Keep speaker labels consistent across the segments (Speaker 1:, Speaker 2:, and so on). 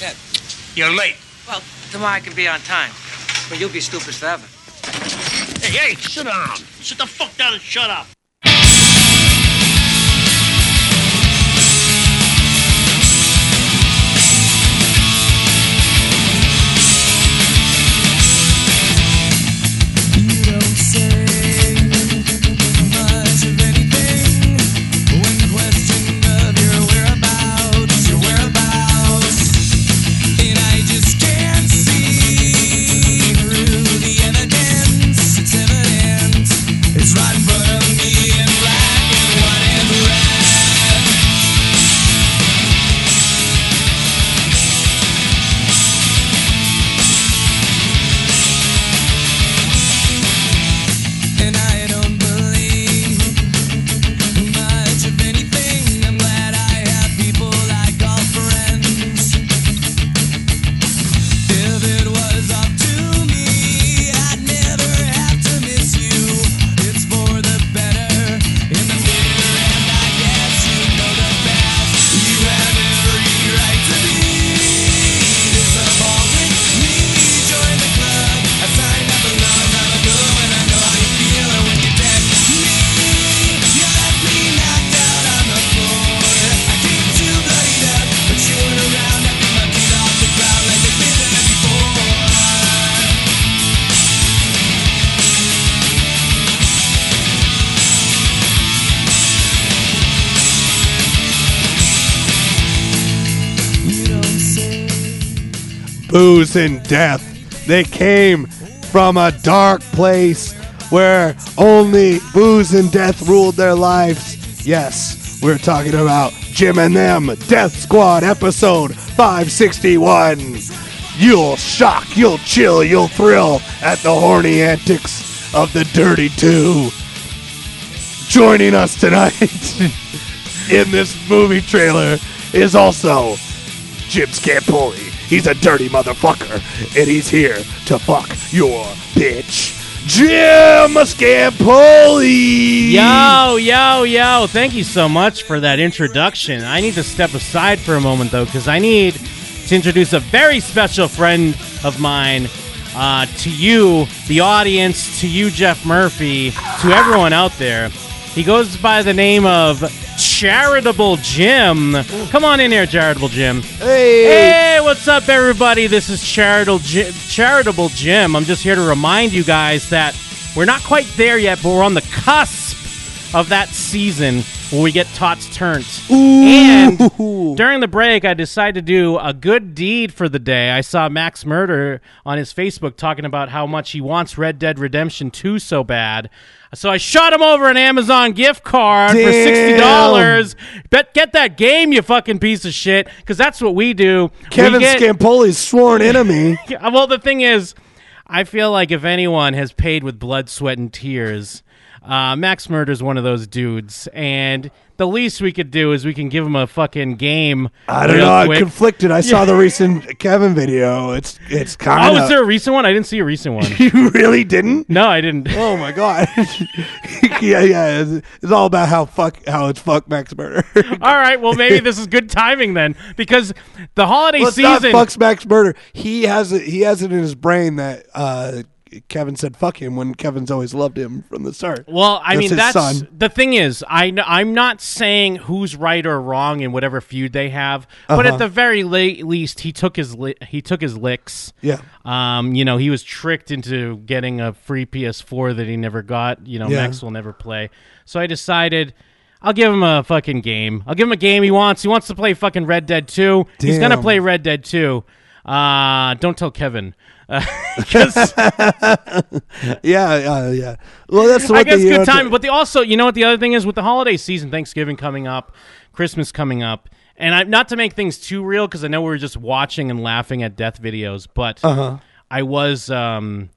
Speaker 1: that.
Speaker 2: You're late.
Speaker 1: Well, tomorrow I can be on time. But you'll be stupid forever.
Speaker 2: Hey, hey, sit down. Sit the fuck down and shut up.
Speaker 3: booze and death. They came from a dark place where only booze and death ruled their lives. Yes, we're talking about Jim and them, Death Squad episode 561. You'll shock, you'll chill, you'll thrill at the horny antics of the Dirty Two. Joining us tonight in this movie trailer is also Jim Scampoli. He's a dirty motherfucker, and he's here to fuck your bitch. Jim Scampoli!
Speaker 4: Yo, yo, yo. Thank you so much for that introduction. I need to step aside for a moment, though, because I need to introduce a very special friend of mine uh, to you, the audience, to you, Jeff Murphy, to everyone out there. He goes by the name of Charitable Jim. Come on in here, Charitable Jim.
Speaker 3: Hey!
Speaker 4: Hey, what's up, everybody? This is Charitable Jim. Charitable Jim. I'm just here to remind you guys that we're not quite there yet, but we're on the cusp of that season where we get tots turned. And during the break, I decided to do a good deed for the day. I saw Max Murder on his Facebook talking about how much he wants Red Dead Redemption 2 so bad. So I shot him over an Amazon gift card for sixty dollars. Bet get that game, you fucking piece of shit, because that's what we do. We
Speaker 3: Kevin
Speaker 4: get-
Speaker 3: Scampoli's sworn enemy.
Speaker 4: yeah, well, the thing is, I feel like if anyone has paid with blood, sweat, and tears, uh, Max Murder's one of those dudes, and the least we could do is we can give him a fucking game.
Speaker 3: I don't
Speaker 4: real
Speaker 3: know. I'm
Speaker 4: quick.
Speaker 3: conflicted. I saw the recent Kevin video. It's it's
Speaker 4: oh,
Speaker 3: kind
Speaker 4: was
Speaker 3: of.
Speaker 4: there a recent one? I didn't see a recent one.
Speaker 3: you really didn't?
Speaker 4: no, I didn't.
Speaker 3: Oh my god! yeah, yeah. It's, it's all about how fuck how it's fuck Max Murder.
Speaker 4: All right, well maybe this is good timing then, because the holiday
Speaker 3: Well, it's not
Speaker 4: season.
Speaker 3: fucks Max Murder. He has it. He has it in his brain that uh, Kevin said "fuck him" when Kevin's always loved him from the start.
Speaker 4: Well, I
Speaker 3: That's
Speaker 4: mean,
Speaker 3: his
Speaker 4: that's
Speaker 3: son.
Speaker 4: the thing is, I kn- I'm not saying who's right or wrong in whatever feud they have, but
Speaker 3: Uh-huh.
Speaker 4: at the very late least, he took his li- he took his licks.
Speaker 3: Yeah.
Speaker 4: Um, you know, he was tricked into getting a free PS4 that he never got. You know,
Speaker 3: Yeah.
Speaker 4: Max will never play. So I decided. I'll give him a fucking game. I'll give him a game he wants. He wants to play fucking Red Dead 2. He's going to
Speaker 3: Damn.
Speaker 4: play Red Dead 2. Uh, don't tell Kevin. Uh, 'cause-
Speaker 3: Yeah, uh, yeah. Well, that's what
Speaker 4: I guess
Speaker 3: they,
Speaker 4: good
Speaker 3: time.
Speaker 4: timing. But the also, you know what the other thing is with the holiday season, Thanksgiving coming up, Christmas coming up, and I not to make things too real because I know we were just watching and laughing at death videos, but
Speaker 3: Uh-huh.
Speaker 4: I was um,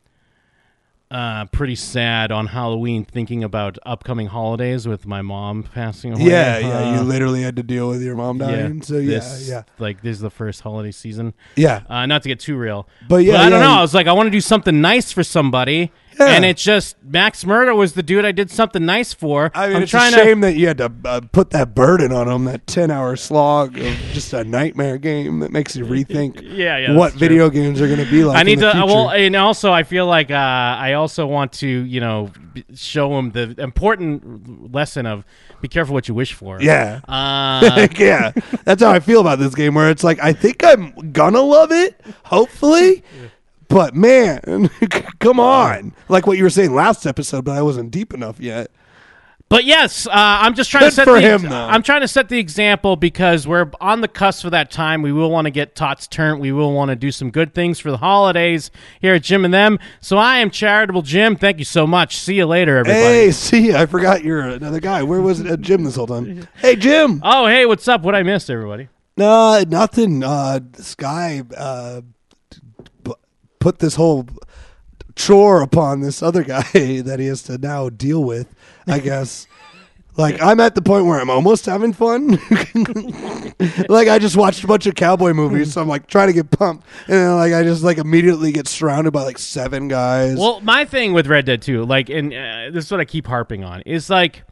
Speaker 4: uh, pretty sad on Halloween thinking about upcoming holidays with my mom passing away.
Speaker 3: yeah, yeah.
Speaker 4: Uh,
Speaker 3: You literally had to deal with your mom dying. so yeah,
Speaker 4: this-
Speaker 3: yeah,
Speaker 4: Like this is the first holiday season.
Speaker 3: yeah.
Speaker 4: Uh, not to get too real,
Speaker 3: But yeah,
Speaker 4: I don't
Speaker 3: yeah,
Speaker 4: know.
Speaker 3: you-
Speaker 4: I was like, I want to do something nice for somebody,
Speaker 3: Yeah.
Speaker 4: And it's just Max Murder was the dude I did something nice for.
Speaker 3: I mean,
Speaker 4: am
Speaker 3: it's
Speaker 4: trying
Speaker 3: a shame that you had to uh, put that burden on him, that 10 hour slog of just a nightmare game that makes you rethink
Speaker 4: Yeah, yeah,
Speaker 3: what
Speaker 4: that's true.
Speaker 3: video games are going to be like.
Speaker 4: I need
Speaker 3: in the
Speaker 4: to. uh,
Speaker 3: Future.
Speaker 4: Well, and also I feel like uh, I also want to, you know, b- show him the important lesson of be careful what you wish for.
Speaker 3: Yeah.
Speaker 4: Uh,
Speaker 3: Like, yeah, that's how I feel about this game. Where it's like, I think I'm gonna love it, hopefully, but man, come on! Like what you were saying last episode, but I wasn't deep enough yet.
Speaker 4: but yes, uh, I'm just trying
Speaker 3: Good
Speaker 4: to set
Speaker 3: for
Speaker 4: the,
Speaker 3: him, though.
Speaker 4: I'm trying to set the example because we're on the cusp of that time. We will want to get Tots turned. We will want to do some good things for the holidays here at Jim and Them. So I am charitable Jim. Thank you so much. See you later, everybody.
Speaker 3: Hey, see, I forgot you're another guy. Where was it, uh, Jim this whole time? Hey, Jim.
Speaker 4: Oh, hey, what's up? What I missed, everybody?
Speaker 3: No, nothing. Uh, this guy uh, b- put this whole chore upon this other guy that he has to now deal with. I guess. Like I'm at the point where I'm almost having fun. like I just watched a bunch of cowboy movies, so I'm like trying to get pumped, and then like I just like immediately get surrounded by like seven guys.
Speaker 4: Well, my thing with Red Dead 2, like, and uh, this is what I keep harping on, is like,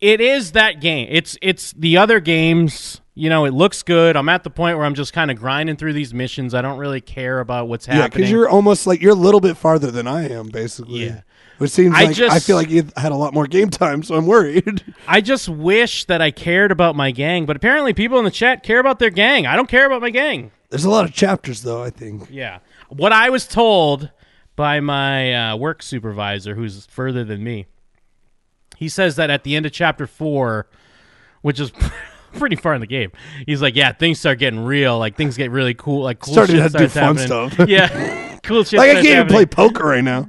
Speaker 4: it is that game. It's it's the other games. You know, it looks good. I'm at the point where I'm just kind of grinding through these missions. I don't really care about what's
Speaker 3: yeah,
Speaker 4: happening.
Speaker 3: because you're almost like you're a little bit farther than I am, basically.
Speaker 4: Yeah.
Speaker 3: Which seems
Speaker 4: I
Speaker 3: like I
Speaker 4: just-
Speaker 3: feel like you had a lot more game time, so I'm worried.
Speaker 4: I just wish that I cared about my gang, but apparently people in the chat care about their gang. I don't care about my gang.
Speaker 3: There's a lot of chapters, though. I think.
Speaker 4: Yeah. What I was told by my uh, work supervisor, who's further than me, he says that at the end of chapter four, which is pretty far in the game, he's like, "Yeah, things start getting real. Like things get really cool. Like cool
Speaker 3: Started
Speaker 4: shit
Speaker 3: to do
Speaker 4: starts
Speaker 3: fun
Speaker 4: happening.
Speaker 3: stuff.
Speaker 4: Yeah, cool shit.
Speaker 3: Like I can't
Speaker 4: starts
Speaker 3: even
Speaker 4: happening.
Speaker 3: play poker right now.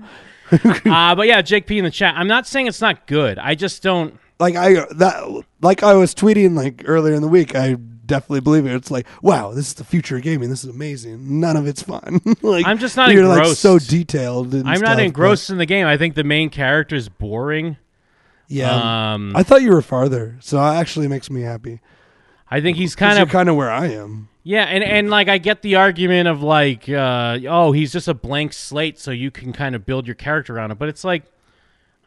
Speaker 4: Uh, but yeah, Jake P in the chat. I'm not saying it's not good. I just don't.
Speaker 3: Like I that like I was tweeting like earlier in the week. I definitely believe it. It's like wow, this is the future of gaming. This is amazing. None of it's fun. like
Speaker 4: I'm just not
Speaker 3: you're like
Speaker 4: engrossed.
Speaker 3: so detailed. And
Speaker 4: I'm
Speaker 3: stuff,
Speaker 4: not
Speaker 3: but-
Speaker 4: engrossed in the game. I think the main character is boring.
Speaker 3: Yeah,
Speaker 4: Um,
Speaker 3: I thought you were farther, so it actually makes me happy.
Speaker 4: I think he's
Speaker 3: Kind
Speaker 4: kind of
Speaker 3: kind of where I am.
Speaker 4: Yeah, and, and like I get the argument of like, uh, oh, he's just a blank slate, so you can kind of build your character around it. But it's like,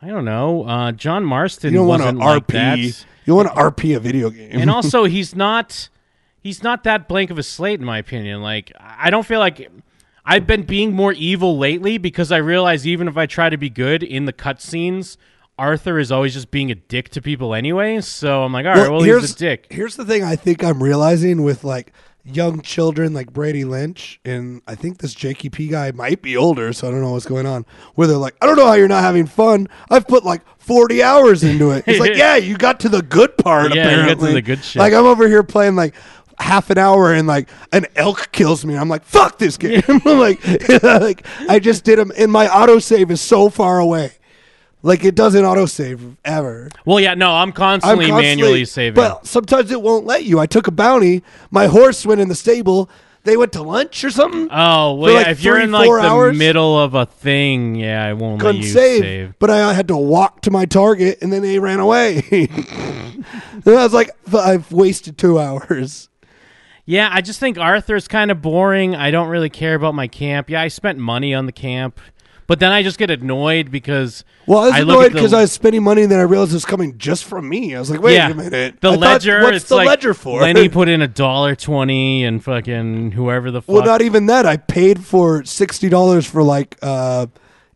Speaker 4: I don't know, uh, John Marston
Speaker 3: You don't want to
Speaker 4: wasn't like
Speaker 3: RP.
Speaker 4: that,
Speaker 3: you want to RP a video game.
Speaker 4: and also he's not, he's not that blank of a slate in my opinion. Like I don't feel like I've been being more evil lately because I realize even if I try to be good in the cutscenes, Arthur is always just being a dick to people anyway. So I'm like, all right, well, he's a dick.
Speaker 3: Here's the thing I think I'm realizing with like young children like Brady Lynch and I think this JKP guy might be older, so I don't know what's going on. Where they're like, I don't know how you're not having fun. I've put like 40 hours into it. It's like, yeah, you got to the good part.
Speaker 4: Yeah, you got to
Speaker 3: apparently.
Speaker 4: the good shit.
Speaker 3: Like I'm over here playing like half an hour and like an elk kills me. I'm like, fuck this game. like, like I just did him, and my autosave is so far away. Like it doesn't autosave ever.
Speaker 4: Well, yeah, no, I'm constantly, manually saving.
Speaker 3: But sometimes it won't let you. I took a bounty. My horse went in the stable. They went to lunch or something.
Speaker 4: Oh
Speaker 3: for,
Speaker 4: well, yeah,
Speaker 3: like,
Speaker 4: if you you're
Speaker 3: three,
Speaker 4: in like
Speaker 3: four
Speaker 4: the
Speaker 3: hours.
Speaker 4: middle of a thing, yeah, I won't let
Speaker 3: couldn't
Speaker 4: you
Speaker 3: save,
Speaker 4: save.
Speaker 3: but I had to walk to my target, and then they ran away. and I was like, I've wasted two hours.
Speaker 4: Yeah, I just think Arthur's kind of boring. I don't really care about my camp. Yeah, I spent money on the camp, but then I just get annoyed because
Speaker 3: Well, I was
Speaker 4: look
Speaker 3: annoyed
Speaker 4: at the-
Speaker 3: because I was spending money, and then I realized it was coming just from me. I was like, wait
Speaker 4: yeah,
Speaker 3: a minute.
Speaker 4: The
Speaker 3: I thought,
Speaker 4: ledger.
Speaker 3: what's
Speaker 4: it's
Speaker 3: the
Speaker 4: like
Speaker 3: ledger for?
Speaker 4: Lenny put in a dollar twenty, and fucking whoever the fuck.
Speaker 3: Well, not even that. I paid for sixty dollars for like uh,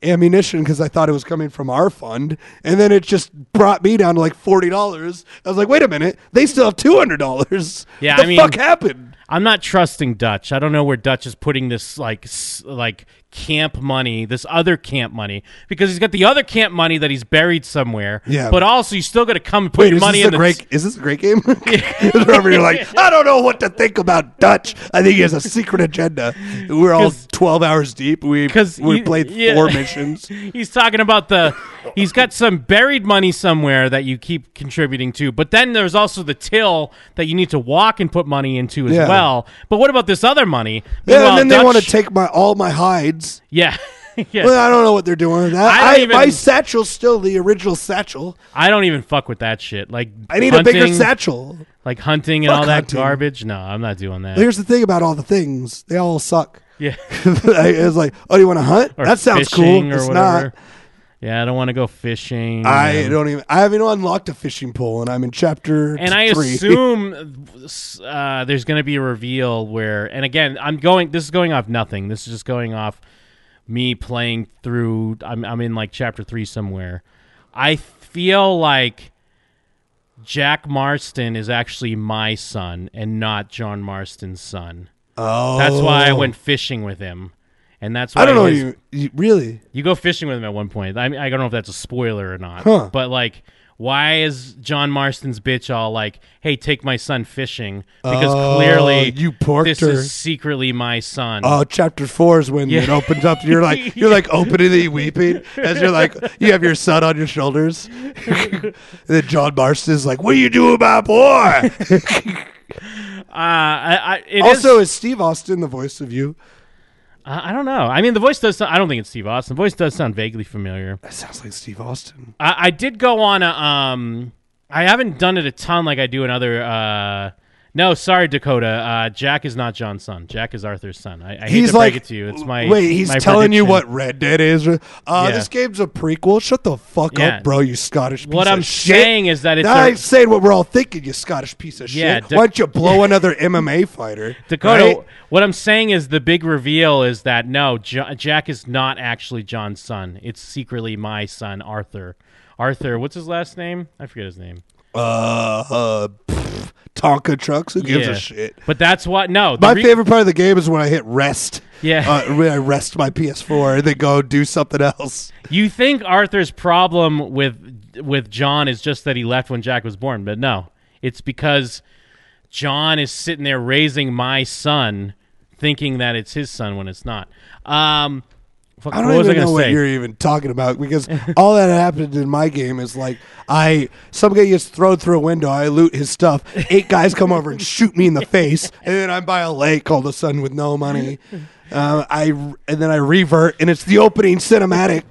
Speaker 3: ammunition because I thought it was coming from our fund, and then it just brought me down to like forty dollars. I was like, wait a minute, they still have two hundred dollars.
Speaker 4: Yeah,
Speaker 3: the
Speaker 4: I mean-
Speaker 3: fuck happened.
Speaker 4: I'm not trusting Dutch. I don't know where Dutch is putting this like s- like camp money, this other camp money, because he's got the other camp money that he's buried somewhere.
Speaker 3: Yeah.
Speaker 4: But also, you still got to come and put
Speaker 3: Wait,
Speaker 4: your
Speaker 3: is
Speaker 4: money
Speaker 3: this
Speaker 4: in
Speaker 3: a
Speaker 4: the
Speaker 3: great? Is this a great game? Remember, you're like, I don't know what to think about Dutch. I think he has a secret agenda. We're all
Speaker 4: 'Cause-
Speaker 3: twelve hours deep. We
Speaker 4: 'cause
Speaker 3: we
Speaker 4: you-
Speaker 3: played
Speaker 4: yeah.
Speaker 3: four missions.
Speaker 4: He's talking about the. He's got some buried money somewhere that you keep contributing to, but then there's also the till that you need to walk and put money into as
Speaker 3: Yeah.
Speaker 4: well. But what about this other money?
Speaker 3: Yeah,
Speaker 4: Meanwhile,
Speaker 3: and then they
Speaker 4: Dutch-
Speaker 3: want to take my all my hides.
Speaker 4: Yeah. yeah.
Speaker 3: Well, I don't know what they're doing with that.
Speaker 4: I
Speaker 3: I
Speaker 4: don't even-
Speaker 3: my satchel's still the original satchel.
Speaker 4: I don't even fuck with that shit. Like
Speaker 3: I need a bigger
Speaker 4: hunting-
Speaker 3: satchel.
Speaker 4: Like hunting and
Speaker 3: Fuck
Speaker 4: all that
Speaker 3: hunting.
Speaker 4: garbage. No, I'm not doing that.
Speaker 3: Here's the thing about all the things. They all suck.
Speaker 4: Yeah.
Speaker 3: it's like, oh, you want to hunt?
Speaker 4: Or
Speaker 3: that sounds cool.
Speaker 4: fishing or
Speaker 3: it's
Speaker 4: whatever.
Speaker 3: not.
Speaker 4: Yeah, I don't want to go fishing.
Speaker 3: I
Speaker 4: and-
Speaker 3: don't even. I haven't unlocked a fishing pole, and I'm in chapter.
Speaker 4: And I
Speaker 3: three.
Speaker 4: assume uh, there's going to be a reveal where, and again, I'm going. This is going off nothing. This is just going off me playing through. I'm, I'm in like chapter three somewhere. I feel like Jack Marston is actually my son and not John Marston's son.
Speaker 3: oh,
Speaker 4: That's why I went fishing with him, and that's why
Speaker 3: I don't know.
Speaker 4: his-
Speaker 3: You, you really?
Speaker 4: you go fishing with him at one point. I mean, I don't know if that's a spoiler or not,
Speaker 3: Huh.
Speaker 4: but like, why is John Marston's bitch all like, "Hey, take my son fishing"? Because
Speaker 3: Oh,
Speaker 4: clearly,
Speaker 3: you porked
Speaker 4: this
Speaker 3: her.
Speaker 4: is secretly my son.
Speaker 3: Oh, chapter four is when
Speaker 4: Yeah.
Speaker 3: it opens up. You're like you're like openly weeping as you're like you have your son on your shoulders. and then John Marston's like, "What do you do about boy?"
Speaker 4: uh, I, I, it
Speaker 3: also,
Speaker 4: is-
Speaker 3: is Steve Austin the voice of you?
Speaker 4: I I don't know. I mean, the voice does. Sound, I don't think it's Steve Austin. The voice does sound vaguely familiar.
Speaker 3: That sounds like Steve Austin.
Speaker 4: I, I did go on a. Um, I haven't done it a ton like I do in other. Uh, no, sorry, Dakota. Uh, Jack is not John's son. Jack is Arthur's son. I, I hate
Speaker 3: he's
Speaker 4: to
Speaker 3: like,
Speaker 4: break it to you. It's my
Speaker 3: wait. He's
Speaker 4: my
Speaker 3: telling you
Speaker 4: prediction.
Speaker 3: what Red Dead is. Uh, This game's a prequel. Shut the fuck
Speaker 4: Yeah.
Speaker 3: up, bro. You Scottish.
Speaker 4: What
Speaker 3: piece
Speaker 4: I'm
Speaker 3: of shit.
Speaker 4: saying is that it's
Speaker 3: I
Speaker 4: a-
Speaker 3: ain't saying what we're all thinking. You Scottish piece of
Speaker 4: Yeah,
Speaker 3: shit.
Speaker 4: Dak-
Speaker 3: Why don't you blow another MMA fighter,
Speaker 4: Dakota,
Speaker 3: right?
Speaker 4: what I'm saying is the big reveal is that no, jo- Jack is not actually John's son. It's secretly my son, Arthur. Arthur, what's his last name? I forget his name.
Speaker 3: uh, uh pff, Tonka trucks. Who gives
Speaker 4: Yeah.
Speaker 3: a shit?
Speaker 4: But that's what. No, the
Speaker 3: My
Speaker 4: re-
Speaker 3: favorite part of the game is when I hit rest.
Speaker 4: Yeah.
Speaker 3: uh, when I rest my PS4 and then go do something else.
Speaker 4: You think Arthur's problem with with John is just that he left when Jack was born, but no, it's because John is sitting there raising my son, thinking that it's his son when it's not. Um, fuck,
Speaker 3: I don't
Speaker 4: what was I
Speaker 3: even
Speaker 4: gonna
Speaker 3: know what
Speaker 4: say?
Speaker 3: you're even talking about because all that happened in my game is like I some guy gets thrown through a window, I loot his stuff, eight guys come over and shoot me in the face, and then I'm by a lake all of a sudden with no money. Uh, I and then I revert, and it's the opening cinematic.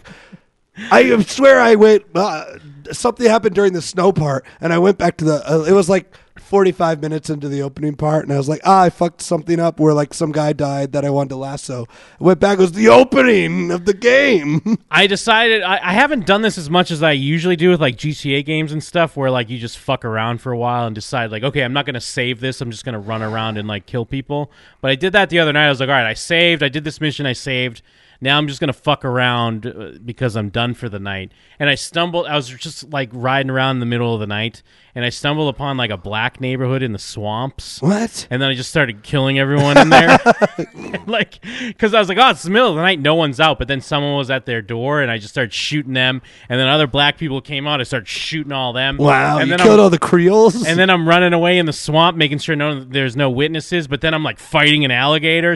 Speaker 3: I swear I went. Uh, something happened during the snow part, and I went back to the. Uh, it was like 45 minutes into the opening part, and I was like, ah, I fucked something up where like some guy died that I wanted to lasso. I went back. It was the opening of the game.
Speaker 4: I decided I, I haven't done this as much as I usually do with like GTA games and stuff, where like you just fuck around for a while and decide like, okay, I'm not gonna save this. I'm just gonna run around and like kill people. But I did that the other night. I was like, all right, I saved. I did this mission. I saved. Now I'm just gonna fuck around uh, because I'm done for the night. And I stumbled. I was just like riding around in the middle of the night, and I stumbled upon like a black neighborhood in the swamps
Speaker 3: what?
Speaker 4: and then I just started killing everyone in there, like because I was like, oh, it's the middle of the night, no one's out. But then someone was at their door, and I just started shooting them. And then other black people came out, I started shooting all them.
Speaker 3: Wow,
Speaker 4: and
Speaker 3: you
Speaker 4: then
Speaker 3: killed
Speaker 4: I'm,
Speaker 3: all the Creoles.
Speaker 4: and then I'm running away in the swamp, making sure no there's no witnesses. But then I'm like fighting an alligator.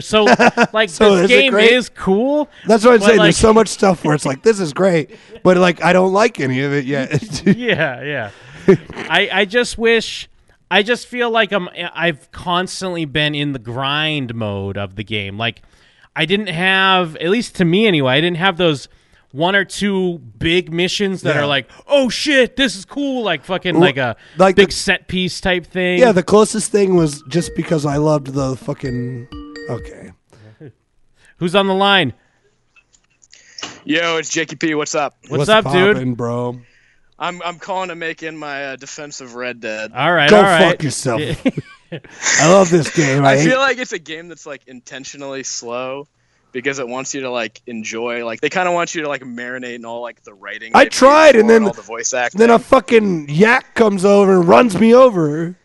Speaker 4: So like
Speaker 3: So
Speaker 4: this
Speaker 3: is it
Speaker 4: game
Speaker 3: great?
Speaker 4: is cool.
Speaker 3: That's what I'm
Speaker 4: but,
Speaker 3: saying.
Speaker 4: like-
Speaker 3: There's so much stuff where it's like, this is great, but like, I don't like any of it yet.
Speaker 4: yeah, yeah. I I just wish I just feel like I'm I've constantly been in the grind mode of the game. Like I didn't have at least to me anyway, I didn't have those one or two big missions that
Speaker 3: Yeah.
Speaker 4: are like, "Oh shit, this is cool." Like fucking
Speaker 3: Well,
Speaker 4: like a
Speaker 3: like
Speaker 4: big
Speaker 3: the-
Speaker 4: set piece type thing.
Speaker 3: yeah, the closest thing was just because I loved the fucking. Okay.
Speaker 4: Who's on the line?
Speaker 5: Yo, it's Jakey P. What's up?
Speaker 4: What's, up, dude?
Speaker 3: poppin', bro?
Speaker 5: I'm I'm calling to make in my uh, defense of Red Dead.
Speaker 4: All right,
Speaker 3: Go
Speaker 4: all right.
Speaker 3: fuck yourself. I love this game. I,
Speaker 5: I
Speaker 3: hate-
Speaker 5: feel like it's a game that's like intentionally slow because it wants you to like enjoy. Like they kind of want you to like marinate in all like the writing.
Speaker 3: I
Speaker 5: they paid
Speaker 3: tried, and
Speaker 5: for
Speaker 3: then-
Speaker 5: all the voice acting.
Speaker 3: then a fucking yak comes over and runs me over.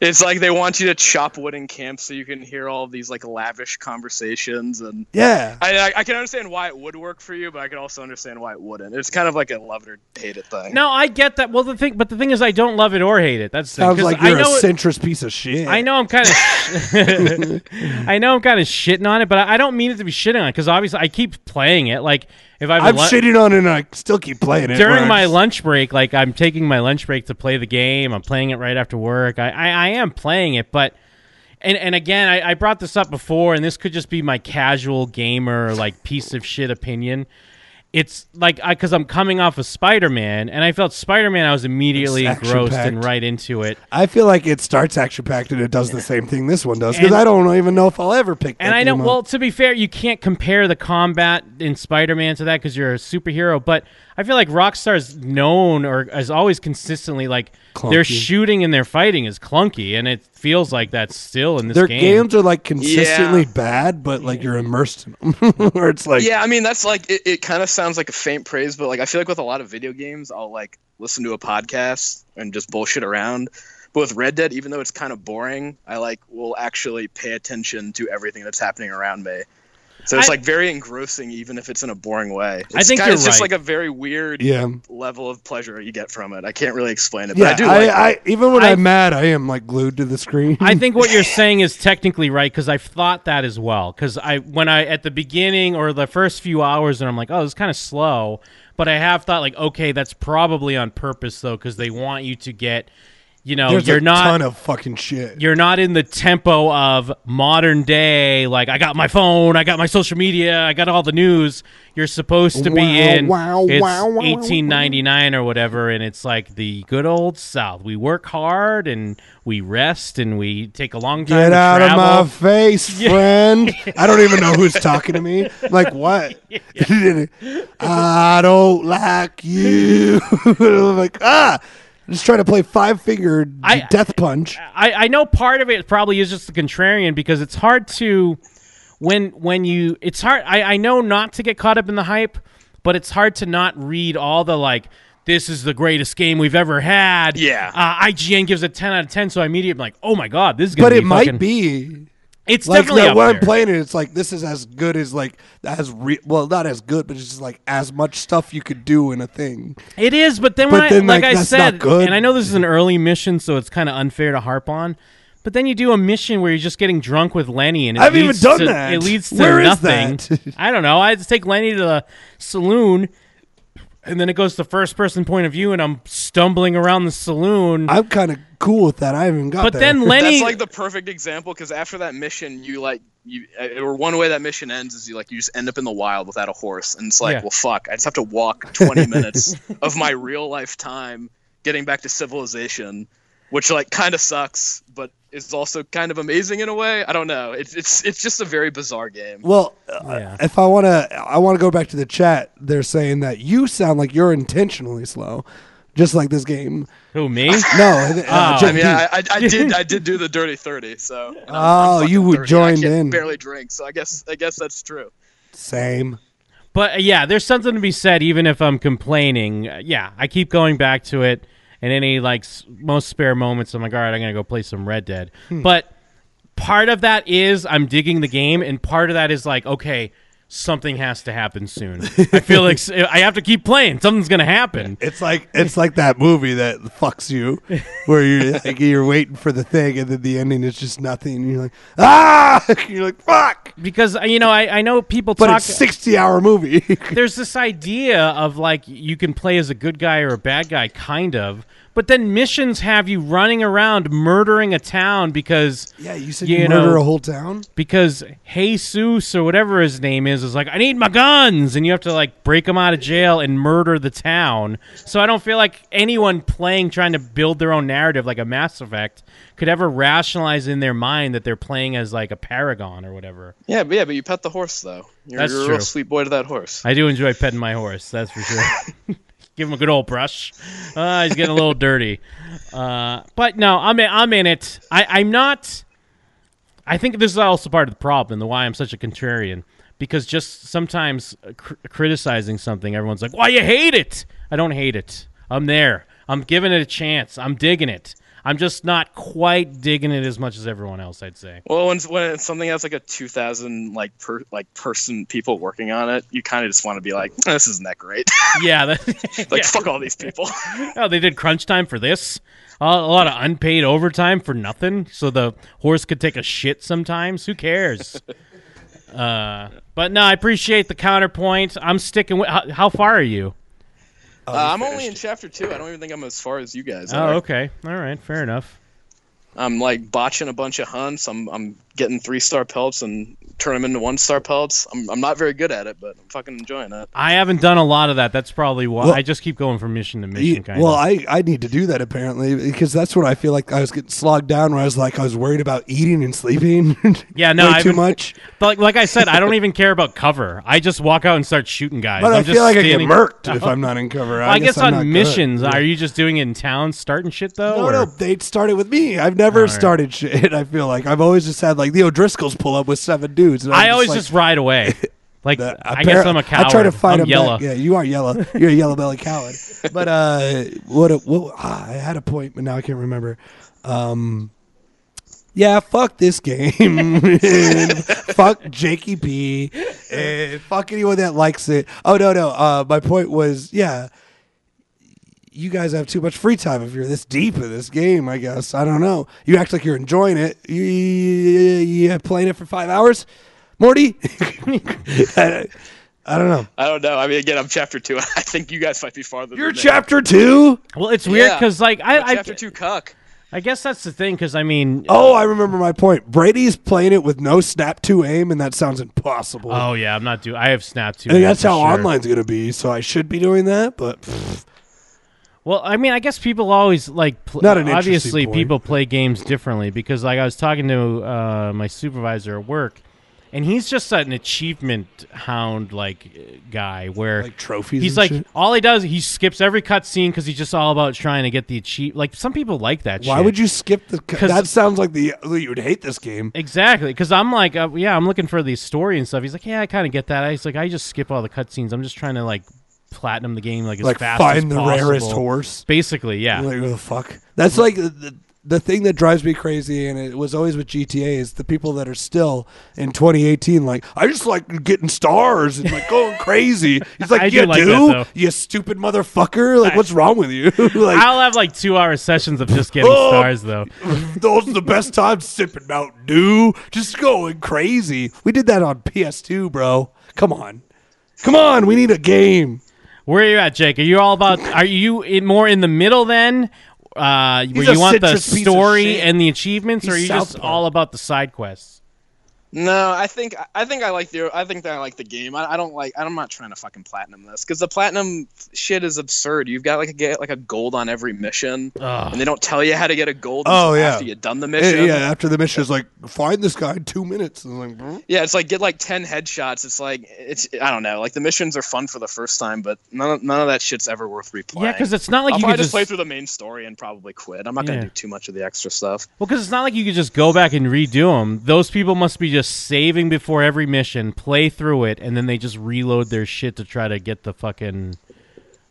Speaker 5: it's like they want you to chop wood in camp so you can hear all these like lavish conversations and.
Speaker 3: Yeah.
Speaker 5: I, I, I can understand why it would work for you, but I can also understand why it wouldn't. It's kind of like a love it or hate it thing.
Speaker 4: No, I get that. Well, the thing, but the thing is, I don't love it or hate it. That's the thing.
Speaker 3: Sounds
Speaker 4: 'Cause
Speaker 3: like
Speaker 4: I
Speaker 3: you're a
Speaker 4: know it-
Speaker 3: centrist piece of shit.
Speaker 4: I know I'm kind of, I know I'm kind of shitting on it, but I I don't mean it to be shitting on it because obviously I keep playing it. Like if I've
Speaker 3: I'm shitting on it and I still keep playing it.
Speaker 4: during
Speaker 3: where
Speaker 4: my
Speaker 3: I'm-
Speaker 4: lunch break, like I'm taking my lunch break to play the game. I'm playing it right after work. I I, I am playing it, but. And, and again, I, I brought this up before, and this could just be my casual gamer, like piece of shit opinion. it's like I because I'm coming off of Spider Man, and I felt Spider Man. I was immediately
Speaker 3: It's
Speaker 4: engrossed and
Speaker 3: action-packed.
Speaker 4: right into it.
Speaker 3: I feel like it starts action packed and it does the same thing this one does because
Speaker 4: And-
Speaker 3: I don't even know if I'll ever pick. That
Speaker 4: And I know.
Speaker 3: game up.
Speaker 4: Well, to be fair, you can't compare the combat in Spider-Man to that because you're a superhero. But I feel like Rockstar's known or is always consistently like their
Speaker 3: Clunky.
Speaker 4: shooting and their fighting is clunky, and it feels like that's still in this
Speaker 3: their
Speaker 4: game.
Speaker 3: games are like consistently
Speaker 5: Yeah.
Speaker 3: bad, but like you're immersed in them, where it's like
Speaker 5: yeah, I mean that's like it, it kind of sounds like a faint praise, but like I feel like with a lot of video games, I'll like listen to a podcast and just bullshit around. But with Red Dead, even though it's kind of boring, I like will actually pay attention to everything that's happening around me. So it's
Speaker 4: I-
Speaker 5: like very engrossing, even if it's in a boring way. It's
Speaker 4: I think
Speaker 5: kinda,
Speaker 4: you're
Speaker 5: it's just
Speaker 4: right.
Speaker 5: like a very weird
Speaker 3: yeah.
Speaker 5: level of pleasure you get from it. I can't really explain it, but
Speaker 3: Yeah,
Speaker 5: I do.
Speaker 3: I,
Speaker 5: like,
Speaker 3: I even when I,
Speaker 4: I-
Speaker 3: am mad, I am like glued to the screen.
Speaker 4: I think what you're saying is technically right because I've thought that as well. Because I, when I at the beginning or the first few hours, and I'm like, oh, it's kind of slow, but I have thought like, okay, that's probably on purpose though because they want you to get, you know,
Speaker 3: There's
Speaker 4: you're
Speaker 3: a
Speaker 4: not
Speaker 3: ton of fucking shit.
Speaker 4: you're not in the tempo of modern day like i got my phone i got my social media i got all the news you're supposed to be
Speaker 3: Wow,
Speaker 4: in
Speaker 3: wow,
Speaker 4: it's
Speaker 3: wow, wow, wow.
Speaker 4: 1899 or whatever and it's like the good old south we work hard and we rest and we take a long time
Speaker 3: Get
Speaker 4: to
Speaker 3: out
Speaker 4: travel.
Speaker 3: of my face, friend. I don't even know who's talking to me. I'm like, what? I don't like you. I'm like, ah, just trying to play five fingered
Speaker 4: I-
Speaker 3: death punch.
Speaker 4: I, I know part of it probably is just the contrarian because it's hard to when when you it's hard I, I know not to get caught up in the hype, but it's hard to not read all the like this is the greatest game we've ever had.
Speaker 5: Yeah.
Speaker 4: Uh, IGN gives a ten out of ten, so I immediately am like, oh my god, this is gonna
Speaker 3: But
Speaker 4: be
Speaker 3: it might
Speaker 4: fucking-
Speaker 3: be
Speaker 4: it's
Speaker 3: like
Speaker 4: definitely
Speaker 3: that
Speaker 4: up
Speaker 3: when I'm
Speaker 4: there.
Speaker 3: playing it. It's like this is as good as like as re- well, not as good, but it's just like as much stuff you could do in a thing.
Speaker 4: It is, but then when
Speaker 3: But
Speaker 4: I
Speaker 3: then,
Speaker 4: like,
Speaker 3: like,
Speaker 4: I
Speaker 3: that's not
Speaker 4: said,
Speaker 3: good.
Speaker 4: and I know this is an early mission, so it's kind of unfair to harp on. But then you do a mission where you're just getting drunk with Lenny, and it
Speaker 3: I haven't
Speaker 4: leads
Speaker 3: even done
Speaker 4: to,
Speaker 3: that.
Speaker 4: It leads to
Speaker 3: Where is
Speaker 4: nothing.
Speaker 3: that?
Speaker 4: I don't know. I just take Lenny to the saloon, and then it goes to first person point of view, and I'm stumbling around the saloon.
Speaker 3: I'm kind of cool with that. I haven't got.
Speaker 4: but
Speaker 3: there.
Speaker 4: then Lenny,
Speaker 5: That's like the perfect example because after that mission, you like you uh, or one way that mission ends is you like you just end up in the wild without a horse, and it's like,
Speaker 4: Yeah.
Speaker 5: well, fuck, I just have to walk 20 minutes of my real life time getting back to civilization, which like kind of sucks, but is also kind of amazing in a way. I don't know. It's it's it's just a very bizarre game.
Speaker 3: Well, uh,
Speaker 4: Yeah.
Speaker 3: if I want to, I want to go back to the chat. They're saying that you sound like you're intentionally slow, just like this game.
Speaker 4: who me?
Speaker 3: No, uh,
Speaker 4: Oh.
Speaker 3: Jim
Speaker 5: Ah, I mean,
Speaker 3: D.
Speaker 5: I, I, I did I did do the dirty thirty, so and I'm- I'm
Speaker 3: Oh,
Speaker 5: fucking
Speaker 3: you were
Speaker 5: 30. I
Speaker 3: joined
Speaker 5: can't
Speaker 3: in.
Speaker 5: Barely drink, so I guess I guess that's true.
Speaker 3: same.
Speaker 4: But uh, yeah, there's something to be said, even if I'm complaining. Uh, yeah, I keep going back to it. And any like s- most spare moments, I'm like, all right, I'm gonna go play some Red Dead.
Speaker 3: Hmm.
Speaker 4: But part of that is I'm digging the game, and part of that is like, okay, something has to happen soon. I feel like s- I have to keep playing. Something's gonna happen.
Speaker 3: It's like it's like that movie that fucks you, where you're like, you're waiting for the thing, and then the ending is just nothing, and you're like, ah, you're like, fuck.
Speaker 4: Because uh, you know, I, I know people
Speaker 3: But
Speaker 4: talk.
Speaker 3: it's sixty hour movie.
Speaker 4: there's this idea of like you can play as a good guy or a bad guy, kind of. But then missions have you running around murdering a town because
Speaker 3: yeah, you said
Speaker 4: You
Speaker 3: you murder
Speaker 4: know-
Speaker 3: a whole town.
Speaker 4: because Jesus or whatever his name is is like, I need my guns, and you have to like break him out of jail and murder the town. So I don't feel like anyone playing trying to build their own narrative like a Mass Effect could ever rationalize in their mind that they're playing as like a paragon or whatever.
Speaker 5: Yeah, but yeah, but you pet the horse though. You're,
Speaker 4: That's
Speaker 5: you're a real
Speaker 4: true.
Speaker 5: sweet boy to that horse.
Speaker 4: I do enjoy petting my horse, that's for sure. Give him a good old brush. Uh, he's getting a little dirty, uh, but no, I'm in, I'm in it. I, I'm not. I think this is also part of the problem, the why I'm such a contrarian, because just sometimes uh, cr- criticizing something, everyone's like, "Why you hate it?" I don't hate it. I'm there. I'm giving it a chance. I'm digging it. I'm just not quite digging it as much as everyone else. I'd say.
Speaker 5: Well, when, when it's something has like a two thousand like per like person people working on it, you kind of just want to be like, "Eh, this isn't that great.
Speaker 4: Yeah. That,
Speaker 5: like,
Speaker 4: yeah.
Speaker 5: fuck all these people.
Speaker 4: Oh, they did crunch time for this. A a lot of unpaid overtime for nothing, so the horse could take a shit sometimes. Who cares? uh, but no, I appreciate the counterpoint. I'm sticking with. How, how far are you?
Speaker 5: uh, I'm only in chapter two. I don't even think I'm as far as you guys. are.
Speaker 4: Oh, okay. All right. Fair enough.
Speaker 5: I'm like botching a bunch of hunts. I'm I'm getting three star pelts and turn them into one star pellets. I'm, I'm not very good at it, but I'm fucking enjoying it.
Speaker 4: I haven't done a lot of that. That's probably why
Speaker 3: Well-
Speaker 4: I just keep going from mission to
Speaker 3: Ye-
Speaker 4: mission. Kind
Speaker 3: well,
Speaker 4: of.
Speaker 3: I, I need to do that apparently because that's what I feel like I was getting slogged down where I was like I was worried about eating and sleeping.
Speaker 4: Yeah, no,
Speaker 3: way
Speaker 4: I've
Speaker 3: too
Speaker 4: been-
Speaker 3: much.
Speaker 4: like like I said, I don't even care about cover. I just walk out and start shooting guys.
Speaker 3: But
Speaker 4: I'm
Speaker 3: i
Speaker 4: just
Speaker 3: feel like I get
Speaker 4: standing-
Speaker 3: murked if I'm not in cover.
Speaker 4: Well, I guess,
Speaker 3: I'm not
Speaker 4: on
Speaker 3: good.
Speaker 4: missions, are you just doing it in town, starting shit though?
Speaker 3: No,
Speaker 4: or-
Speaker 3: no, they started with me. I've never started shit. I feel like I've always just had like the O'Driscolls pull up with seven dudes. And I'm
Speaker 4: I always
Speaker 3: like,
Speaker 4: just ride away. Like
Speaker 3: that-
Speaker 4: I guess I'm a coward.
Speaker 3: Uh, I try to fight
Speaker 4: I'm
Speaker 3: him
Speaker 4: yellow.
Speaker 3: Back. Yeah, you are yellow. You're a yellow belly coward. But uh, what? A, what ah, I had a point, but now I can't remember. Um, yeah, fuck this game. And fuck Jakey P. And fuck anyone that likes it. Oh no, no. Uh, my point was, yeah. You guys have too much free time if you're this deep in this game. I guess I don't know. You act like you're enjoying it. You, you, you playing it for five hours, Morty. I, I don't know.
Speaker 5: I don't know. I mean, again, I'm chapter two. I think you guys might be farther.
Speaker 3: You're
Speaker 5: than me.
Speaker 3: chapter two.
Speaker 4: Well, it's weird
Speaker 5: Yeah.
Speaker 4: because like I
Speaker 5: I'm
Speaker 4: I,
Speaker 5: chapter two cuck.
Speaker 4: I guess that's the thing because I mean
Speaker 3: Oh, I remember my point. Brady's playing it with no snap to aim, and that sounds impossible.
Speaker 4: oh yeah, I'm not do. I have snap too.
Speaker 3: I think that's how
Speaker 4: sure.
Speaker 3: online's gonna be. So I should be doing that, but pfft,
Speaker 4: Well, I mean, I guess people always like pl-
Speaker 3: Not an interesting
Speaker 4: obviously
Speaker 3: point.
Speaker 4: people play games differently because like I was talking to uh, my supervisor at work, and he's just an achievement hound like uh, guy where
Speaker 3: like trophies.
Speaker 4: he's
Speaker 3: and
Speaker 4: like
Speaker 3: shit.
Speaker 4: all he does he skips every cutscene because he's just all about trying to get the achieve. Like some people like that.
Speaker 3: why
Speaker 4: shit.
Speaker 3: would you skip the?
Speaker 4: 'Cause-
Speaker 3: That sounds like the you would hate this game.
Speaker 4: Exactly, because I'm like, uh, yeah, I'm looking for the story and stuff. He's like, yeah, I kind of get that. I- He's like, I just skip all the cutscenes. I'm just trying to like platinum the game like as
Speaker 3: Like
Speaker 4: fast as
Speaker 3: find the
Speaker 4: possible.
Speaker 3: rarest horse.
Speaker 4: Basically, yeah.
Speaker 3: Like, what the fuck? That's like the, the, the thing that drives me crazy, and it was always with GTA is the people that are still in 2018. Like, I just like getting stars and like going crazy. He's like,
Speaker 4: I do
Speaker 3: you do,
Speaker 4: like that, though.
Speaker 3: you stupid motherfucker. Like, what's wrong with you? like,
Speaker 4: I'll have like two hour sessions of just getting
Speaker 3: Oh.
Speaker 4: stars though.
Speaker 3: those are the best times sipping Mountain Dew, just going crazy. We did that on PS2, bro. Come on, come on. We need a game.
Speaker 4: Where are you at, Jake? Are you all about? Are you in more in the middle then? Uh, where
Speaker 3: a
Speaker 4: you want the
Speaker 3: citrus piece of
Speaker 4: story
Speaker 3: shit.
Speaker 4: and the achievements, or are
Speaker 3: He's
Speaker 4: you just
Speaker 3: South Park.
Speaker 4: all about the side quests?
Speaker 5: No, I think I think I like the I think that I like the game. I, I don't like I'm not trying to fucking platinum this because the platinum shit is absurd. You've got like a get like a gold on every mission, and they don't tell you how to get a gold.
Speaker 3: Oh,
Speaker 5: until
Speaker 3: yeah.
Speaker 5: after you've done the
Speaker 3: Yeah,
Speaker 5: mission.
Speaker 3: yeah, after the mission is like, find this guy in two minutes. And I'm like, "Hmm?"
Speaker 5: Yeah, it's like get like ten headshots. It's like it's I don't know. Like the missions are fun for the first time, but none of, none of that shit's ever worth replaying.
Speaker 4: Yeah, because it's not like
Speaker 5: I'll
Speaker 4: you
Speaker 5: probably
Speaker 4: could
Speaker 5: just
Speaker 4: just
Speaker 5: play through the main story and probably quit. I'm not gonna
Speaker 4: Yeah.
Speaker 5: do too much of the extra stuff.
Speaker 4: Well, because it's not like you could just go back and redo them. Those people must be just saving before every mission, play through it, and then they just reload their shit to try to get the fucking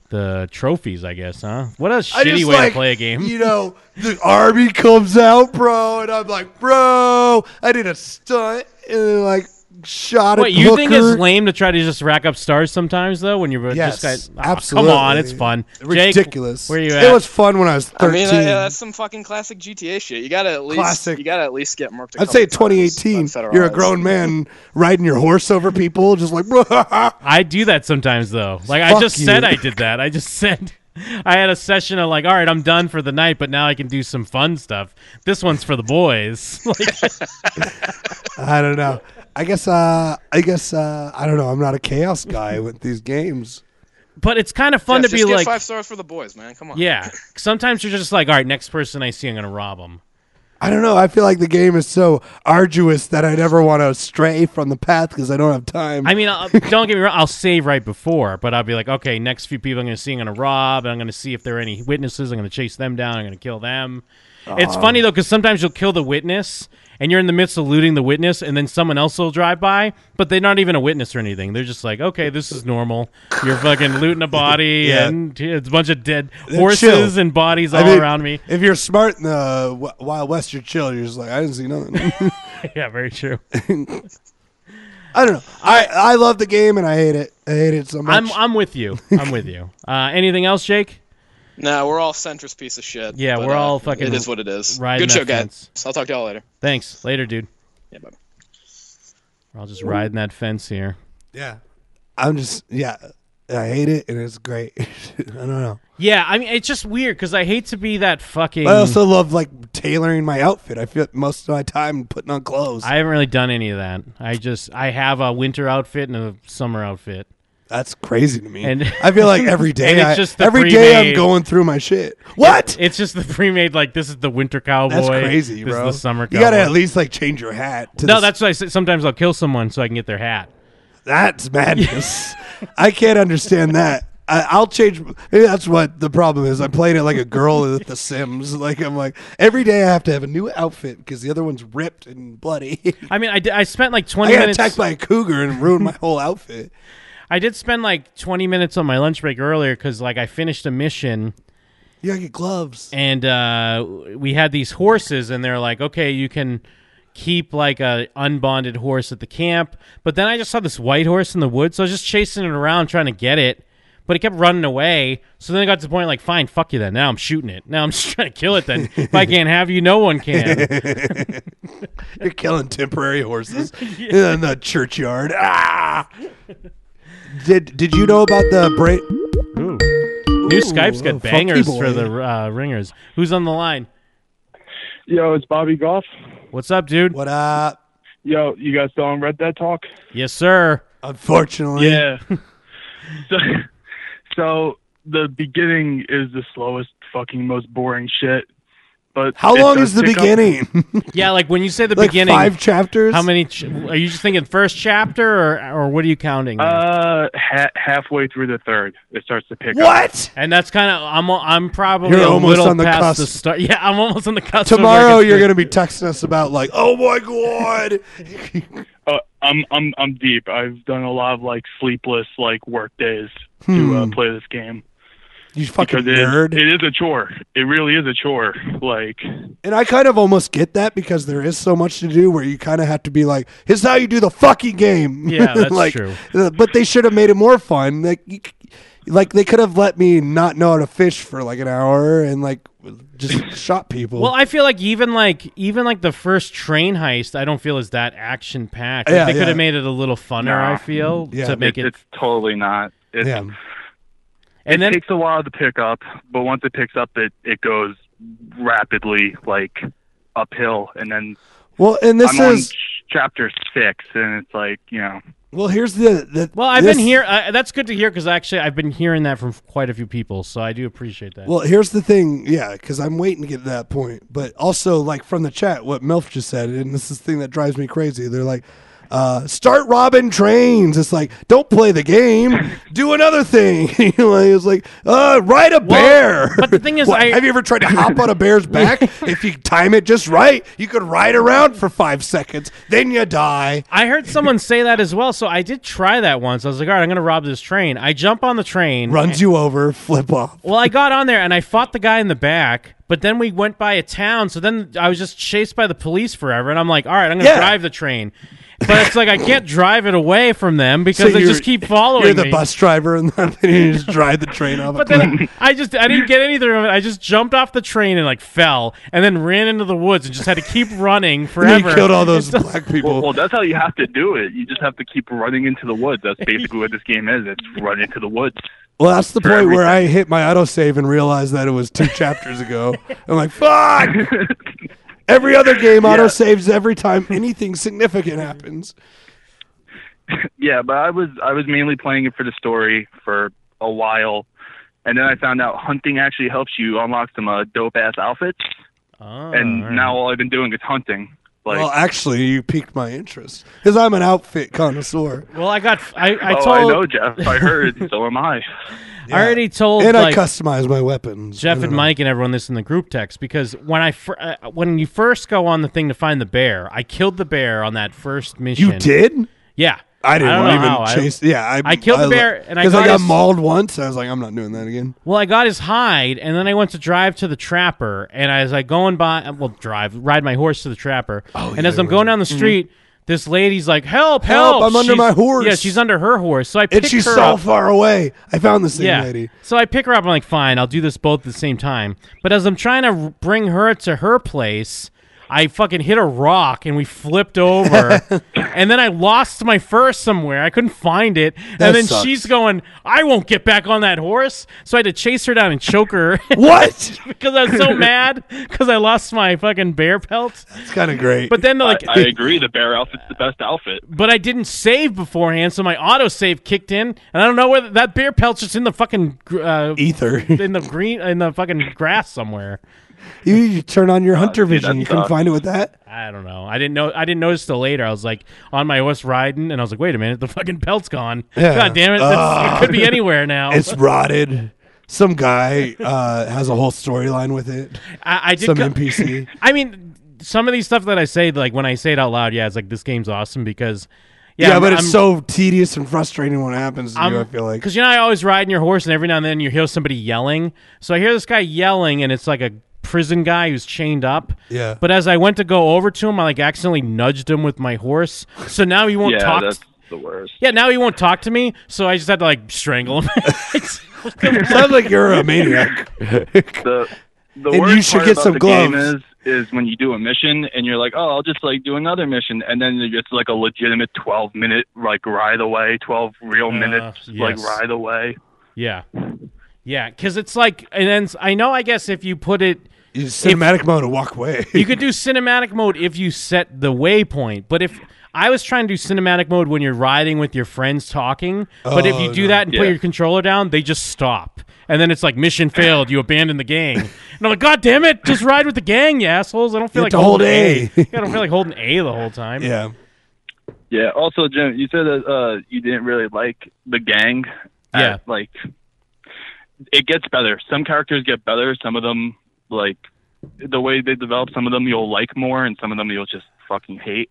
Speaker 4: the trophies. I guess, huh? What a
Speaker 3: I just
Speaker 4: shitty way
Speaker 3: like,
Speaker 4: to play a game.
Speaker 3: You know, the army comes out, bro, and I'm like, bro, I did a stunt and then, like shot
Speaker 4: What
Speaker 3: a
Speaker 4: you think
Speaker 3: hooker."
Speaker 4: is lame to try to just rack up stars sometimes though when you're
Speaker 3: Yes,
Speaker 4: just got,
Speaker 3: absolutely.
Speaker 4: Come on, it's fun. Jake,
Speaker 3: Ridiculous.
Speaker 4: where you
Speaker 3: It
Speaker 4: at?
Speaker 3: was fun when I was 13.
Speaker 5: I mean, uh, yeah, that's some fucking classic GTA shit. You gotta at least
Speaker 3: Classic.
Speaker 5: you gotta at least get murked. i
Speaker 3: I'd say 2018. You're a grown man riding your horse over people, just like, bro.
Speaker 4: I do that sometimes though. Like I
Speaker 3: Fuck
Speaker 4: just
Speaker 3: you.
Speaker 4: said I did that. I just said I had a session of like, all right, I'm done for the night, but now I can do some fun stuff. This one's for the boys. Like,
Speaker 3: I don't know. I guess, uh, I guess, uh, I don't know. I'm not a chaos guy with these games.
Speaker 4: but it's kind of fun to
Speaker 5: just
Speaker 4: be
Speaker 5: get
Speaker 4: like,
Speaker 5: five stars for the boys, man. Come on.
Speaker 4: yeah. Sometimes you're just like, all right, next person I see, I'm gonna rob them.
Speaker 3: I don't know. I feel like the game is so arduous that I never want to stray from the path because I don't have time.
Speaker 4: I mean, I'll, don't get me wrong. I'll save right before, but I'll be like, okay, next few people I'm going to see, I'm going to rob, and I'm going to see if there are any witnesses. I'm going to chase them down. I'm going to kill them.
Speaker 3: Uh.
Speaker 4: It's funny though, because sometimes you'll kill the witness, and you're in the midst of looting the witness, and then someone else will drive by, but they're not even a witness or anything. They're just like, okay, this is normal. You're fucking looting a body,
Speaker 3: Yeah.
Speaker 4: and it's a bunch of dead
Speaker 3: They're
Speaker 4: horses
Speaker 3: chill.
Speaker 4: and bodies
Speaker 3: I
Speaker 4: all
Speaker 3: mean,
Speaker 4: around me.
Speaker 3: If you're smart in the w- Wild West, you're chill. You're just like, I didn't see nothing.
Speaker 4: yeah, very true.
Speaker 3: I don't know. I, I love the game and I hate it. I hate it so much.
Speaker 4: I'm I'm with you. I'm with you. Uh, anything else, Jake?
Speaker 5: No, we're all centrist piece of shit.
Speaker 4: Yeah,
Speaker 5: but,
Speaker 4: we're
Speaker 5: uh,
Speaker 4: all fucking
Speaker 5: It is what it is.
Speaker 4: riding
Speaker 5: Good
Speaker 4: that
Speaker 5: show, guys.
Speaker 4: fence.
Speaker 5: I'll talk to y'all later.
Speaker 4: Thanks. Later, dude.
Speaker 5: Yeah, bye.
Speaker 4: I'll just ride that fence here.
Speaker 3: yeah. I'm just, yeah. I hate it and it's great. I don't know.
Speaker 4: Yeah, I mean it's just weird because I hate to be that fucking.
Speaker 3: But I also love like tailoring my outfit. I feel most of my time putting on clothes.
Speaker 4: I haven't really done any of that. I just I have a winter outfit and a summer outfit.
Speaker 3: That's crazy to me.
Speaker 4: And-
Speaker 3: I feel like every day,
Speaker 4: And it's
Speaker 3: I,
Speaker 4: just the
Speaker 3: every day I'm
Speaker 4: pre-made-
Speaker 3: going through my shit. What?
Speaker 4: It's just the pre-made like this is the winter cowboy.
Speaker 3: That's crazy,
Speaker 4: this
Speaker 3: bro.
Speaker 4: Is the summer.
Speaker 3: you gotta
Speaker 4: cowboy.
Speaker 3: at least like change your hat. To
Speaker 4: no.
Speaker 3: the-
Speaker 4: That's why I say sometimes I'll kill someone so I can get their hat.
Speaker 3: that's madness. I can't understand that. I, I'll change. Maybe that's what the problem is. I'm playing it like a girl with The Sims. Like I'm like every day I have to have a new outfit because the other one's ripped and bloody.
Speaker 4: I mean, I, di- I spent like
Speaker 3: I
Speaker 4: twenty
Speaker 3: got
Speaker 4: minutes.
Speaker 3: attacked by a cougar and ruined my whole outfit.
Speaker 4: I did spend like twenty minutes on my lunch break earlier because like I finished a mission
Speaker 3: You gotta get gloves.
Speaker 4: and uh, we had these horses and they're like okay you can keep like a unbonded horse at the camp but then i just saw this white horse in the woods so i was just chasing it around trying to get it but it kept running away so then i got to the point like fine fuck you then now i'm shooting it now i'm just trying to kill it then if i can't have you no one can
Speaker 3: You're killing temporary horses in the churchyard. Ah! Did Did you know about the break?
Speaker 4: new skype's got
Speaker 3: oh, funky
Speaker 4: bangers for
Speaker 3: boy.
Speaker 4: the uh, ringers who's on the line
Speaker 6: Yo, it's Bobby Goff.
Speaker 4: what's up dude
Speaker 3: What up?
Speaker 6: Yo, you guys still on Red Dead Talk?
Speaker 4: yes sir
Speaker 3: Unfortunately,
Speaker 6: Yeah. so, so the beginning is the slowest, fucking, most boring shit. But
Speaker 3: How
Speaker 6: it
Speaker 3: long
Speaker 6: does
Speaker 3: is the
Speaker 6: pick up-
Speaker 3: beginning?
Speaker 4: yeah like when you say the
Speaker 3: like
Speaker 4: beginning
Speaker 3: five chapters.
Speaker 4: how many ch- are you just thinking first chapter or, or what are you counting there?
Speaker 6: Uh, ha- halfway through the third, it starts to pick up.
Speaker 3: What?
Speaker 4: And that's kind of I'm I'm probably
Speaker 3: You're
Speaker 4: a
Speaker 3: almost
Speaker 4: little
Speaker 3: on the
Speaker 4: past
Speaker 3: cusp.
Speaker 4: the start. Yeah, I'm almost on the cusp. of where
Speaker 3: Tomorrow
Speaker 4: I get
Speaker 3: you're gonna be texting us about like, oh my god.
Speaker 6: Uh, I'm I'm I'm deep. I've done a lot of like sleepless like work days to uh, play this game
Speaker 3: You Hmm. fucking
Speaker 6: because it is,
Speaker 3: nerd.
Speaker 6: it is a chore. It really is a chore. Like
Speaker 3: and I kind of almost get that because there is so much to do where you kind of have to be like, here's how you do the fucking game.
Speaker 4: Yeah, that's
Speaker 3: like,
Speaker 4: true.
Speaker 3: uh, But they should have made it more fun. Like, you, c- like they could have let me not know how to fish for like an hour and like just shot people.
Speaker 4: Well, I feel like even like even like the first train heist, I don't feel is that action packed.
Speaker 3: Yeah,
Speaker 4: they could
Speaker 3: yeah.
Speaker 4: have made it a little funner.
Speaker 6: Nah.
Speaker 4: I feel
Speaker 3: Yeah.
Speaker 4: to make
Speaker 6: it's,
Speaker 4: it,
Speaker 6: it's totally not. It's,
Speaker 3: yeah.
Speaker 4: and
Speaker 6: it
Speaker 4: then
Speaker 6: takes a while to pick up, but once it picks up, it it goes rapidly like uphill, and then
Speaker 3: Well, and this
Speaker 6: I'm on
Speaker 3: is
Speaker 6: ch- chapter six, and it's like you know,
Speaker 3: well. Here's the, the
Speaker 4: well, I've
Speaker 3: this-
Speaker 4: been here. Uh, that's good to hear because actually I've been hearing that from quite a few people, so I do appreciate that.
Speaker 3: Well, here's the thing, yeah, because I'm waiting to get to that point. But also, like from the chat, what Melf just said, and this is the thing that drives me crazy. They're like, uh, "Start robbing trains." It's like, don't play the game, do another thing. you know, it was like, uh, ride a bear.
Speaker 4: but the thing is,
Speaker 3: What,
Speaker 4: I-
Speaker 3: have you ever tried to hop on a bear's back? if you time it just right, you could ride around for five seconds, then you die.
Speaker 4: I heard someone say that as well, so I did try that once. I was like, all right, I'm gonna rob this train. I jump on the train,
Speaker 3: Runs you over, flip off.
Speaker 4: Well, I got on there and I fought the guy in the back, but then we went by a town, so then I was just chased by the police forever, and I'm like, all right, I'm gonna
Speaker 3: Yeah.
Speaker 4: drive the train, but it's like I can't drive it away from them because they
Speaker 3: you're-
Speaker 4: just keep following
Speaker 3: You're the
Speaker 4: me.
Speaker 3: bus driver, and then you just drive the train off. a
Speaker 4: But
Speaker 3: cliff.
Speaker 4: then I just I didn't get anything of it. I just jumped off the train and like fell, and then ran into the woods and just had to keep running
Speaker 3: He
Speaker 4: forever.
Speaker 3: killed all those black people.
Speaker 6: well, well, that's how you have to do it. You just have to keep running into the woods. That's basically what this game is. It's run into the woods.
Speaker 3: Well, that's the point where I hit my autosave and realized that it was two chapters ago. I'm like, fuck! Every other game autosaves every time anything significant happens.
Speaker 6: Yeah, but I was I was mainly playing it for the story for a while, and then I found out hunting actually helps you unlock some uh, dope ass outfits,
Speaker 4: Oh,
Speaker 6: and
Speaker 4: all right.
Speaker 6: now all I've been doing is hunting. Like,
Speaker 3: well, actually, you piqued my interest because I'm an outfit connoisseur.
Speaker 4: well, I got I I
Speaker 6: oh,
Speaker 4: told
Speaker 6: I know, Jeff. I heard. so am I.
Speaker 4: I already told
Speaker 3: And
Speaker 4: like,
Speaker 3: I customize my weapons. I
Speaker 4: Jeff
Speaker 3: don't
Speaker 4: and
Speaker 3: know.
Speaker 4: Mike and everyone this in the group text because when I fir- uh, when you first go on the thing to find the bear, I killed the bear on that first mission.
Speaker 3: You did?
Speaker 4: Yeah.
Speaker 3: I didn't
Speaker 4: don't
Speaker 3: wanna
Speaker 4: know how. I-
Speaker 3: even chase. yeah, I,
Speaker 4: I killed the bear and I
Speaker 3: because I,
Speaker 4: got
Speaker 3: got
Speaker 4: his-
Speaker 3: mauled once. I was like, I'm not doing that again.
Speaker 4: Well, I got his hide, and then I went to drive to the trapper. And as I going by, well, drive, ride my horse to the trapper. Oh, and as I'm going down the street, this lady's like, "Help! Help!
Speaker 3: Mm-hmm. Help, I'm under
Speaker 4: She's-
Speaker 3: my horse.
Speaker 4: Yeah, she's under her horse. So I pick
Speaker 3: And she's
Speaker 4: her
Speaker 3: so
Speaker 4: up.
Speaker 3: far away. I found this thing,
Speaker 4: yeah.
Speaker 3: lady.
Speaker 4: So I pick her up. I'm like, fine, I'll do this both at the same time. But as I'm trying to r- bring her to her place, I fucking hit a rock and we flipped over, and then I lost my fur somewhere. I couldn't find it,
Speaker 3: That
Speaker 4: and then
Speaker 3: sucks.
Speaker 4: she's going, "I won't get back on that horse," so I had to chase her down and choke her
Speaker 3: What?
Speaker 4: because I was so mad because I lost my fucking bear pelt.
Speaker 3: It's kind of great.
Speaker 4: But then, like,
Speaker 7: I agree. The bear outfit's the best outfit.
Speaker 4: but I didn't save beforehand, so my auto save kicked in, and I don't know whether that bear pelt's just in the fucking gr- uh,
Speaker 3: Ether.
Speaker 4: in the green in the fucking grass somewhere.
Speaker 3: you, you turn on
Speaker 4: Uh,
Speaker 3: your hunter
Speaker 7: dude, that
Speaker 3: vision. You can
Speaker 7: sucks.
Speaker 3: find it with that.
Speaker 4: I don't know. I didn't know. I didn't notice till later. I was like on my horse riding, and I was like, "Wait a minute, the fucking pelt's gone.
Speaker 3: Yeah.
Speaker 4: God damn it,
Speaker 3: Ah.
Speaker 4: That's it could be anywhere now."
Speaker 3: It's rotted. Some guy uh, has a whole storyline with it.
Speaker 4: I, I did.
Speaker 3: Some
Speaker 4: co-
Speaker 3: NPC.
Speaker 4: I mean, some of these stuff that I say, like when I say it out loud, yeah, it's like this game's awesome because, yeah,
Speaker 3: Yeah, but
Speaker 4: I'm-
Speaker 3: it's so tedious and frustrating when it happens to you. I
Speaker 4: I'm
Speaker 3: feel like.
Speaker 4: because you know I always ride in your horse, and every now and then you hear somebody yelling. So I hear this guy yelling, and it's like a prison guy who's chained up.
Speaker 3: Yeah.
Speaker 4: But as I went to go over to him, I like accidentally nudged him with my horse. So now he won't
Speaker 7: yeah,
Speaker 4: talk.
Speaker 7: that's the worst.
Speaker 4: yeah, now he won't talk to me. So I just had to like strangle him.
Speaker 3: Sounds like you're a maniac.
Speaker 6: The the
Speaker 3: And
Speaker 6: worst
Speaker 3: you should
Speaker 6: part
Speaker 3: get
Speaker 6: about
Speaker 3: some
Speaker 6: the
Speaker 3: gloves.
Speaker 6: game is is when you do a mission and you're like, oh, I'll just like do another mission, and then it's like a legitimate twelve minute like ride away, twelve
Speaker 3: Uh,
Speaker 6: real minutes like
Speaker 4: yes.
Speaker 6: ride away.
Speaker 4: yeah. Yeah, because it's like, and then I know. I guess if you put it,
Speaker 3: You just cinematic mode and walk away.
Speaker 4: you could do cinematic mode if you set the waypoint. But if I was trying to do cinematic mode when you're riding with your friends talking, but if
Speaker 3: Oh,
Speaker 4: you do
Speaker 3: no.
Speaker 4: that and put
Speaker 7: Yeah.
Speaker 4: your controller down, they just stop. And then it's like mission failed. You abandon the gang. And I'm like, God damn it! Just ride with the gang, you assholes. I don't feel
Speaker 3: You
Speaker 4: like
Speaker 3: have to hold
Speaker 4: holding
Speaker 3: A.
Speaker 4: Yeah, I don't feel like holding A the whole time.
Speaker 3: yeah.
Speaker 6: Yeah. Also, Jim, you said that uh, you didn't really like the gang.
Speaker 4: Yeah.
Speaker 6: Uh, like, it gets better. Some characters get better. Some of them, like, the way they develop, some of them you'll like more, and some of them you'll just fucking hate.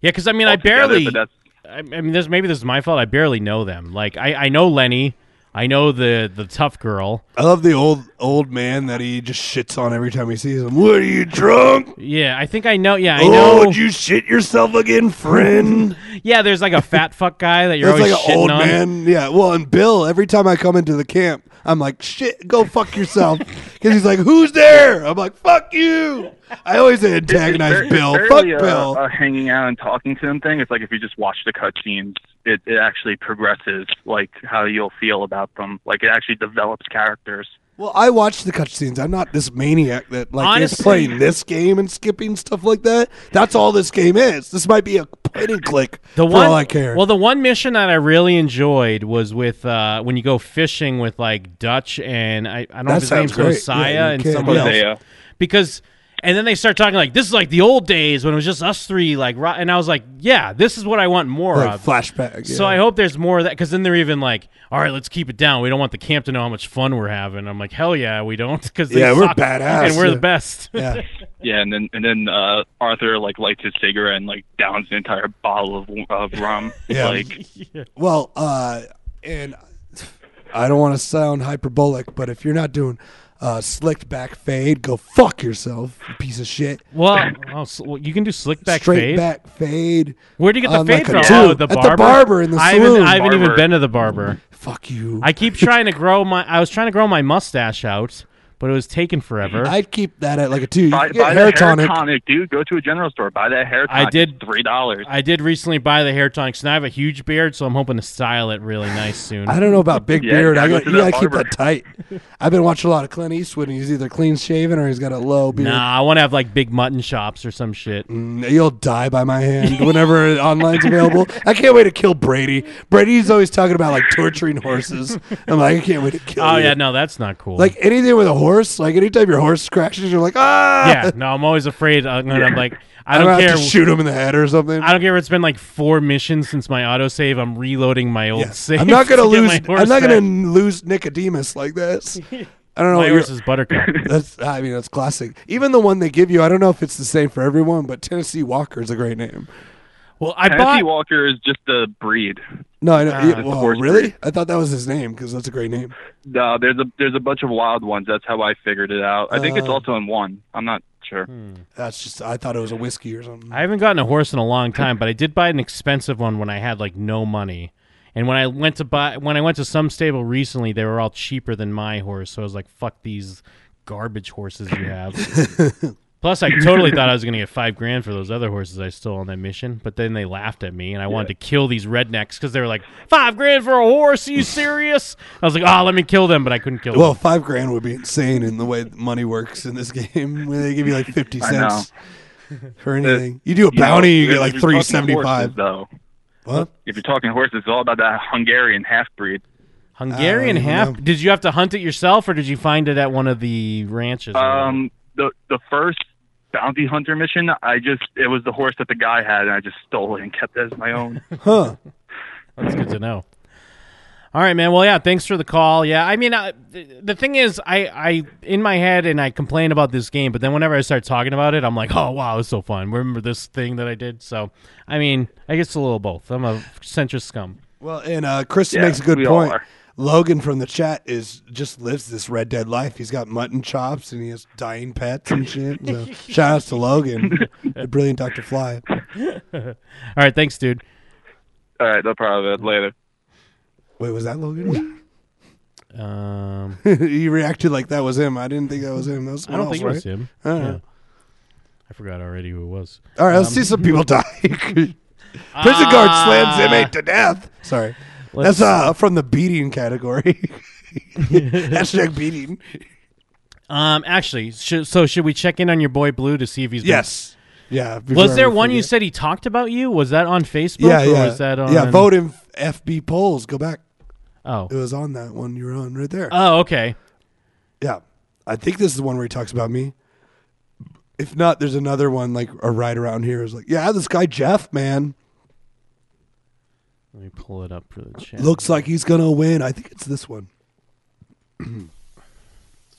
Speaker 4: yeah. Because I mean, I
Speaker 6: altogether,
Speaker 4: barely.
Speaker 6: But that's
Speaker 4: I, I mean, this maybe this is my fault. I barely know them. Like I, I know Lenny. I know the the tough girl.
Speaker 3: I love the old old man that he just shits on every time he sees him. What are you drunk?
Speaker 4: Yeah, I think I know. Yeah, I
Speaker 3: Oh,
Speaker 4: know.
Speaker 3: did you shit yourself again, friend?
Speaker 4: yeah, there's like a fat fuck guy that you're
Speaker 3: That's like
Speaker 4: always
Speaker 3: an
Speaker 4: shitting
Speaker 3: old
Speaker 4: on.
Speaker 3: man. Yeah. Well, and Bill, every time I come into the camp, I'm like, shit, go fuck yourself. Because he's like, who's there? I'm like, fuck you. I always antagonize
Speaker 6: it's
Speaker 3: Bill.
Speaker 6: barely
Speaker 3: Fuck
Speaker 6: a,
Speaker 3: Bill.
Speaker 6: a hanging out and talking to them thing. It's like if you just watch the cutscenes, it, it actually progresses, like how you'll feel about them. Like it actually develops characters.
Speaker 3: well, I watch the cutscenes. I'm not this maniac that like is
Speaker 4: Honestly-
Speaker 3: playing this game and skipping stuff like that. That's all this game is. This might be a point and click.
Speaker 4: The
Speaker 3: for
Speaker 4: one
Speaker 3: all I care.
Speaker 4: Well, the one mission that I really enjoyed was with uh, when you go fishing with like Dutch and I, I don't know
Speaker 3: That
Speaker 4: if his name's
Speaker 3: sounds great.
Speaker 4: Josiah
Speaker 3: Yeah, you
Speaker 4: and
Speaker 3: can,
Speaker 4: someone
Speaker 3: yeah.
Speaker 4: else
Speaker 7: Hosea.
Speaker 4: because and then they start talking like this is like the old days when it was just us three like ro-" and I was like yeah this is what I want more
Speaker 3: like
Speaker 4: of
Speaker 3: flashback.
Speaker 4: So
Speaker 3: yeah.
Speaker 4: I hope there's more of that because then they're even like, all right, let's keep it down. We don't want the camp to know how much fun we're having. I'm like, hell yeah, we don't because
Speaker 3: Yeah, we're badass,
Speaker 4: and we're
Speaker 3: yeah.
Speaker 4: the best.
Speaker 3: Yeah.
Speaker 7: Yeah, and then and then uh, Arthur like lights his cigarette and like downs an entire bottle of, of rum.
Speaker 3: Yeah.
Speaker 7: Like
Speaker 3: Well, uh, and I don't want to sound hyperbolic, but if you're not doing uh, slicked back fade, go fuck yourself, you piece of shit.
Speaker 4: well, oh, so- well, you can do slick back
Speaker 3: Straight
Speaker 4: fade.
Speaker 3: back fade.
Speaker 4: Where do you get the
Speaker 3: on,
Speaker 4: fade
Speaker 3: like, a
Speaker 4: from?
Speaker 3: tube.
Speaker 4: Oh, the
Speaker 3: At the
Speaker 4: barber.
Speaker 3: barber in the
Speaker 4: I haven't,
Speaker 3: saloon.
Speaker 4: I haven't even
Speaker 6: Barber.
Speaker 4: been to the barber.
Speaker 3: Fuck you.
Speaker 4: I keep trying to grow my. I was trying to grow my mustache out, but it was taking forever. I,
Speaker 3: would keep that at like a two. You
Speaker 6: Buy,
Speaker 3: can get
Speaker 6: buy
Speaker 3: hair
Speaker 6: that hair
Speaker 3: tonic.
Speaker 6: tonic, dude. Go to a general store. Buy that hair
Speaker 4: I
Speaker 6: tonic.
Speaker 4: did-
Speaker 6: It's three dollars.
Speaker 4: did recently buy the hair tonic, so now I have a huge beard, so I'm hoping to style it really nice soon.
Speaker 3: I don't know about big
Speaker 6: Yeah, you
Speaker 3: beard.
Speaker 6: gotta
Speaker 3: I
Speaker 6: go
Speaker 3: got,
Speaker 6: to
Speaker 3: you
Speaker 6: that
Speaker 3: gotta keep
Speaker 6: barber.
Speaker 3: that tight. I've been watching a lot of Clint Eastwood, and he's either clean shaven or he's got a low beard.
Speaker 4: Nah, I want to have like big mutton chops or some shit.
Speaker 3: Mm, You'll die by my hand whenever online's available. I can't wait to kill Brady. Brady's always talking about like torturing horses. I'm like, I can't wait to kill
Speaker 4: Oh
Speaker 3: you.
Speaker 4: yeah, no, that's not cool.
Speaker 3: Like anything with a horse, like anytime your horse crashes, you're like, ah,
Speaker 4: yeah, no, I'm always afraid. uh, I'm gonna like, I
Speaker 3: I'm
Speaker 4: don't
Speaker 3: gonna
Speaker 4: care.
Speaker 3: have to shoot him in the head or something.
Speaker 4: I don't care if it's been like four missions since my autosave. I'm reloading my old
Speaker 3: Yeah.
Speaker 4: save.
Speaker 3: I'm not gonna
Speaker 4: to get
Speaker 3: lose.
Speaker 4: my horse
Speaker 3: I'm not
Speaker 4: back.
Speaker 3: gonna lose Nicodemus like this. I don't know.
Speaker 4: My
Speaker 3: what your-
Speaker 4: horse is Buttercup.
Speaker 3: that's I mean that's classic. Even the one they give you, I don't know if it's the same for everyone, but Tennessee Walker is a great name.
Speaker 4: Well, I
Speaker 6: Tennessee
Speaker 4: bought.
Speaker 6: Walker is just the breed.
Speaker 3: No, I know.
Speaker 4: Ah,
Speaker 3: yeah,
Speaker 4: that's
Speaker 6: a
Speaker 3: well,
Speaker 6: horse
Speaker 3: really?
Speaker 6: breed.
Speaker 3: I thought that was his name because that's a great name.
Speaker 6: No, there's a there's a bunch of wild ones. That's how I figured it out. I think it's
Speaker 3: Uh.
Speaker 6: also in one. I'm not sure.
Speaker 3: That's just I thought it was a whiskey or something.
Speaker 4: I haven't gotten a horse in a long time, but I did buy an expensive one when I had like no money. And when I went to buy, when I went to some stable recently, they were all cheaper than my horse. So I was like, "Fuck these garbage horses you have." Plus, I totally thought I was going to get five grand for those other horses I stole on that mission, but then they laughed at me, and I wanted to kill these rednecks because they were like, five grand for a horse? Are you serious? I was like, oh, let me kill them, but I couldn't kill
Speaker 3: Well,
Speaker 4: them.
Speaker 3: five grand would be insane in the way that money works in this game. When they give you like fifty
Speaker 6: I know.
Speaker 3: cents for anything, you do a bounty, you,
Speaker 7: If
Speaker 3: get like
Speaker 7: Uh, you're talking
Speaker 3: three seventy
Speaker 7: horses,
Speaker 3: five.
Speaker 7: Though,
Speaker 3: What?
Speaker 7: if you're talking horses, it's all about that Hungarian half breed.
Speaker 4: Hungarian
Speaker 3: I don't
Speaker 4: half.
Speaker 3: uh, know.
Speaker 4: Did you have to hunt it yourself, or did you find it at one of the ranches? or whatever?
Speaker 7: Um, the the first bounty hunter mission, I just it was the horse that the guy had, and I just stole it and kept it as my own.
Speaker 3: Huh?
Speaker 4: That's good to know. All right, man. Well, yeah. Thanks for the call. Yeah, I mean, I, th- the thing is, I, I in my head and I complain about this game, but then whenever I start talking about it, I'm like, oh wow, it's so fun. Remember this thing that I did? So, I mean, I guess a little of both. I'm a centrist scum.
Speaker 3: Well, and uh, Chris
Speaker 7: Yeah,
Speaker 3: makes a good
Speaker 7: we all
Speaker 3: point.
Speaker 7: are.
Speaker 3: Logan from the chat is just lives this Red Dead life. He's got mutton chops and he has dying pets and shit. So shout outs to Logan, the brilliant Doctor Fly.
Speaker 4: All right, thanks, dude.
Speaker 7: all right, no problem. Later.
Speaker 3: Wait, was that Logan?
Speaker 4: Um,
Speaker 3: he reacted like that was him. I didn't think that was him. That was
Speaker 4: I
Speaker 3: someone
Speaker 4: don't
Speaker 3: else,
Speaker 4: think it
Speaker 3: right?
Speaker 4: was him.
Speaker 3: I don't
Speaker 4: Yeah.
Speaker 3: know.
Speaker 4: I forgot already who it was.
Speaker 3: All right, let's see some people die. Prison guard
Speaker 4: Ah.
Speaker 3: slams inmate to death. Sorry. That's uh, from the beating category. Hashtag beating.
Speaker 4: Um, actually, sh- so should we check in on your boy Blue to see if he's been-
Speaker 3: Yes. Yeah. before
Speaker 4: Was there
Speaker 3: we
Speaker 4: one you
Speaker 3: forget.
Speaker 4: said he talked about you? Was that on Facebook?
Speaker 3: Yeah,
Speaker 4: or
Speaker 3: yeah.
Speaker 4: Was that on?
Speaker 3: Yeah, vote in FB polls. Go back.
Speaker 4: Oh,
Speaker 3: It was on that one you were on right there.
Speaker 4: oh, okay.
Speaker 3: yeah. I think this is the one where he talks about me. If not, there's another one like a right around here is like, yeah, this guy Jeff, man,
Speaker 4: Let me pull it up for the chat.
Speaker 3: looks like he's gonna win. I think it's this one.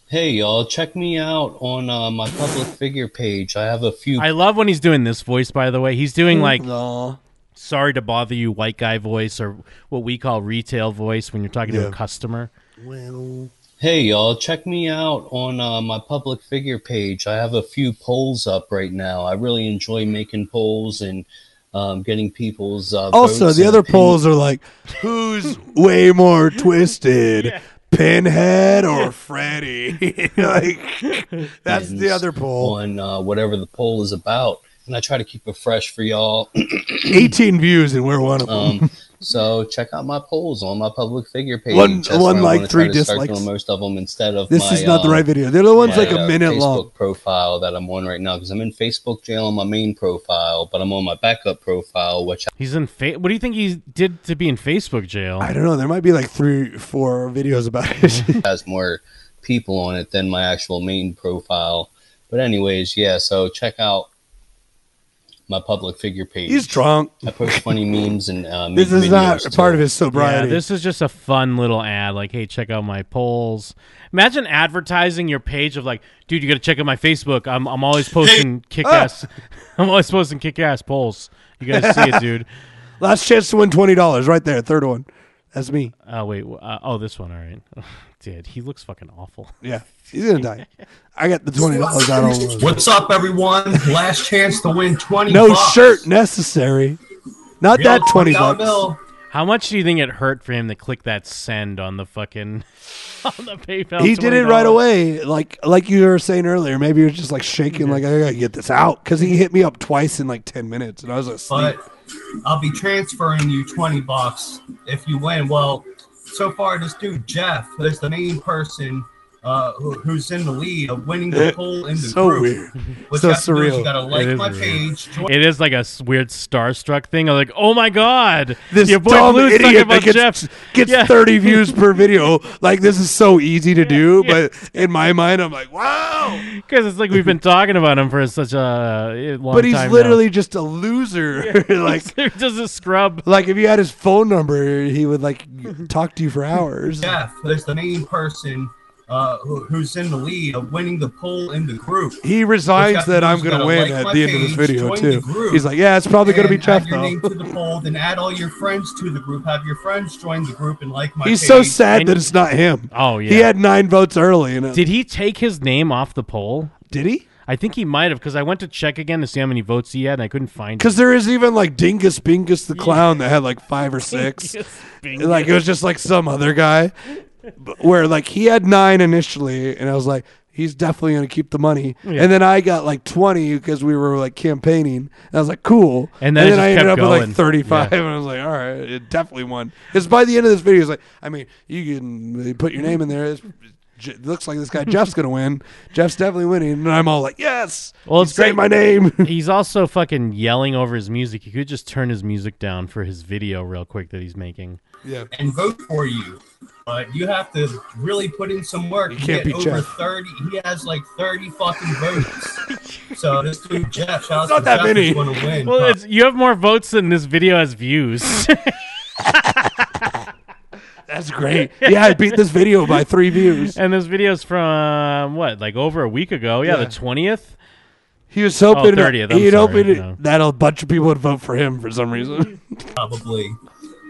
Speaker 8: Hey y'all, check me out on uh, my public figure page. I have a few.
Speaker 4: I love when he's doing this voice. By the way, he's doing
Speaker 3: Mm.
Speaker 4: like "Sorry to bother you" white guy voice, or what we call retail voice when you're talking to
Speaker 3: Yeah.
Speaker 4: a customer.
Speaker 3: Well,
Speaker 8: hey y'all, check me out on uh, my public figure page. I have a few polls up right now. I really enjoy making polls and um, getting people's. Uh,
Speaker 3: Also,
Speaker 8: votes
Speaker 3: the
Speaker 8: and
Speaker 3: other
Speaker 8: opinions.
Speaker 3: polls are like, who's way more twisted, Pinhead or Freddy? like, that's the other poll.
Speaker 8: on uh, whatever the poll is about, and I try to keep it fresh for y'all.
Speaker 3: 18 views, and we're one of them.
Speaker 8: Um, so check out my polls on my public figure page.
Speaker 3: One-
Speaker 8: That's
Speaker 3: one
Speaker 8: where I
Speaker 3: like,
Speaker 8: wanna try
Speaker 3: three
Speaker 8: to start doing
Speaker 3: dislikes.
Speaker 8: most of them instead of
Speaker 3: this
Speaker 8: my,
Speaker 3: is not the
Speaker 8: uh,
Speaker 3: right video. They're the ones like
Speaker 8: my,
Speaker 3: a
Speaker 8: uh,
Speaker 3: minute
Speaker 8: Facebook
Speaker 3: long.
Speaker 8: profile that I'm on right now because I'm in Facebook jail on my main profile, but I'm on my backup profile, which
Speaker 4: He's in. Fa- what do you think he did to be in Facebook jail?
Speaker 3: I don't know. There might be like three, four videos about it.
Speaker 8: has more people on it than my actual main profile. But anyways, yeah. So check out my public figure page.
Speaker 3: He's drunk.
Speaker 8: I post funny memes and uh,
Speaker 3: This
Speaker 8: make
Speaker 3: is not
Speaker 8: videos,
Speaker 3: part
Speaker 8: too.
Speaker 3: of his
Speaker 4: Yeah,
Speaker 3: sobriety.
Speaker 4: this is just a fun little ad. Like, hey, check out my polls. Imagine advertising your page of like, dude, you got to check out my Facebook. I'm I'm always posting kick ass.
Speaker 3: Ah.
Speaker 4: I'm always posting kick ass polls. You gotta see it, dude.
Speaker 3: Last chance to win $20 right there. Third one. That's me.
Speaker 4: Oh wait, wh- uh, oh this one, all right. Dude, he looks fucking awful.
Speaker 3: Yeah. He's going to die. I got the $20 out on one.
Speaker 9: What's up, everyone? Last chance to win 20
Speaker 3: No
Speaker 9: bucks.
Speaker 3: shirt necessary. Not
Speaker 9: Real
Speaker 3: that 20
Speaker 9: $20
Speaker 3: bucks.
Speaker 9: bill.
Speaker 4: How much do you think it hurt for him to click that send on the fucking on the PayPal?
Speaker 3: he did it right
Speaker 4: $20?
Speaker 3: away like like you were saying earlier maybe he was just like shaking like i gotta get this out because he hit me up twice in like 10 minutes and i was asleep
Speaker 9: But I'll be transferring you 20 bucks if you win. Well, so far, this dude, Jeff, is the main person uh, who, who's in the lead of winning the poll in the
Speaker 3: so
Speaker 9: group.
Speaker 3: weird
Speaker 9: What
Speaker 3: So
Speaker 9: you have to do is
Speaker 3: surreal.
Speaker 9: You gotta like
Speaker 4: is
Speaker 9: my
Speaker 4: weird.
Speaker 9: page. Join
Speaker 4: It is like a s- weird starstruck thing. I'm like, oh my god,
Speaker 3: this
Speaker 4: your boy
Speaker 3: dumb
Speaker 4: Blue's talking
Speaker 3: idiot that
Speaker 4: about
Speaker 3: gets,
Speaker 4: Jeff.
Speaker 3: gets
Speaker 4: Yeah.
Speaker 3: 30 views per video like this is so easy to do but in my mind i'm like wow
Speaker 4: Because it's like we've been talking about him for such a uh, long
Speaker 3: but he's
Speaker 4: time now.
Speaker 3: literally just a loser like
Speaker 4: He's just a scrub.
Speaker 3: like if you had his phone number he would like talk to you for hours
Speaker 9: Jeff, is the main person uh, who, who's in the lead of winning the poll in the group.
Speaker 3: he resigns
Speaker 9: Got-
Speaker 3: that i'm
Speaker 9: he's
Speaker 3: gonna
Speaker 9: gotta
Speaker 3: win
Speaker 9: like
Speaker 3: at
Speaker 9: my
Speaker 3: the end of this
Speaker 9: page,
Speaker 3: video
Speaker 9: join the
Speaker 3: too
Speaker 9: group,
Speaker 3: he's like yeah it's probably gonna be
Speaker 9: and add
Speaker 3: jeff
Speaker 9: your
Speaker 3: though
Speaker 9: name to the poll, then add all your friends to the group. Have your friends join the group and like my
Speaker 3: He's so
Speaker 9: page.
Speaker 3: sad
Speaker 4: And-
Speaker 3: that it's not him.
Speaker 4: Oh yeah.
Speaker 3: He had nine votes early. And did,
Speaker 4: Did he take his name off the poll?
Speaker 3: did he?
Speaker 4: I think he might have because I went to check again to see how many votes he had and I couldn't find.
Speaker 3: Because there is even like Dingus Bingus the clown that had like five or six.
Speaker 4: Bingus.
Speaker 3: Like it was just like some other guy, But- where like he had nine initially, and I was like, he's definitely going to keep the money.
Speaker 4: Yeah.
Speaker 3: And then I got like 20 because we were like campaigning. And I was like, cool.
Speaker 4: And then it just
Speaker 3: I ended
Speaker 4: kept
Speaker 3: up with
Speaker 4: going.
Speaker 3: like 35.
Speaker 4: Yeah.
Speaker 3: And I was like, all right, it definitely won. Because by the end of this video, it's like, I mean, you can put your name in there. It's, it looks like this guy Jeff's going to win. Jeff's definitely winning. And I'm all like, yes.
Speaker 4: Well,
Speaker 3: you
Speaker 4: it's
Speaker 3: say
Speaker 4: great.
Speaker 3: my name.
Speaker 4: He's also fucking yelling over his music. You could just turn his music down for his video real quick that he's making.
Speaker 3: yeah.
Speaker 9: and vote for you. But you have to really put in some work.
Speaker 3: You
Speaker 9: to
Speaker 3: can't
Speaker 9: get
Speaker 3: beat
Speaker 9: over
Speaker 3: Jeff.
Speaker 9: 30. He has like 30 fucking votes. so this dude, Jeff, shout
Speaker 3: Not
Speaker 9: out to
Speaker 3: that
Speaker 9: Jeff,
Speaker 3: many.
Speaker 9: is going to win.
Speaker 4: Well, it's, you have more votes than this video has views.
Speaker 3: That's great. Yeah, I beat this video by three views.
Speaker 4: and this video's from what, like over a week ago? Yeah,
Speaker 3: Yeah.
Speaker 4: the twentieth.
Speaker 3: He was hoping
Speaker 4: 30th, Oh, I'm
Speaker 3: he'd
Speaker 4: sorry,
Speaker 3: hoping
Speaker 4: you know.
Speaker 3: that a bunch of people would vote for him for some reason.
Speaker 9: probably.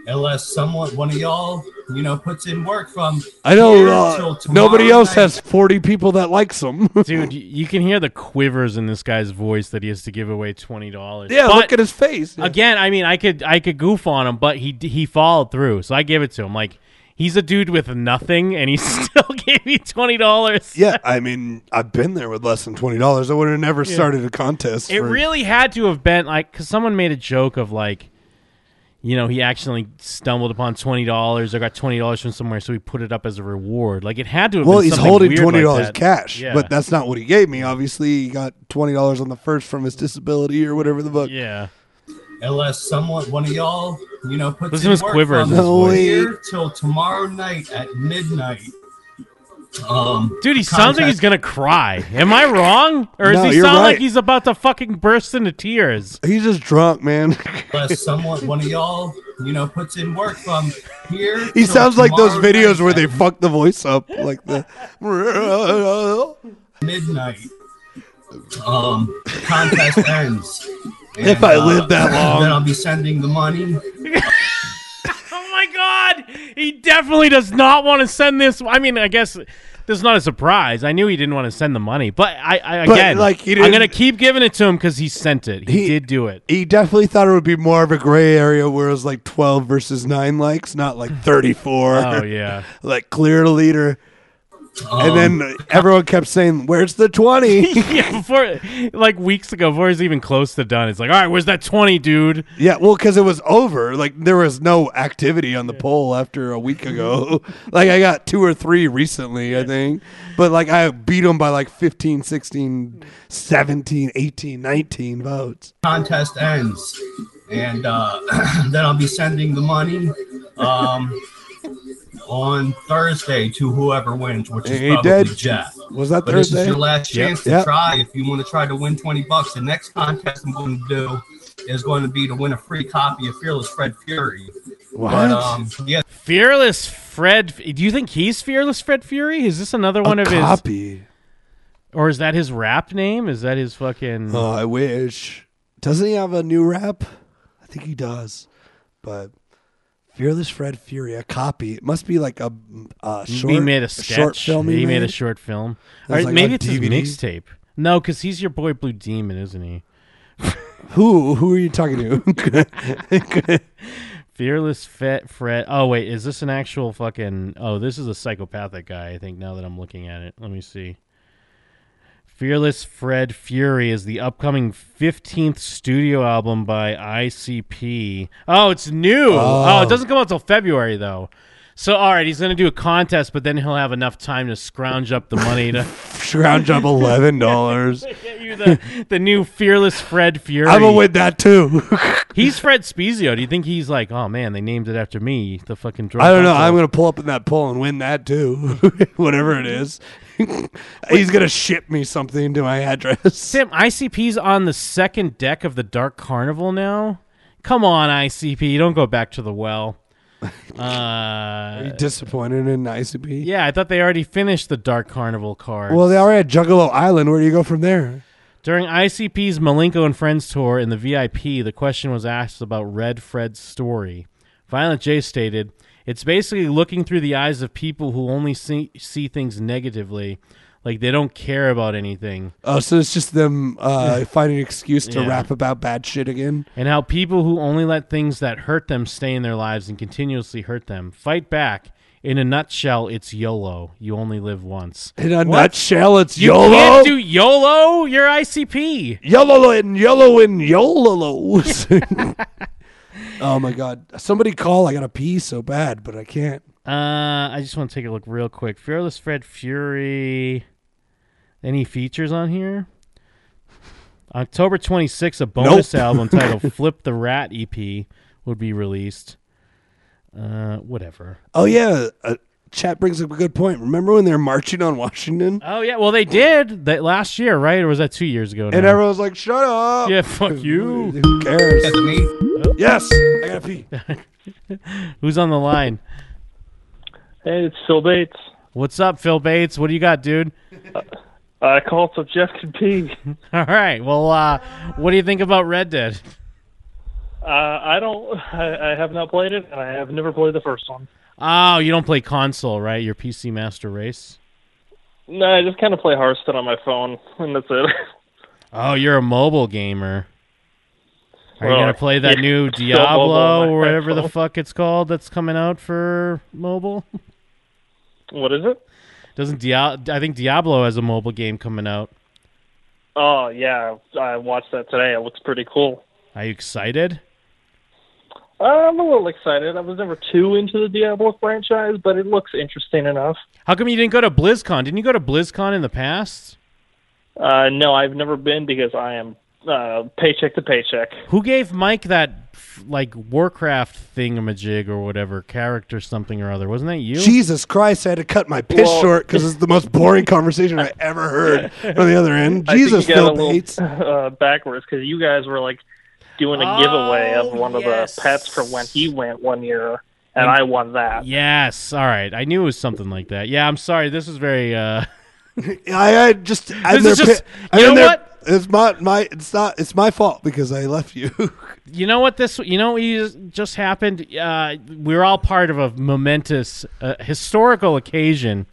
Speaker 9: Unless someone, one of y'all, you know, puts in work from.
Speaker 3: I know
Speaker 9: here
Speaker 3: uh,
Speaker 9: till tomorrow
Speaker 3: nobody else
Speaker 9: night.
Speaker 3: has 40 people that likes him.
Speaker 4: Dude, y- you can hear the quivers in this guy's voice that he has to give away twenty dollars.
Speaker 3: yeah, look at his face. Yeah.
Speaker 4: again, I mean, I could I could goof on him, but he d- he followed through, so I give it to him. Like he's a dude with nothing, and he still gave me twenty dollars.
Speaker 3: Yeah, I mean, I've been there with less than twenty dollars. I would have never started a contest.
Speaker 4: It
Speaker 3: for-
Speaker 4: really had to have been like because someone made a joke of like, you know, he accidentally stumbled upon twenty dollars or got twenty dollars from somewhere, so he put it up as a reward. Like it had to. have
Speaker 3: well,
Speaker 4: been
Speaker 3: he's
Speaker 4: something
Speaker 3: holding
Speaker 4: weird
Speaker 3: twenty dollars
Speaker 4: like that.
Speaker 3: cash,
Speaker 4: Yeah.
Speaker 3: but that's not what he gave me. Obviously, he got twenty dollars on the first from his disability or whatever the book.
Speaker 4: yeah.
Speaker 9: Unless someone, one of y'all, you know, puts
Speaker 4: Listen
Speaker 9: in
Speaker 4: to his
Speaker 9: work
Speaker 4: quiver in
Speaker 9: from
Speaker 4: his
Speaker 3: No voice.
Speaker 9: here till tomorrow night at midnight. Um,
Speaker 4: Dude, he sounds like
Speaker 9: Contact-
Speaker 4: he's gonna cry. Am I wrong, or does
Speaker 3: No,
Speaker 4: he
Speaker 3: you're
Speaker 4: sound like
Speaker 3: right.
Speaker 4: he's about to fucking burst into tears?
Speaker 3: He's just drunk, man.
Speaker 9: unless someone, one of y'all, you know, puts in work from here.
Speaker 3: he
Speaker 9: till
Speaker 3: sounds like those
Speaker 9: tomorrow
Speaker 3: videos
Speaker 9: night
Speaker 3: where
Speaker 9: at
Speaker 3: they fuck the voice up, like the.
Speaker 9: midnight. Um, contest ends. uh,
Speaker 3: If I live that long.
Speaker 9: then I'll be sending the money.
Speaker 4: Oh my god! He definitely does not want to send this. I mean, I guess this is not a surprise. I knew he didn't want to send the money, but I, I
Speaker 3: But,
Speaker 4: again,
Speaker 3: like, he
Speaker 4: I'm
Speaker 3: didn't-
Speaker 4: gonna keep giving it to him because he sent it. He,
Speaker 3: He-
Speaker 4: did do it.
Speaker 3: He definitely thought it would be more of a gray area where it was like 12 versus 9 likes, not like 34.
Speaker 4: Oh yeah.
Speaker 3: like clear to leader.
Speaker 9: Um,
Speaker 3: and then everyone kept saying, Where's the 20?
Speaker 4: yeah, before like weeks ago, before he's even close to done, it's like, all right, where's that twenty, dude?
Speaker 3: yeah, well, because it was over. Like, there was no activity on the poll after a week ago. like, I got two or three recently, I think. But, like, I beat them by like 15, 16, 17, 18, 19 votes.
Speaker 9: contest ends, and uh, then I'll be sending the money um, on Thursday to whoever wins, which is
Speaker 3: Hey,
Speaker 9: probably
Speaker 3: Dad.
Speaker 9: Jeff.
Speaker 3: Was that
Speaker 9: But this
Speaker 3: Thursday?
Speaker 9: is your last chance
Speaker 3: Yep.
Speaker 9: to try if you want to try to win 20 bucks. The next contest I'm going to do is going to be to win a free copy of Fearless Fred Fury. But um, yeah,
Speaker 4: Fearless Fred. Do you think he's Fearless Fred Fury? Is this another one
Speaker 3: a
Speaker 4: of his,
Speaker 3: copy.
Speaker 4: or is that his rap name? Is that his fucking?
Speaker 3: Oh, I wish. Doesn't he have a new rap? I think he does. But Fearless Fred Fury, a copy. It must be like a, a short.
Speaker 4: he made a sketch.
Speaker 3: short film.
Speaker 4: He, made a
Speaker 3: made.
Speaker 4: short film.
Speaker 3: That was
Speaker 4: Or
Speaker 3: like
Speaker 4: maybe
Speaker 3: on
Speaker 4: it's
Speaker 3: DVD?
Speaker 4: his mixtape. No, because he's your boy Blue Demon, isn't he?
Speaker 3: Who? Who are you talking to?
Speaker 4: Fearless Fet Fred. Oh wait, is this an actual fucking? Oh, this is a psychopathic guy. I think now that I'm looking at it, let me see. Fearless Fred Fury is the upcoming 15th studio album by ICP. Oh, it's new. Oh,
Speaker 3: Oh.
Speaker 4: it doesn't come out till February though. So all right, he's gonna do a contest, but then he'll have enough time to scrounge up the money to.
Speaker 3: Scrounge up eleven dollars.
Speaker 4: Get you the, the new fearless Fred Fury.
Speaker 3: I'm gonna win that too.
Speaker 4: He's Fred Spezio. Do you think he's like, oh man, they named it after me, the fucking drug?
Speaker 3: I don't know.
Speaker 4: uncle."
Speaker 3: I'm gonna pull up in that poll and win that too. Whatever it is, he's gonna ship me something to my address.
Speaker 4: Tim, ICP's on the second deck of the Dark Carnival now. Come on, ICP, don't go back to the well.
Speaker 3: Are you
Speaker 4: Uh,
Speaker 3: disappointed in ICP?
Speaker 4: yeah, I thought they already finished the Dark Carnival card.
Speaker 3: Well, they already had Juggalo Island. Where do you go from there?
Speaker 4: During ICP's Malenko and Friends tour in the VIP, the question was asked about Red Fred's story. Violent J stated, It's basically looking through the eyes of people who only see, see things negatively, like they don't care about anything,
Speaker 3: Oh, so it's just them uh, finding an excuse to
Speaker 4: Yeah.
Speaker 3: rap about bad shit again.
Speaker 4: and how people who only let things that hurt them stay in their lives and continuously hurt them. Fight back. In a nutshell, it's YOLO. You only live once.
Speaker 3: In a
Speaker 4: What?
Speaker 3: nutshell, it's
Speaker 4: You
Speaker 3: YOLO.
Speaker 4: can't do YOLO. You're ICP.
Speaker 3: Yellow and yellow and yololo. oh my god! Somebody call. I gotta pee so bad, but I can't.
Speaker 4: Uh, I just want to take a look real quick. Fearless Fred Fury. Any features on here? October 26th, a bonus album titled "Flip the Rat" EP would be released. Uh, whatever.
Speaker 3: Oh yeah, uh, chat brings up a good point. Remember when they were marching on Washington
Speaker 4: Oh yeah, well they did that last year, right? Or was that two years ago?
Speaker 3: and
Speaker 4: now?
Speaker 3: everyone was like, "Shut up."
Speaker 4: yeah, fuck you.
Speaker 3: Who cares?
Speaker 9: That's me.
Speaker 3: yes, I gotta pee.
Speaker 4: Who's on the line?
Speaker 10: Hey, it's Phil Bates.
Speaker 4: What's up, Phil Bates? What do you got, dude?
Speaker 10: I called up Jeff and P.
Speaker 4: All right. Well, uh, what do you think about Red Dead?
Speaker 10: Uh, I don't. I, I have not played it, and I have never played the first one.
Speaker 4: Oh, you don't play console, right? You're PC Master Race.
Speaker 10: No, I just kind of play Hearthstone on my phone, and that's it.
Speaker 4: Oh, you're a mobile gamer. Are you
Speaker 10: Well,
Speaker 4: gonna play that
Speaker 10: yeah,
Speaker 4: new
Speaker 10: it's still mobile
Speaker 4: Diablo
Speaker 10: on my
Speaker 4: or whatever the
Speaker 10: phone.
Speaker 4: fuck it's called that's coming out for mobile?
Speaker 10: What is it?
Speaker 4: Doesn't Diablo? I think Diablo has a mobile game coming out.
Speaker 10: Oh yeah, I watched that today. It looks pretty cool.
Speaker 4: Are you excited?
Speaker 10: Uh, I'm a little excited. I was never too into the Diablo franchise, but it looks interesting enough.
Speaker 4: How come you didn't go to BlizzCon? Didn't you go to BlizzCon in the past?
Speaker 10: Uh, no, I've never been because I am uh, paycheck to paycheck.
Speaker 4: Who gave Mike that f- like Warcraft thingamajig or whatever character something or other? Wasn't that you?
Speaker 3: Jesus Christ! I had to cut my piss
Speaker 10: Well-
Speaker 3: short because it's the most boring conversation I ever heard on the other end.
Speaker 10: I think
Speaker 3: Jesus,
Speaker 10: you got
Speaker 3: Phil
Speaker 10: a little,
Speaker 3: Bates.
Speaker 10: Uh, backwards because you guys were like doing a
Speaker 4: Oh,
Speaker 10: giveaway of one
Speaker 4: yes.
Speaker 10: of the pets from when he went one year, and I won that.
Speaker 4: Yes. All right. I knew it was something like that. Yeah. I'm sorry. This is very. uh
Speaker 3: I, I just. I'm
Speaker 4: This is
Speaker 3: their
Speaker 4: just-
Speaker 3: pi- I'm
Speaker 4: you
Speaker 3: in
Speaker 4: know
Speaker 3: their-
Speaker 4: what?
Speaker 3: It's my my. It's not. It's my fault because I left you.
Speaker 4: You know what this? You know what you just- just happened. Uh, we're all part of a momentous uh, historical occasion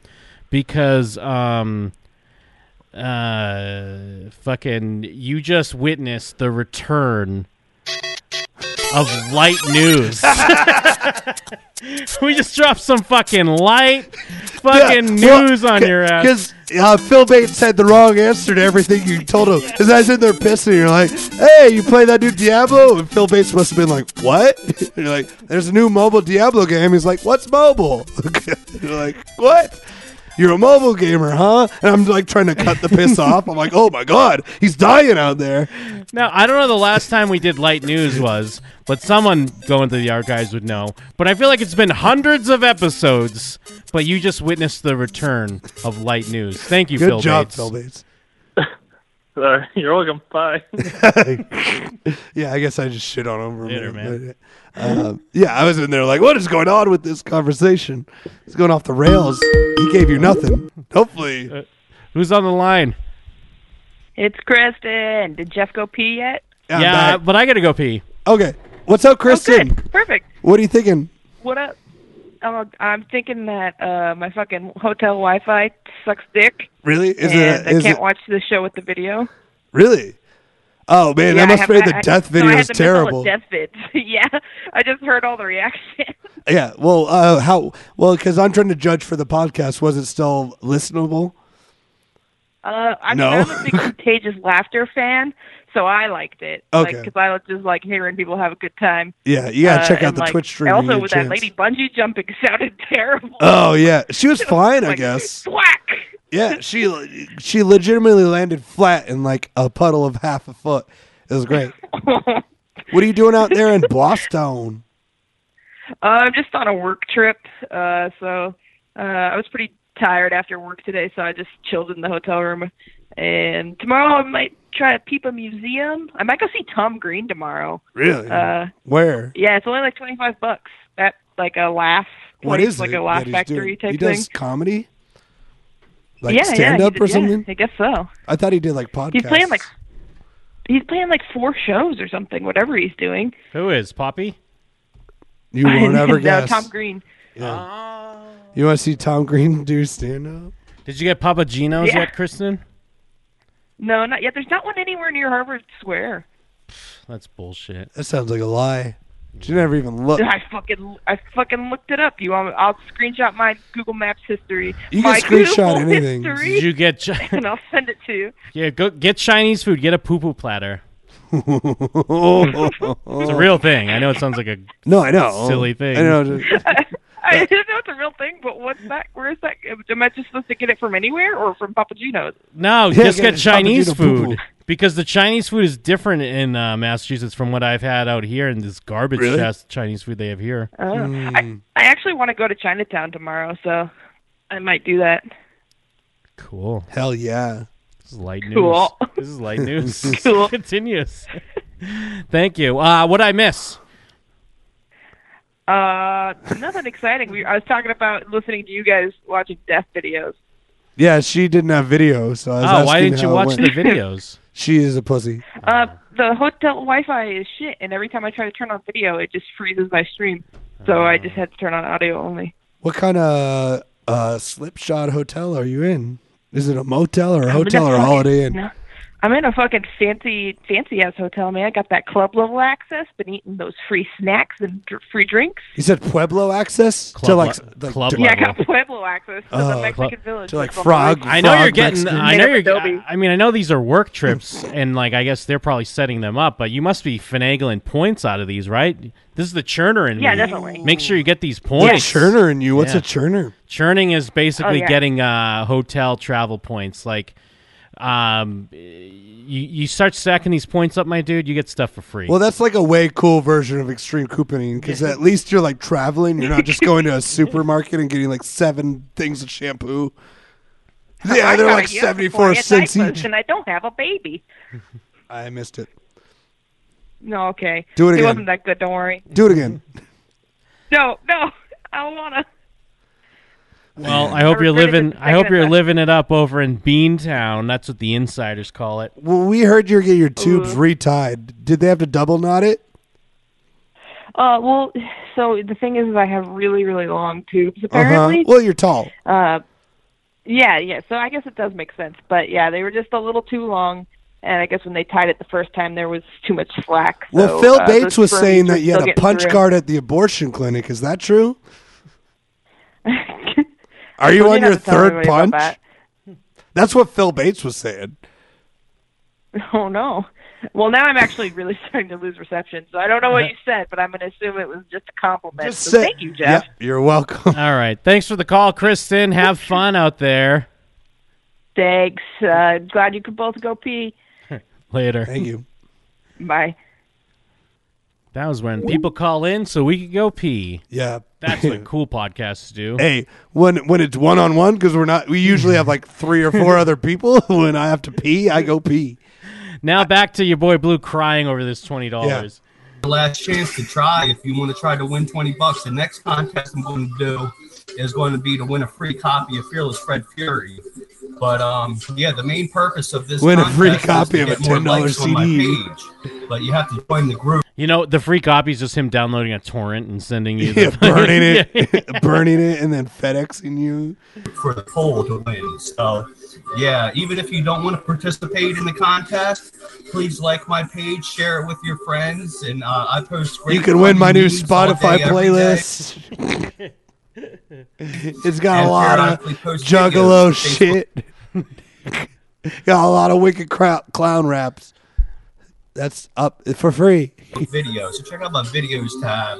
Speaker 4: because um, uh, fucking you just witnessed the return of light news. we just dropped some fucking light fucking news on your ass.
Speaker 3: Because uh, Phil Bates had the wrong answer to everything you told him. Because I was in there pissing, you're like, hey, you play that new Diablo? And Phil Bates must have been like, what? And you're like, there's a new mobile Diablo game. He's like, what's mobile? you're like, what? You're a mobile gamer, huh? And I'm like trying to cut the piss off. I'm like, oh my god, he's dying out there.
Speaker 4: Now, I don't know the last time we did light news was, but someone going through the archives would know. But I feel like it's been hundreds of episodes, but you just witnessed the return of light news. Thank you,
Speaker 3: Good
Speaker 4: Phil
Speaker 3: job,
Speaker 4: Bates.
Speaker 3: Phil Bates.
Speaker 10: Uh, you're welcome. Bye.
Speaker 3: Yeah, I guess I just shit on him. for a
Speaker 4: Later,
Speaker 3: minute, but, uh, yeah, I was in there like, what is going on with this conversation? It's going off the rails. He gave you nothing.
Speaker 4: Uh,
Speaker 3: Hopefully,
Speaker 4: Who's on the line?
Speaker 11: It's Kristen. Did Jeff go pee yet?
Speaker 3: I'm
Speaker 4: yeah,
Speaker 3: back.
Speaker 4: but I gotta go pee.
Speaker 3: Okay. What's up, Kristen?
Speaker 11: Oh, good. Perfect.
Speaker 3: what are you thinking?
Speaker 11: What up? I'm, I'm thinking that uh, my fucking hotel Wi-Fi sucks dick,
Speaker 3: Really? Is
Speaker 11: and
Speaker 3: it?
Speaker 11: I
Speaker 3: Is
Speaker 11: can't
Speaker 3: it
Speaker 11: watch the show with the video.
Speaker 3: really? Oh man,
Speaker 11: Yeah, I
Speaker 3: that must
Speaker 11: have-
Speaker 3: be
Speaker 11: I-
Speaker 3: the
Speaker 11: I-
Speaker 3: death
Speaker 11: so I
Speaker 3: video
Speaker 11: had
Speaker 3: is
Speaker 11: to miss all the
Speaker 3: terrible.
Speaker 11: Death vids. yeah, I just heard all the reactions.
Speaker 3: Yeah. Well, uh, how? Well, because I'm trying to judge for the podcast. Was it still listenable?
Speaker 11: Uh, I mean,
Speaker 3: No.
Speaker 11: I'm a big contagious laughter fan, so I liked it.
Speaker 3: Okay.
Speaker 11: Because I was just like hearing people have a good time.
Speaker 3: Yeah. You gotta
Speaker 11: Uh,
Speaker 3: check out
Speaker 11: and,
Speaker 3: the
Speaker 11: like,
Speaker 3: Twitch stream.
Speaker 11: I
Speaker 3: when you
Speaker 11: also,
Speaker 3: get a
Speaker 11: with
Speaker 3: chance.
Speaker 11: that lady bungee jumping sounded terrible.
Speaker 3: Oh yeah, she was fine, I
Speaker 11: Like,
Speaker 3: guess.
Speaker 11: Thwack!
Speaker 3: Yeah, she she legitimately landed flat in like a puddle of half a foot. It was great. what are you doing out there in Boston?
Speaker 11: Uh, I'm just on a work trip, uh, so uh, I was pretty tired after work today, so I just chilled in the hotel room. And tomorrow I might try to peep a museum. I might go see Tom Green tomorrow.
Speaker 3: Really?
Speaker 11: Uh,
Speaker 3: Where?
Speaker 11: yeah, it's only like 25 bucks. That like a laugh.
Speaker 3: What
Speaker 11: place,
Speaker 3: is
Speaker 11: like
Speaker 3: it?
Speaker 11: a laugh
Speaker 3: that he's
Speaker 11: factory
Speaker 3: doing?
Speaker 11: type
Speaker 3: He
Speaker 11: thing?
Speaker 3: does comedy, like
Speaker 11: yeah,
Speaker 3: stand
Speaker 11: yeah,
Speaker 3: up
Speaker 11: he
Speaker 3: or
Speaker 11: did- yeah,
Speaker 3: something.
Speaker 11: I guess so.
Speaker 3: I thought he did like podcasts.
Speaker 11: He's playing like he's playing like four shows or something. Whatever he's doing.
Speaker 4: Who is Poppy?
Speaker 3: you won't
Speaker 11: No,
Speaker 3: ever guess.
Speaker 11: Tom Green.
Speaker 3: You want to see Tom Green do stand up?
Speaker 4: Did you get Papa Gino's
Speaker 11: Yeah.
Speaker 4: yet, Kristen?
Speaker 11: No, not yet. There's not one anywhere near Harvard Square.
Speaker 4: That's bullshit.
Speaker 3: That sounds like a lie. She never even looked.
Speaker 11: I fucking I fucking looked it up. You want? I'll screenshot my Google Maps history.
Speaker 3: You can
Speaker 11: my
Speaker 3: screenshot
Speaker 11: Google
Speaker 3: anything.
Speaker 11: History,
Speaker 4: Did you get chi-
Speaker 11: and I'll send it to you.
Speaker 4: yeah? Go get Chinese food. Get a poo poo platter. it's
Speaker 3: it's
Speaker 4: a real thing. I know it sounds like a
Speaker 3: No, I know.
Speaker 4: silly thing.
Speaker 3: I know. just-
Speaker 11: I didn't know it's a real thing, but what's that? Where is that? Am I just supposed to get it from anywhere or from Papa Gino's?
Speaker 4: No,
Speaker 3: Yeah,
Speaker 4: just
Speaker 3: get
Speaker 4: get
Speaker 3: a
Speaker 4: Chinese
Speaker 3: Papagino poo-poo.
Speaker 4: food because the Chinese food is different in uh, Massachusetts from what I've had out here in this garbage
Speaker 3: Really?
Speaker 4: chest Chinese food they have here.
Speaker 11: Oh.
Speaker 3: Hmm.
Speaker 11: I, I actually want to go to Chinatown tomorrow, so I might do that.
Speaker 4: Cool.
Speaker 3: Hell yeah.
Speaker 4: This is light
Speaker 11: Cool.
Speaker 4: news. This is light news.
Speaker 11: Cool.
Speaker 4: Continues. Thank you. Uh, what I miss?
Speaker 11: Uh, nothing exciting. We, I was talking about listening to you guys watching death videos.
Speaker 3: Yeah, she didn't have video, so I was
Speaker 4: Oh, why
Speaker 3: asking
Speaker 4: didn't you
Speaker 3: how it
Speaker 4: watch
Speaker 3: went.
Speaker 4: the videos?
Speaker 3: She is a pussy.
Speaker 11: Uh, the hotel Wi-Fi is shit, and every time I try to turn on video, it just freezes my stream. So I just had to turn on audio only.
Speaker 3: What kind of uh, slipshod hotel are you in? Is it a motel or a
Speaker 11: I'm in a
Speaker 3: hotel or a
Speaker 11: fucking-
Speaker 3: Holiday Inn?
Speaker 11: no. I'm in a fucking fancy, fancy ass hotel, man. I got that club level access. Been eating those free snacks and dr- free drinks.
Speaker 3: You said Pueblo access
Speaker 4: Club
Speaker 3: to like,
Speaker 4: le-
Speaker 3: s- like
Speaker 4: club
Speaker 3: to,
Speaker 11: Yeah, I got Pueblo access to
Speaker 3: Oh,
Speaker 11: the Mexican
Speaker 4: club-
Speaker 11: village.
Speaker 3: to like
Speaker 11: That's all
Speaker 3: frog.
Speaker 4: I know
Speaker 3: frog
Speaker 4: you're getting.
Speaker 3: Mexican.
Speaker 4: I know
Speaker 11: Native
Speaker 4: you're.
Speaker 11: Adobe.
Speaker 4: I mean, I know these are work trips, and like I guess they're probably setting them up. But you must be finagling points out of these, right? This is the churner in
Speaker 11: Yeah,
Speaker 4: me.
Speaker 11: definitely.
Speaker 4: Make sure you get these
Speaker 3: What's
Speaker 4: points.
Speaker 3: a churner in you? What's
Speaker 4: Yeah.
Speaker 3: a churner?
Speaker 4: Churning is basically
Speaker 11: Oh, yeah.
Speaker 4: getting uh, hotel travel points. Like, um, you you start stacking these points up, my dude, you get stuff for free.
Speaker 3: Well, that's like a way cool version of extreme couponing because at least you're like traveling. You're not just going to a supermarket and getting like seven things of shampoo. Yeah,
Speaker 11: I
Speaker 3: they're
Speaker 11: got
Speaker 3: like
Speaker 11: a year
Speaker 3: seventy
Speaker 11: before I
Speaker 3: four
Speaker 11: get
Speaker 3: cents
Speaker 11: diapers,
Speaker 3: each.
Speaker 11: and I don't have a baby.
Speaker 3: I missed it.
Speaker 11: No, okay.
Speaker 3: Do it
Speaker 11: It
Speaker 3: again.
Speaker 11: wasn't that good. Don't worry.
Speaker 3: Do it again.
Speaker 11: No, no, I don't wanna.
Speaker 4: Well, I hope you're
Speaker 11: regretted
Speaker 4: living.
Speaker 11: it the
Speaker 4: I hope
Speaker 11: second
Speaker 4: you're
Speaker 11: I-
Speaker 4: living it up over in Beantown. That's what the insiders call it.
Speaker 3: Well, we heard you're getting your tubes retied. Did they have to double knot it?
Speaker 11: Uh, well, so the thing is, is I have really, really long tubes
Speaker 3: Uh-huh.
Speaker 11: apparently.
Speaker 3: Well, you're tall.
Speaker 11: Uh, yeah, yeah. So I guess it does make sense, but yeah, they were just a little too long. And I guess when they tied it the first time, there was too much slack.
Speaker 3: Well,
Speaker 11: so,
Speaker 3: Phil
Speaker 11: uh,
Speaker 3: Bates
Speaker 11: those
Speaker 3: was
Speaker 11: sperms
Speaker 3: saying
Speaker 11: were
Speaker 3: that you
Speaker 11: still
Speaker 3: had a
Speaker 11: getting
Speaker 3: punch
Speaker 11: through.
Speaker 3: guard at the abortion clinic. Is that true? Are you
Speaker 11: Well,
Speaker 3: on
Speaker 11: didn't
Speaker 3: your
Speaker 11: have to tell
Speaker 3: third
Speaker 11: everybody
Speaker 3: punch?
Speaker 11: about that.
Speaker 3: That's what Phil Bates was saying.
Speaker 11: Oh no. Well, now I'm actually really starting to lose reception, so I don't know what you said, but I'm going to assume it was just a compliment. so
Speaker 3: Uh-huh. Say-
Speaker 11: thank you, Jeff.
Speaker 3: Yeah, you're welcome.
Speaker 4: All right, thanks for the call, Kristen. Have fun out there.
Speaker 11: Thanks. Uh, glad you could both go pee.
Speaker 4: Later.
Speaker 3: Thank you.
Speaker 11: Bye.
Speaker 4: That was when people call in so we could go pee.
Speaker 3: Yeah.
Speaker 4: That's what cool podcasts do.
Speaker 3: Hey, when when it's one on one because we're not we usually have like three or four other people. When I have to pee, I go pee.
Speaker 4: Now back to your boy Blue crying over this twenty dollars.
Speaker 9: last chance to try if you want to try to win 20 bucks. The next contest I'm going to do is going to be to win a free copy of Fearless Fred Fury. But um, yeah, the main purpose of this
Speaker 3: Win a
Speaker 9: contest
Speaker 3: free
Speaker 9: is to
Speaker 3: copy of
Speaker 9: get
Speaker 3: a
Speaker 9: more
Speaker 3: $10
Speaker 9: likes on my
Speaker 3: CD.
Speaker 9: page. But you have to join the group.
Speaker 4: You know, the free copy is just him downloading a torrent and sending you the
Speaker 3: Yeah, burning it, burning it, and then FedExing you.
Speaker 9: for the poll to win. So, yeah, even if you don't want to participate in the contest, please like my page, share it with your friends, and uh, I post. Great
Speaker 3: You can win my new
Speaker 9: memes all day, every
Speaker 3: Spotify
Speaker 9: day.
Speaker 3: playlist. it's got
Speaker 9: And
Speaker 3: a lot
Speaker 9: periodically
Speaker 3: of
Speaker 9: post
Speaker 3: juggalo
Speaker 9: videos to
Speaker 3: shit. got a lot of wicked crou- clown raps. That's up for free.
Speaker 9: Video. So check out my videos tab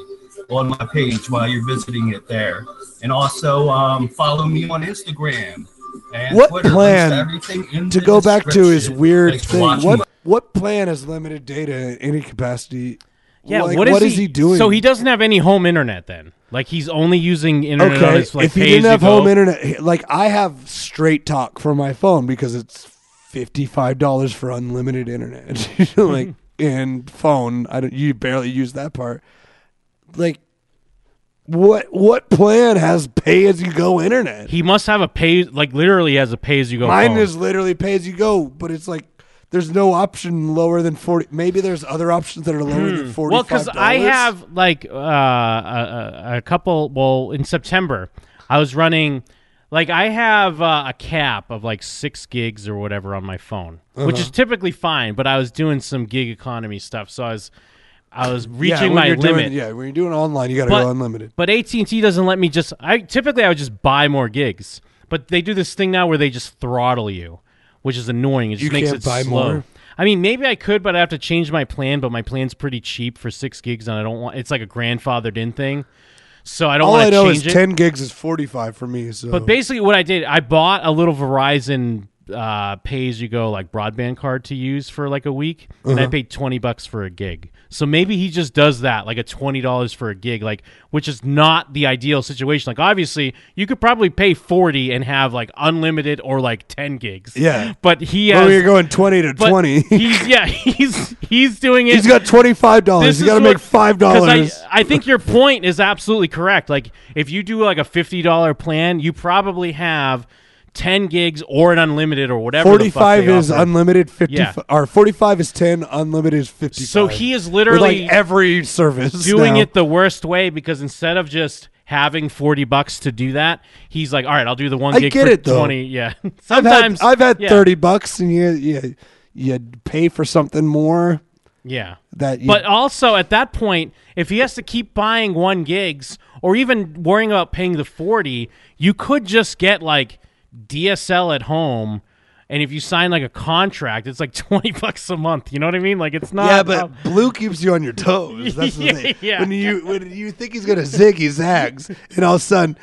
Speaker 9: on my page while you're visiting it there, and also um, follow me on Instagram. And
Speaker 3: what
Speaker 9: Twitter. Links
Speaker 3: plan
Speaker 9: to everything in
Speaker 3: to
Speaker 9: the
Speaker 3: go back to his
Speaker 9: description.
Speaker 3: weird
Speaker 9: Thanks for
Speaker 3: thing
Speaker 9: watching
Speaker 3: what what plan has limited data in any capacity
Speaker 4: Yeah,
Speaker 3: Like,
Speaker 4: what, is,
Speaker 3: he, doing
Speaker 4: So he doesn't have any home internet then. Like he's only using internet. on
Speaker 3: okay
Speaker 4: his, like,
Speaker 3: if he
Speaker 4: pay
Speaker 3: didn't
Speaker 4: as
Speaker 3: have
Speaker 4: go.
Speaker 3: home internet like i have straight talk for my phone because it's $55 for unlimited internet like and phone i don't you barely use that part like what what plan has pay as you go internet
Speaker 4: he must have a pay. Like literally has a pay as you go.
Speaker 3: Mine is literally pay as you go, but it's like there's no option lower than forty. Maybe there's other options that are lower than forty.
Speaker 4: Hmm. well because i have like uh, a, a- a couple well in september i was running like i have uh, a cap of like six gigs or
Speaker 3: Uh-huh.
Speaker 4: whatever on my phone which is typically fine but i was doing some gig economy stuff so i was I was
Speaker 3: Yeah,
Speaker 4: reaching
Speaker 3: when
Speaker 4: my
Speaker 3: you're doing-
Speaker 4: limit.
Speaker 3: yeah, when you're doing online, you got to
Speaker 4: But-
Speaker 3: go unlimited.
Speaker 4: But AT and T doesn't let me just. I typically I would just buy more gigs, but they do this thing now where they just throttle you, which is annoying. It just
Speaker 3: You
Speaker 4: makes
Speaker 3: can't
Speaker 4: it
Speaker 3: buy
Speaker 4: slow.
Speaker 3: more?
Speaker 4: I mean, maybe I could, but I have to change my plan. But my plan's pretty cheap for six gigs, and I don't want. It's like a grandfathered in thing, so I don't
Speaker 3: All
Speaker 4: want
Speaker 3: I
Speaker 4: to
Speaker 3: know is
Speaker 4: change it.
Speaker 3: ten gigs is forty five for me. So
Speaker 4: But basically, what I did, I bought a little Verizon uh, pay as you go like broadband card to use for like a week, and I
Speaker 3: Uh-huh.
Speaker 4: paid twenty bucks for a gig. So maybe he just does that, like a twenty dollars for a gig, like which is not the ideal situation. Like obviously, you could probably pay forty and have like unlimited or like ten gigs.
Speaker 3: Yeah.
Speaker 4: but he
Speaker 3: Well,
Speaker 4: has.
Speaker 3: you're going 20 to
Speaker 4: but
Speaker 3: 20.
Speaker 4: He's yeah, he's he's doing it.
Speaker 3: he's got twenty five dollars.
Speaker 4: This
Speaker 3: He's
Speaker 4: is
Speaker 3: got to Oh, make
Speaker 4: what-
Speaker 3: five
Speaker 4: 'cause
Speaker 3: dollars.
Speaker 4: I, I think your point is absolutely correct. Like if you do like a fifty dollar plan, you probably have ten gigs or an unlimited or whatever.
Speaker 3: Forty
Speaker 4: the fuck they
Speaker 3: five is
Speaker 4: offer.
Speaker 3: unlimited. Fifty
Speaker 4: Yeah.
Speaker 3: or forty five is ten. Unlimited is fifty.
Speaker 4: So he is
Speaker 3: With,
Speaker 4: literally
Speaker 3: like every service
Speaker 4: doing
Speaker 3: now.
Speaker 4: it the worst way because instead of just having forty bucks to do that, he's like, all right, I'll do the one
Speaker 3: I
Speaker 4: gig
Speaker 3: get
Speaker 4: for
Speaker 3: it, though.
Speaker 4: twenty. Yeah, sometimes
Speaker 3: I've had, I've had
Speaker 4: yeah.
Speaker 3: thirty bucks, and you, you you pay for something more.
Speaker 4: Yeah.
Speaker 3: That you,
Speaker 4: But also at that point, if he has to keep buying one gigs or even worrying about paying the 40, you could just get like DSL at home. And if you sign like a contract, it's like 20 bucks a month. You know what I mean? Like it's not.
Speaker 3: yeah, but blue keeps you on your toes. That's the
Speaker 4: Yeah,
Speaker 3: thing.
Speaker 4: oh. yeah.
Speaker 3: When you when you think he's gonna zig, he zags, and all of a sudden,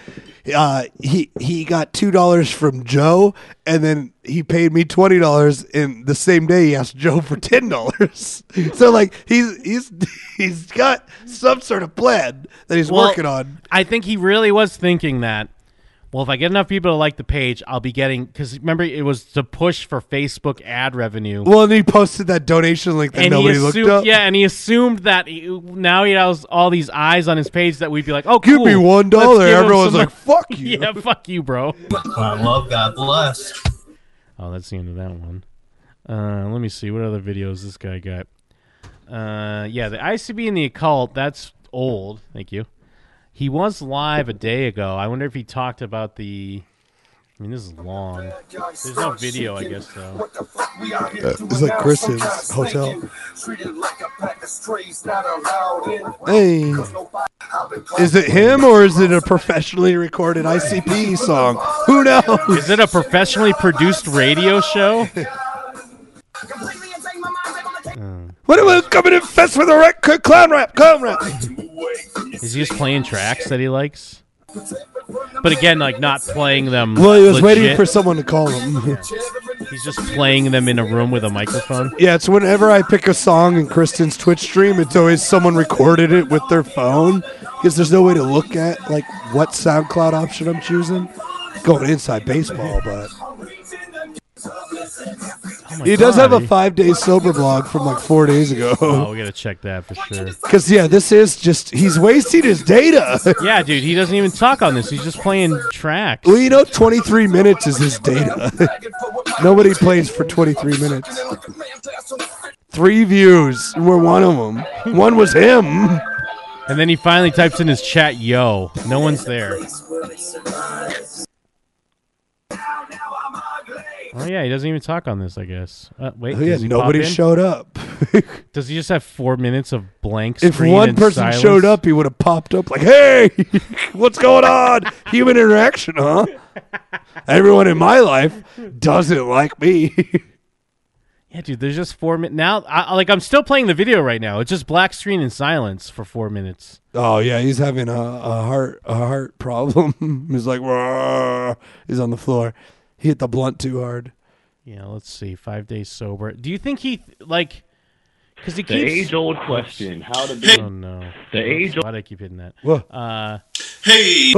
Speaker 3: uh, he he got two dollars from Joe, and then he paid me twenty dollars, and the same day he asked Joe for ten dollars. so like he's he's he's got some sort of plan that he's
Speaker 4: Well,
Speaker 3: working on.
Speaker 4: I think he really was thinking that. Well, if I get enough people to like the page, I'll be getting because remember it was to push for Facebook ad revenue.
Speaker 3: Well, and he posted that donation link that
Speaker 4: and
Speaker 3: nobody
Speaker 4: he assumed,
Speaker 3: looked up.
Speaker 4: Yeah, and he assumed that he, now he has all these eyes on his page that we'd be like, oh,
Speaker 3: Give
Speaker 4: cool.
Speaker 3: me one
Speaker 4: Let's
Speaker 3: dollar.
Speaker 4: give him
Speaker 3: Everyone's
Speaker 4: some-
Speaker 3: like, "Fuck you."
Speaker 4: yeah, fuck you, bro.
Speaker 9: I love God bless.
Speaker 4: Oh, that's the end of that one. Uh, let me see what other videos this guy got. Uh, yeah, the ICB and the occult. That's old. Thank you. He was live a day ago. I wonder if he talked about the. I mean, this is long. There's no video, I guess, though.
Speaker 3: It's like Chris's hotel. Hey. Is it him or is it a professionally recorded ICP song? Who knows?
Speaker 4: Is it a professionally produced radio show?
Speaker 3: What am I coming in fest with a rec- clown rap? Clown rap.
Speaker 4: Is he just playing tracks that he likes? But again, like not playing them.
Speaker 3: Well, he was waiting
Speaker 4: legit.
Speaker 3: for someone to call him.
Speaker 4: He's just playing them in a room with a microphone.
Speaker 3: Yeah, it's whenever I pick a song in Kristen's Twitch stream, it's always someone recorded it with their phone because there's no way to look at like what SoundCloud option I'm choosing. Going inside baseball, but he does have a five day sober blog from like four days ago.
Speaker 4: Oh, we gotta check that for sure.
Speaker 3: Because yeah, this is just he's wasting his data.
Speaker 4: Yeah, dude, he doesn't even talk on this. He's just playing track.
Speaker 3: Well, you know, 23 minutes is his data. Nobody plays for 23 minutes. Three views were one of them. One was him.
Speaker 4: And then he finally types in his chat, "Yo, no one's there." Oh yeah, he doesn't even talk on this. I guess. Uh, wait,
Speaker 3: Oh, yeah,
Speaker 4: does he
Speaker 3: nobody
Speaker 4: pop in?
Speaker 3: showed up.
Speaker 4: Does he just have four minutes of blank?
Speaker 3: If
Speaker 4: screen
Speaker 3: one
Speaker 4: and
Speaker 3: person
Speaker 4: silence?
Speaker 3: showed up, he would have popped up like, "Hey, what's going on? Human interaction, huh? Everyone in my life doesn't like me."
Speaker 4: yeah, dude, there's just four minutes now. I, I- like I'm still playing the video right now. It's just black screen and silence for four minutes.
Speaker 3: Oh yeah, he's having a, a heart a heart problem. he's like, "Rawr." he's on the floor. He hit the blunt too hard.
Speaker 4: Yeah, let's see. Five days sober. Do you think he like? Because he
Speaker 12: The
Speaker 4: keeps
Speaker 12: age-old question, how to be-
Speaker 4: Oh no.
Speaker 12: The age-
Speaker 4: Why do I keep hitting that?
Speaker 12: Whoa.
Speaker 4: Uh,
Speaker 12: Hey!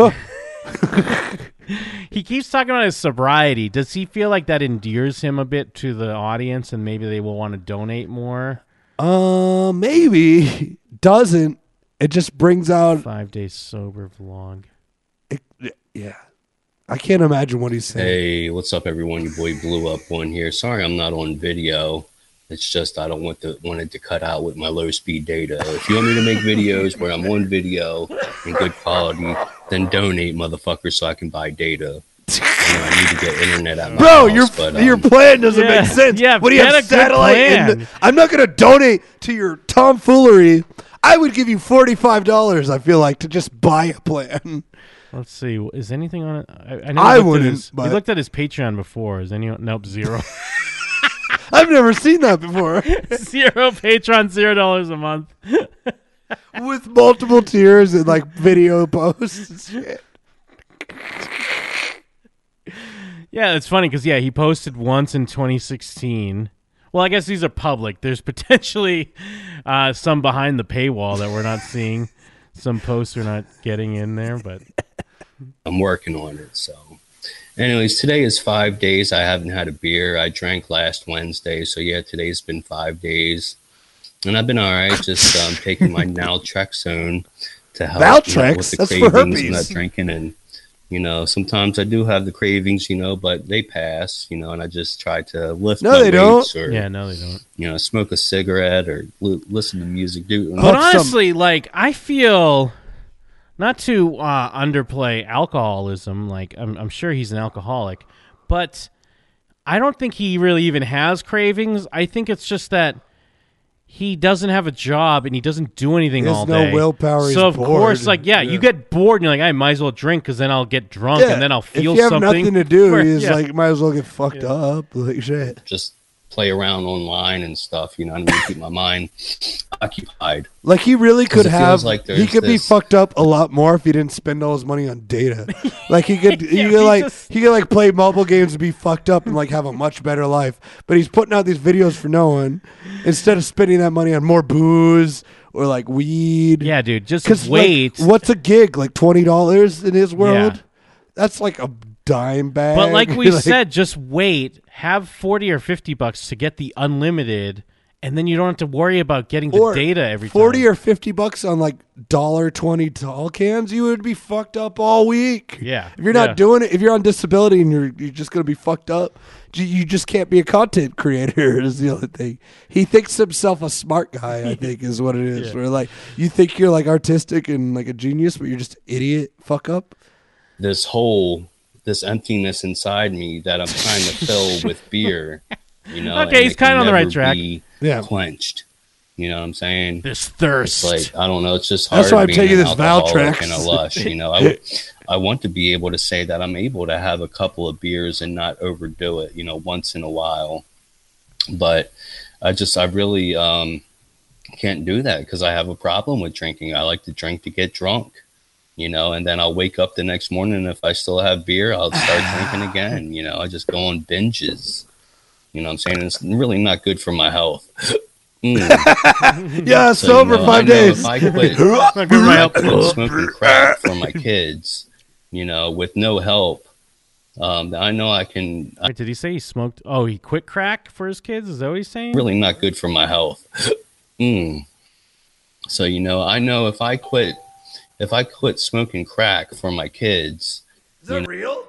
Speaker 4: he keeps talking about his sobriety. Does he feel like that endears him a bit to the audience, and maybe they will want to donate more?
Speaker 3: Uh, maybe doesn't. It just brings out.
Speaker 4: Five days sober vlog.
Speaker 3: yeah, I can't imagine what he's saying.
Speaker 8: Hey, what's up, everyone? Your boy Blue Up One here. Sorry, I'm not on video. It's just I don't want to wanted to cut out with my low speed data. If you want me to make videos where I'm on video and good quality, then donate, motherfucker, so I can buy data. I need to get internet at my
Speaker 3: Bro,
Speaker 8: house,
Speaker 3: your
Speaker 8: but,
Speaker 3: your
Speaker 8: um,
Speaker 3: plan doesn't
Speaker 8: yeah,
Speaker 3: make sense.
Speaker 8: yeah,
Speaker 3: what do you
Speaker 8: get
Speaker 3: have
Speaker 8: a good
Speaker 3: satellite? in
Speaker 8: plan.
Speaker 3: the- I'm not going to donate to your tomfoolery. I would give you forty five dollars. I feel like to just buy a plan.
Speaker 4: Let's see. Is anything on it? I,
Speaker 3: I
Speaker 4: looked at
Speaker 3: wouldn't,
Speaker 4: His,
Speaker 3: but-
Speaker 4: We looked at his Patreon before. Is anyone? Nope, zero.
Speaker 3: I've never seen that before.
Speaker 4: zero Patreon, zero dollars a month.
Speaker 3: With multiple tiers and like video posts and shit.
Speaker 4: Yeah, it's funny because yeah, he posted once in 2016. Well, I guess these are public. There's potentially uh, some behind the paywall that we're not seeing. some posts are not getting in there, but
Speaker 8: I'm working on it. So, anyways, today is five days. I haven't had a beer. I drank last Wednesday, so yeah, today's been five days, and I've been all right. Just um, taking my naltrexone to help you know,
Speaker 3: Valtrex? That's for
Speaker 8: and
Speaker 3: herpes.
Speaker 8: not drinking. And you know, sometimes I do have the cravings, you know, but they pass. You know, and I just try to lift.
Speaker 3: No,
Speaker 8: my
Speaker 3: they don't.
Speaker 8: weights Or,
Speaker 4: Yeah, no, they don't.
Speaker 8: You know, smoke a cigarette or l- listen to music. Do
Speaker 4: But honestly, like I feel not to uh, underplay alcoholism. Like I'm, I'm sure he's an alcoholic, but I don't think he really even has cravings. I think it's just that he doesn't have a job and he doesn't do anything
Speaker 3: He has
Speaker 4: all
Speaker 3: no
Speaker 4: day.
Speaker 3: willpower, he's
Speaker 4: So of course,
Speaker 3: bored.
Speaker 4: like yeah, you get bored and you're like I might as well drink because then I'll get drunk and then I'll feel
Speaker 3: If you have
Speaker 4: something.
Speaker 3: nothing to do,
Speaker 4: Where-
Speaker 3: he's
Speaker 4: yeah.
Speaker 3: like, might as well get fucked up. Like shit.
Speaker 8: just play around online and stuff. You know, what I mean, keep my mind occupied.
Speaker 3: Like he really
Speaker 8: 'Cause
Speaker 3: could
Speaker 8: it feels
Speaker 3: have.
Speaker 8: like
Speaker 3: he
Speaker 8: there's
Speaker 3: could be
Speaker 8: this-
Speaker 3: fucked up a lot more if he didn't spend all his money on data. like he could, he could
Speaker 8: he
Speaker 3: like he could like play multiple games and be fucked up and like have a much better life. But he's putting out these videos for no one instead of spending that money on more booze or like weed.
Speaker 4: Yeah, dude, just
Speaker 3: 'Cause, like,
Speaker 4: wait.
Speaker 3: what's a gig like twenty dollars in his world? That's like a dime bag.
Speaker 4: But like we said, just wait. Have forty or fifty bucks to get the unlimited, and then you don't have to worry about getting the
Speaker 3: Or
Speaker 4: data every time.
Speaker 3: forty or fifty bucks on like dollar twenty tall cans, you would be fucked up all week.
Speaker 4: Yeah.
Speaker 3: If you're not
Speaker 4: Yeah.
Speaker 3: doing it, if you're on disability and you're you're just gonna be fucked up, you, you just can't be a content creator. Is the only thing he thinks himself a smart guy. I think is what it is.
Speaker 4: Yeah.
Speaker 3: Where like you think you're like artistic and like a genius, but you're just an idiot. Fuck up.
Speaker 8: This hole, this emptiness inside me that I'm trying to fill with beer. You know,
Speaker 4: Okay,
Speaker 8: and
Speaker 4: he's
Speaker 8: it can
Speaker 4: kinda on the right
Speaker 8: never
Speaker 4: track.
Speaker 8: be
Speaker 3: Yeah.
Speaker 8: quenched. You know what I'm saying?
Speaker 4: This thirst.
Speaker 8: It's like I don't know. It's just hard.
Speaker 3: That's why I'm
Speaker 8: being
Speaker 3: taking
Speaker 8: an
Speaker 3: this
Speaker 8: alcoholic
Speaker 3: Valtrex.
Speaker 8: and a lush. You know, I, I want to be able to say that I'm able to have a couple of beers and not overdo it. You know, once in a while, but I just I really um, can't do that because I have a problem with drinking. I like to drink to get drunk. You know, and then I'll wake up the next morning. and If I still have beer, I'll start drinking again. You know, I just go on binges. You know what I'm saying? It's really not good for my health. Mm.
Speaker 3: Yeah, sober
Speaker 8: I
Speaker 3: five
Speaker 8: know
Speaker 3: days.
Speaker 8: If I quit,
Speaker 3: It's not good for my
Speaker 8: if I
Speaker 3: health.
Speaker 8: quit smoking crack for my kids, you know, with no help, um, I know I can.
Speaker 4: Wait, did he say he smoked? Oh, he quit crack for his kids. Is that what he's saying?
Speaker 8: Really not good for my health. mm. So you know, I know if I quit, if I quit smoking crack for my kids,
Speaker 3: Is that real?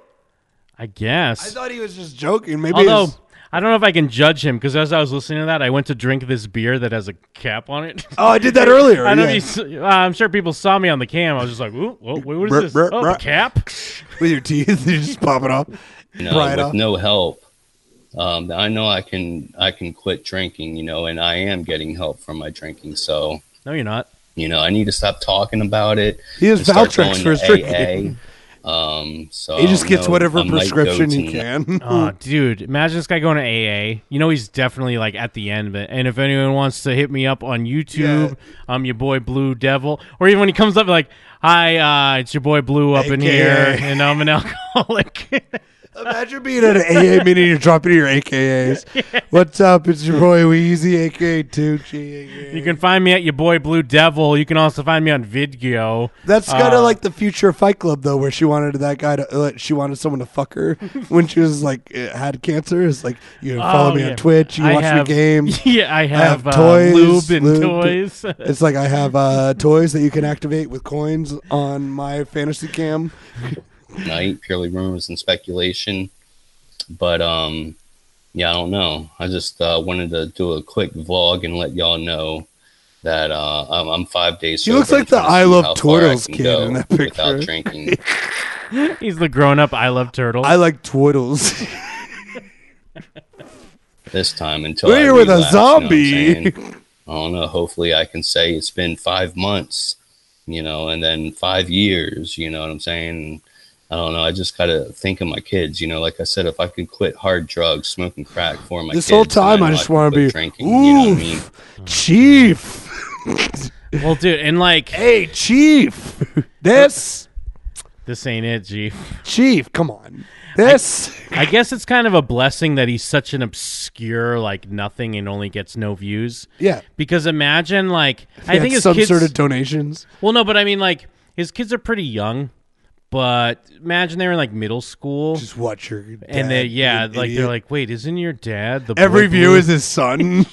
Speaker 4: I guess.
Speaker 3: I thought he was just joking. Maybe
Speaker 4: Although
Speaker 3: it's-
Speaker 4: I don't know if I can judge him because as I was listening to that, I went to drink this beer that has a cap on it.
Speaker 3: Oh, I did that earlier,
Speaker 4: I know
Speaker 3: yeah.
Speaker 4: you s- uh, I'm sure people saw me on the cam. I was just like, Ooh, whoa, wait, what
Speaker 3: Brr,
Speaker 4: is this?
Speaker 3: brr,
Speaker 4: oh,
Speaker 3: brr.
Speaker 4: cap.
Speaker 3: with your teeth, you just pop it off.
Speaker 8: you know,
Speaker 3: Right
Speaker 8: with
Speaker 3: off.
Speaker 8: no help. Um, I know I can I can quit drinking, you know, and I am getting help from my drinking. So
Speaker 4: no, you're not.
Speaker 8: You know, I need to stop talking about it.
Speaker 3: He has
Speaker 8: and start
Speaker 3: Valtrex
Speaker 8: going
Speaker 3: for his
Speaker 8: to
Speaker 3: drinking.
Speaker 8: AA. Um, so
Speaker 3: He just
Speaker 8: I
Speaker 3: gets
Speaker 8: know
Speaker 3: whatever
Speaker 8: I might go
Speaker 3: prescription he
Speaker 8: to-
Speaker 3: can.
Speaker 4: oh, dude, imagine this guy going to AA. You know he's definitely like at the end of it. And if anyone wants to hit me up on YouTube, I'm your boy Blue Devil. Or even when he comes up like, "Hi, uh, it's your boy Blue up in
Speaker 3: AKA.
Speaker 4: here, and I'm an alcoholic."
Speaker 3: Imagine being at an AA meeting, you're dropping your AKAs. What's up? It's your boy Weezy, aka Tucci.
Speaker 4: You can find me at your boy Blue Devil. You can also find me on Vidgo.
Speaker 3: That's kind of
Speaker 4: Uh,
Speaker 3: like the future Fight Club, though, where she wanted that guy to, uh, she wanted someone to fuck her when she was like uh, had cancer. It's like you can follow
Speaker 4: Oh,
Speaker 3: me
Speaker 4: yeah.
Speaker 3: on Twitch, you
Speaker 4: I
Speaker 3: watch
Speaker 4: have-
Speaker 3: me games.
Speaker 4: Yeah, I have, uh, lube and toys.
Speaker 3: it's like I have uh, toys that you can activate with coins on my fantasy cam.
Speaker 8: night, purely rumors and speculation. But um, yeah, I don't know. I just uh, wanted to do a quick vlog and let y'all know that uh, I'm, I'm five days.
Speaker 3: He looks
Speaker 8: sober
Speaker 3: like the
Speaker 8: and trying to
Speaker 3: I
Speaker 8: see
Speaker 3: Love
Speaker 8: how far
Speaker 3: Turtles
Speaker 8: can
Speaker 3: kid
Speaker 8: go
Speaker 3: in that
Speaker 8: without
Speaker 3: picture.
Speaker 8: drinking.
Speaker 4: He's the grown-up. I love turtles.
Speaker 3: I like twiddles.
Speaker 8: this time until
Speaker 3: We're
Speaker 8: I
Speaker 3: here with a
Speaker 8: relapse, you know what I'm
Speaker 3: zombie.
Speaker 8: saying? I don't know. Hopefully, I can say it's been five months, you know, and then five years. You know what I'm saying? I don't know. I just gotta think of my kids. You know, like I said, if I could quit hard drugs, smoking crack for my
Speaker 3: this
Speaker 8: kids,
Speaker 3: whole
Speaker 8: then
Speaker 3: time,
Speaker 8: know
Speaker 3: I just
Speaker 8: could
Speaker 3: want to
Speaker 8: quit
Speaker 3: be
Speaker 8: drinking.
Speaker 3: ooh, chief.
Speaker 4: well, dude, and like,
Speaker 3: hey, chief, this,
Speaker 4: this ain't it, chief.
Speaker 3: chief, come on, this.
Speaker 4: I guess it's kind of a blessing that he's such an obscure, like nothing, and only gets no views.
Speaker 3: Yeah.
Speaker 4: Because imagine, like,
Speaker 3: He
Speaker 4: I
Speaker 3: had
Speaker 4: think his
Speaker 3: some
Speaker 4: kids.
Speaker 3: sort of donations.
Speaker 4: well, no, but I mean, like, his kids are pretty young. But imagine they're in like middle school. Just
Speaker 3: watch your
Speaker 4: and they
Speaker 3: dad be
Speaker 4: yeah,
Speaker 3: an
Speaker 4: like
Speaker 3: idiot.
Speaker 4: they're like, wait, isn't your dad the
Speaker 3: Every
Speaker 4: boy
Speaker 3: view
Speaker 4: blue?"
Speaker 3: is his son.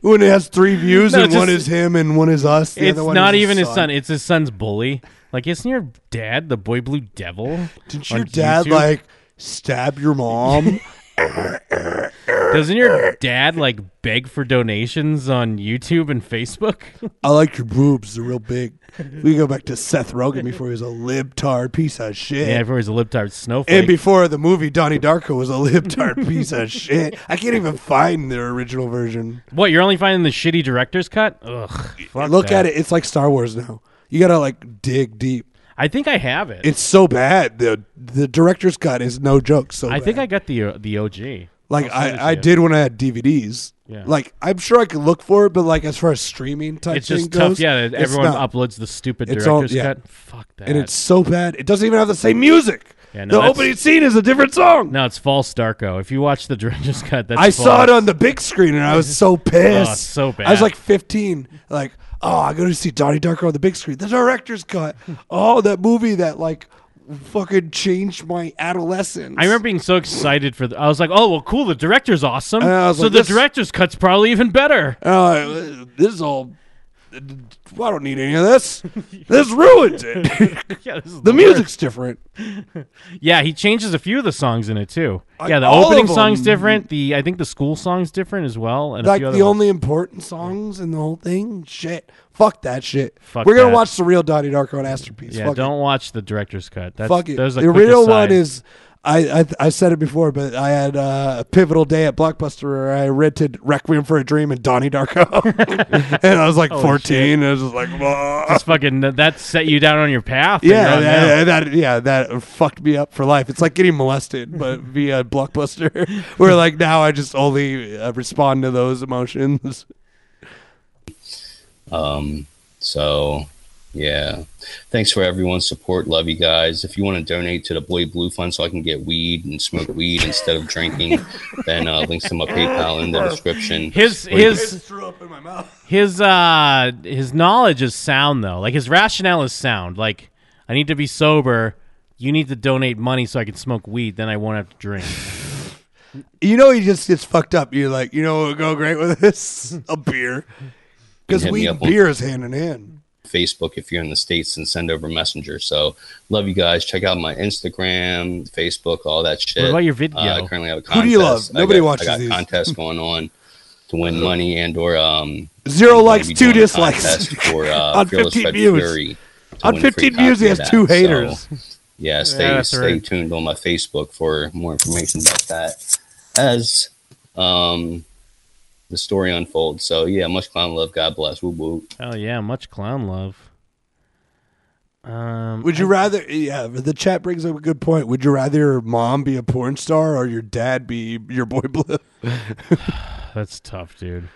Speaker 3: when it has three views,
Speaker 4: No,
Speaker 3: and one is
Speaker 4: just-
Speaker 3: him, and one is us. The
Speaker 4: it's
Speaker 3: other one
Speaker 4: not
Speaker 3: is
Speaker 4: even his son. It's his son's bully. Like, isn't your dad the boy blue devil?
Speaker 3: Didn't
Speaker 4: on
Speaker 3: your dad
Speaker 4: YouTube?
Speaker 3: like stab your mom?
Speaker 4: Doesn't your dad like beg for donations on YouTube and Facebook?
Speaker 3: I like your boobs; they're real big. We go back to Seth Rogen before he was a libtard piece of shit.
Speaker 4: Yeah, everyone was a libtard snowflake.
Speaker 3: and before the movie, Donnie Darko was a libtard piece of shit. I can't even find their original version.
Speaker 4: what you're only finding the shitty director's cut? Ugh. fuck
Speaker 3: Look
Speaker 4: that.
Speaker 3: at it; it's like Star Wars now. You gotta like dig deep.
Speaker 4: I think I have it.
Speaker 3: It's so bad. the The director's cut is no joke. So
Speaker 4: I
Speaker 3: bad.
Speaker 4: think I got the uh, the OG.
Speaker 3: Like
Speaker 4: I'll send it to
Speaker 3: I, I
Speaker 4: you.
Speaker 3: did when I had DVDs.
Speaker 4: Yeah.
Speaker 3: Like I'm sure I could look for it, but like as far as streaming type
Speaker 4: It's
Speaker 3: thing
Speaker 4: just tough,
Speaker 3: goes,
Speaker 4: yeah, that
Speaker 3: it's
Speaker 4: everyone
Speaker 3: not.
Speaker 4: uploads the stupid
Speaker 3: It's all-
Speaker 4: director's cut. Fuck that.
Speaker 3: And it's so bad. It doesn't even have the same music.
Speaker 4: Yeah,
Speaker 3: the
Speaker 4: that's-
Speaker 3: opening scene is a different song.
Speaker 4: No, it's false Darko. If you watch the director's cut, that's
Speaker 3: I saw
Speaker 4: false.
Speaker 3: it on the big screen and I was so pissed.
Speaker 4: Oh, it's so
Speaker 3: I was
Speaker 4: bad.
Speaker 3: like 15. Like, oh, I go to see Donnie Darko on the big screen. The director's cut. oh, that movie that like fucking changed my adolescence.
Speaker 4: I remember being so excited for. The, I was like, "Oh well, cool. The director's awesome.
Speaker 3: And I was
Speaker 4: So
Speaker 3: like,
Speaker 4: the
Speaker 3: this-
Speaker 4: director's cut's probably even better."
Speaker 3: Uh, this is all. I don't need any of this. This ruins it.
Speaker 4: Yeah, this is
Speaker 3: the,
Speaker 4: the
Speaker 3: music's
Speaker 4: worst.
Speaker 3: different.
Speaker 4: Yeah, he changes a few of the songs in it too.
Speaker 3: Like,
Speaker 4: yeah, the
Speaker 3: all
Speaker 4: opening
Speaker 3: of
Speaker 4: song's
Speaker 3: them.
Speaker 4: different. The I think the school song's different as well. And a
Speaker 3: like
Speaker 4: few
Speaker 3: the
Speaker 4: other ones.
Speaker 3: only important songs in the whole thing. Shit. Fuck that shit.
Speaker 4: Fuck
Speaker 3: We're gonna
Speaker 4: that.
Speaker 3: watch the real Donnie Darko and Masterpiece.
Speaker 4: Yeah,
Speaker 3: Fuck
Speaker 4: don't watch the director's cut.
Speaker 3: it.
Speaker 4: That's,
Speaker 3: Fuck it.
Speaker 4: There's a
Speaker 3: The
Speaker 4: quick
Speaker 3: real
Speaker 4: aside.
Speaker 3: one is. I, I I said it before, but I had uh, a pivotal day at Blockbuster where I rented Requiem for a Dream and Donnie Darko, and I was like
Speaker 4: Holy
Speaker 3: 14. And I was just like, "Whoa."
Speaker 4: just fucking that set you down on your path. that you're
Speaker 3: yeah,
Speaker 4: on
Speaker 3: that,
Speaker 4: now.
Speaker 3: that- yeah that fucked me up for life. It's like getting molested, but via Blockbuster, where like now I just only uh, respond to those emotions.
Speaker 8: Um, so yeah, thanks for everyone's support. Love you guys. If you want to donate to the Boy Blue Fund so I can get weed and smoke weed instead of drinking, then uh, links to my PayPal in the description.
Speaker 4: His
Speaker 8: Or you can-
Speaker 4: his his uh his knowledge is sound though. Like his rationale is sound. Like I need to be sober. You need to donate money so I can smoke weed. Then I won't have to drink.
Speaker 3: You know, he just gets fucked up. You're like, you know, what would go great with this a beer, because
Speaker 8: Hit me
Speaker 3: we
Speaker 8: up on-
Speaker 3: beer is hand in hand.
Speaker 8: Facebook if you're in the States and send over Messenger. So love you guys. Check out my Instagram, Facebook, all that shit.
Speaker 4: about your video?
Speaker 8: Uh, I currently have a
Speaker 3: Who
Speaker 8: contest.
Speaker 3: do you love?
Speaker 8: I
Speaker 3: Nobody
Speaker 8: got-
Speaker 3: watches
Speaker 8: I got
Speaker 3: these.
Speaker 8: contest going on to win money and or um
Speaker 3: Zero
Speaker 8: I'm gonna
Speaker 3: likes,
Speaker 8: be
Speaker 3: two
Speaker 8: doing a
Speaker 3: dislikes.
Speaker 8: contest For, uh,
Speaker 3: On
Speaker 8: Fearless
Speaker 3: 15
Speaker 8: Fred
Speaker 3: views.
Speaker 8: Fury to
Speaker 3: On
Speaker 8: win a free
Speaker 3: 15 views, he
Speaker 8: copy
Speaker 3: has
Speaker 8: of that.
Speaker 3: two
Speaker 8: So,
Speaker 3: haters.
Speaker 8: yeah, stay
Speaker 3: that's
Speaker 8: stay
Speaker 3: right.
Speaker 8: tuned on my Facebook for more information about that as um the story unfolds. So yeah, much clown love. God bless. Woo woo.
Speaker 4: Hell yeah, much clown love. Um,
Speaker 3: Would you rather? Yeah, the chat brings up a good point. Would you rather your mom be a porn star or your dad be your boy blue?
Speaker 4: that's tough, dude.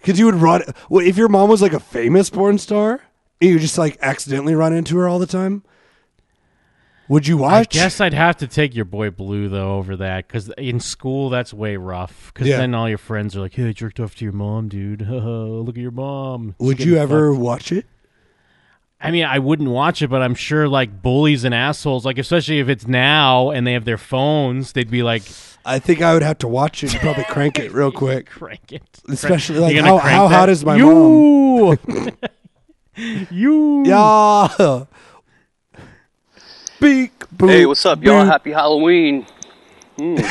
Speaker 3: Because you would run. Well, if your mom was like a famous porn star, and you just like accidentally run into her all the time, would you
Speaker 4: I
Speaker 3: watch?
Speaker 4: guess I'd have to take your boy Blue though over that because in school that's way rough. Because
Speaker 3: Yeah.
Speaker 4: then all your friends are like, "Hey, I jerked off to your mom, dude. Look at your mom." She's
Speaker 3: would
Speaker 4: getting
Speaker 3: you ever
Speaker 4: fucked."
Speaker 3: watch it?
Speaker 4: I mean, I wouldn't watch it, but I'm sure like bullies and assholes, like especially if it's now and they have their phones, they'd be like,
Speaker 3: I think I would have to watch it and probably crank it real quick.
Speaker 4: crank it,
Speaker 3: especially
Speaker 4: You're
Speaker 3: like
Speaker 4: gonna
Speaker 3: how,
Speaker 4: crank
Speaker 3: how
Speaker 4: that?
Speaker 3: hot is my
Speaker 4: You-
Speaker 3: mom?
Speaker 4: you,
Speaker 3: yeah. Beak. Boop,
Speaker 13: Hey, what's up, y'all?
Speaker 3: boop.
Speaker 13: Happy Halloween.
Speaker 8: Hmm.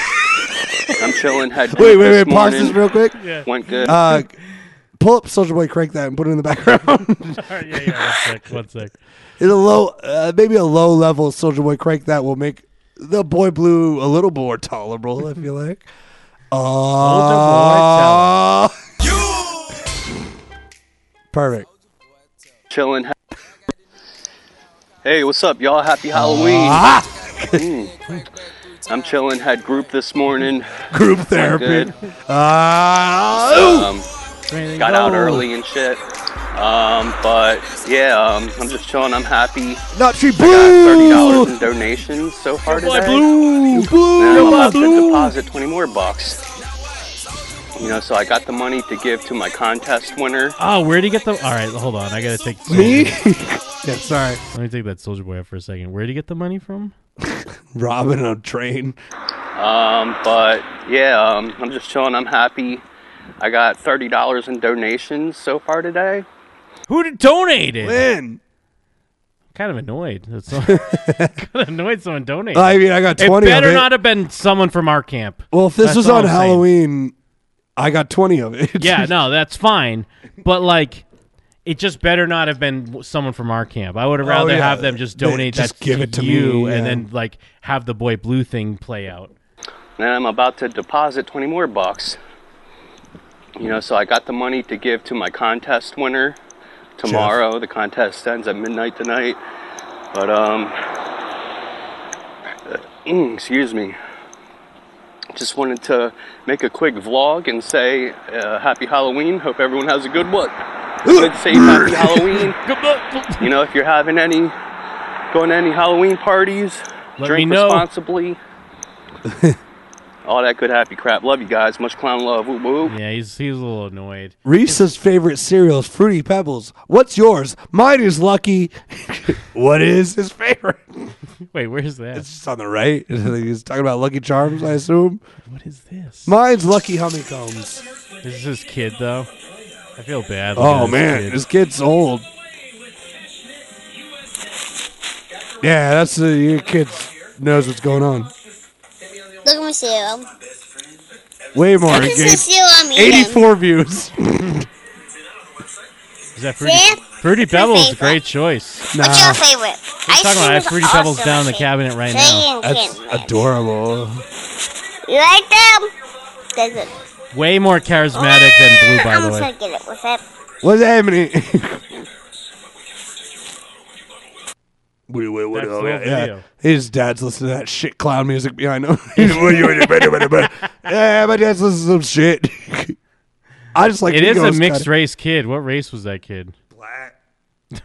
Speaker 13: Mm. I'm chilling. Had
Speaker 3: Wait,
Speaker 13: dinner
Speaker 3: wait,
Speaker 13: this
Speaker 3: wait. Pause this
Speaker 13: morning.
Speaker 3: real quick.
Speaker 13: Went good.
Speaker 3: Uh, pull up Soldier Boy, crank that, and put it in the background.
Speaker 4: yeah, yeah. One sec. One sec.
Speaker 3: It's a low, uh, maybe a low level Soldier Boy crank that will make the Boy Blue a little more tolerable, I feel like. Uh, perfect.
Speaker 8: Chilling. Hey, what's up, y'all? Happy Halloween.
Speaker 3: Ah!
Speaker 8: Mm. I'm chilling. Had group this morning.
Speaker 3: Group
Speaker 8: Went
Speaker 3: therapy.
Speaker 8: good.
Speaker 3: Ah,
Speaker 8: Um,
Speaker 3: Ready to
Speaker 8: got out
Speaker 3: go.
Speaker 8: early and shit. Um, but yeah, um, I'm just chilling. I'm happy.
Speaker 3: Not tree
Speaker 8: Thirty
Speaker 3: blue.
Speaker 8: dollars in donations so far
Speaker 3: Boy
Speaker 8: today.
Speaker 3: blue, blue,
Speaker 8: Now I'm
Speaker 3: boy
Speaker 8: about to
Speaker 3: blue.
Speaker 8: deposit twenty more bucks. You know, so I got the money to give to my contest winner.
Speaker 4: Oh, where'd he get the? All right, hold on. I gotta take
Speaker 3: Me? yeah, sorry.
Speaker 4: Let me take that Soldier Boy out for a second. Where'd he get the money from?
Speaker 3: Robbing a train.
Speaker 8: Um, but yeah, um, I'm just chilling. I'm happy. I got thirty dollars in donations so far today.
Speaker 4: Who d- donated?
Speaker 3: When?
Speaker 4: Kind of annoyed. That's so- kind of annoyed someone donated.
Speaker 3: I mean, I got 20
Speaker 4: It
Speaker 3: of
Speaker 4: better
Speaker 3: it.
Speaker 4: not have been someone from our camp.
Speaker 3: Well, if this
Speaker 4: That's
Speaker 3: was
Speaker 4: all
Speaker 3: on
Speaker 4: I'm saying.
Speaker 3: Halloween, I got 20 of it.
Speaker 4: yeah, no, that's fine. But like, it just better not have been w- someone from our camp. I would have
Speaker 3: Oh,
Speaker 4: rather
Speaker 3: yeah.
Speaker 4: have them just
Speaker 3: They-
Speaker 4: donate
Speaker 3: just
Speaker 4: that
Speaker 3: give
Speaker 4: to
Speaker 3: it to
Speaker 4: you,
Speaker 3: me,
Speaker 4: and
Speaker 3: yeah.
Speaker 4: then like have the boy blue thing play out.
Speaker 8: And I'm about to deposit 20 more bucks. You know, so I got the money to give to my contest winner tomorrow. The contest ends at midnight tonight. But, um, uh, mm, excuse me. Just wanted to make a quick vlog and say uh, happy Halloween. Hope everyone has a good one. Good, safe, happy Halloween. You know, if you're having any, going to any Halloween parties,
Speaker 4: Let
Speaker 8: drink
Speaker 4: me know.
Speaker 8: responsibly. All that good happy crap. Love you guys. Much clown love. Woo woo.
Speaker 4: Yeah, he's he's a little annoyed.
Speaker 3: Reese's favorite cereal is Fruity Pebbles. What's yours? Mine is Lucky. what is his favorite?
Speaker 4: Wait, where's that?
Speaker 3: It's just on the right. I think He's talking about Lucky Charms, I assume.
Speaker 4: What is this?
Speaker 3: Mine's Lucky Honeycombs.
Speaker 4: Is this kid though? I feel bad. looking at
Speaker 3: Oh,
Speaker 4: this
Speaker 3: man.
Speaker 4: kid.
Speaker 3: This kid's old. Yeah, that's uh, your kid knows what's going on.
Speaker 13: Look at my cereal.
Speaker 3: Way more
Speaker 13: Look at the
Speaker 3: engaged.
Speaker 13: cereal I'm eating.
Speaker 3: 84 views.
Speaker 4: Is that fruity?
Speaker 13: Yeah.
Speaker 4: Fruity
Speaker 13: My
Speaker 4: Pebbles, a
Speaker 13: favorite.
Speaker 4: great choice.
Speaker 13: What's your favorite?
Speaker 4: He's talking about I have
Speaker 13: cream
Speaker 4: Fruity
Speaker 13: is
Speaker 4: Pebbles
Speaker 13: awesome.
Speaker 4: down in the cabinet right now.
Speaker 13: Saying
Speaker 4: That's
Speaker 3: adorable.
Speaker 13: You like them? There's a-
Speaker 4: Way more charismatic than blue, by
Speaker 13: I'm
Speaker 4: the
Speaker 13: gonna
Speaker 4: way.
Speaker 13: get it with it.
Speaker 3: What's happening? Wait, wait,
Speaker 4: That's
Speaker 3: wait,
Speaker 4: the
Speaker 3: oh,
Speaker 4: whole
Speaker 3: yeah, yeah.
Speaker 4: video.
Speaker 3: His dad's listening to that shit clown music behind him. yeah, my dad's listening to some shit. I just like
Speaker 4: it is a
Speaker 3: Migos
Speaker 4: mixed
Speaker 3: kinda-
Speaker 4: race kid. What race was that kid?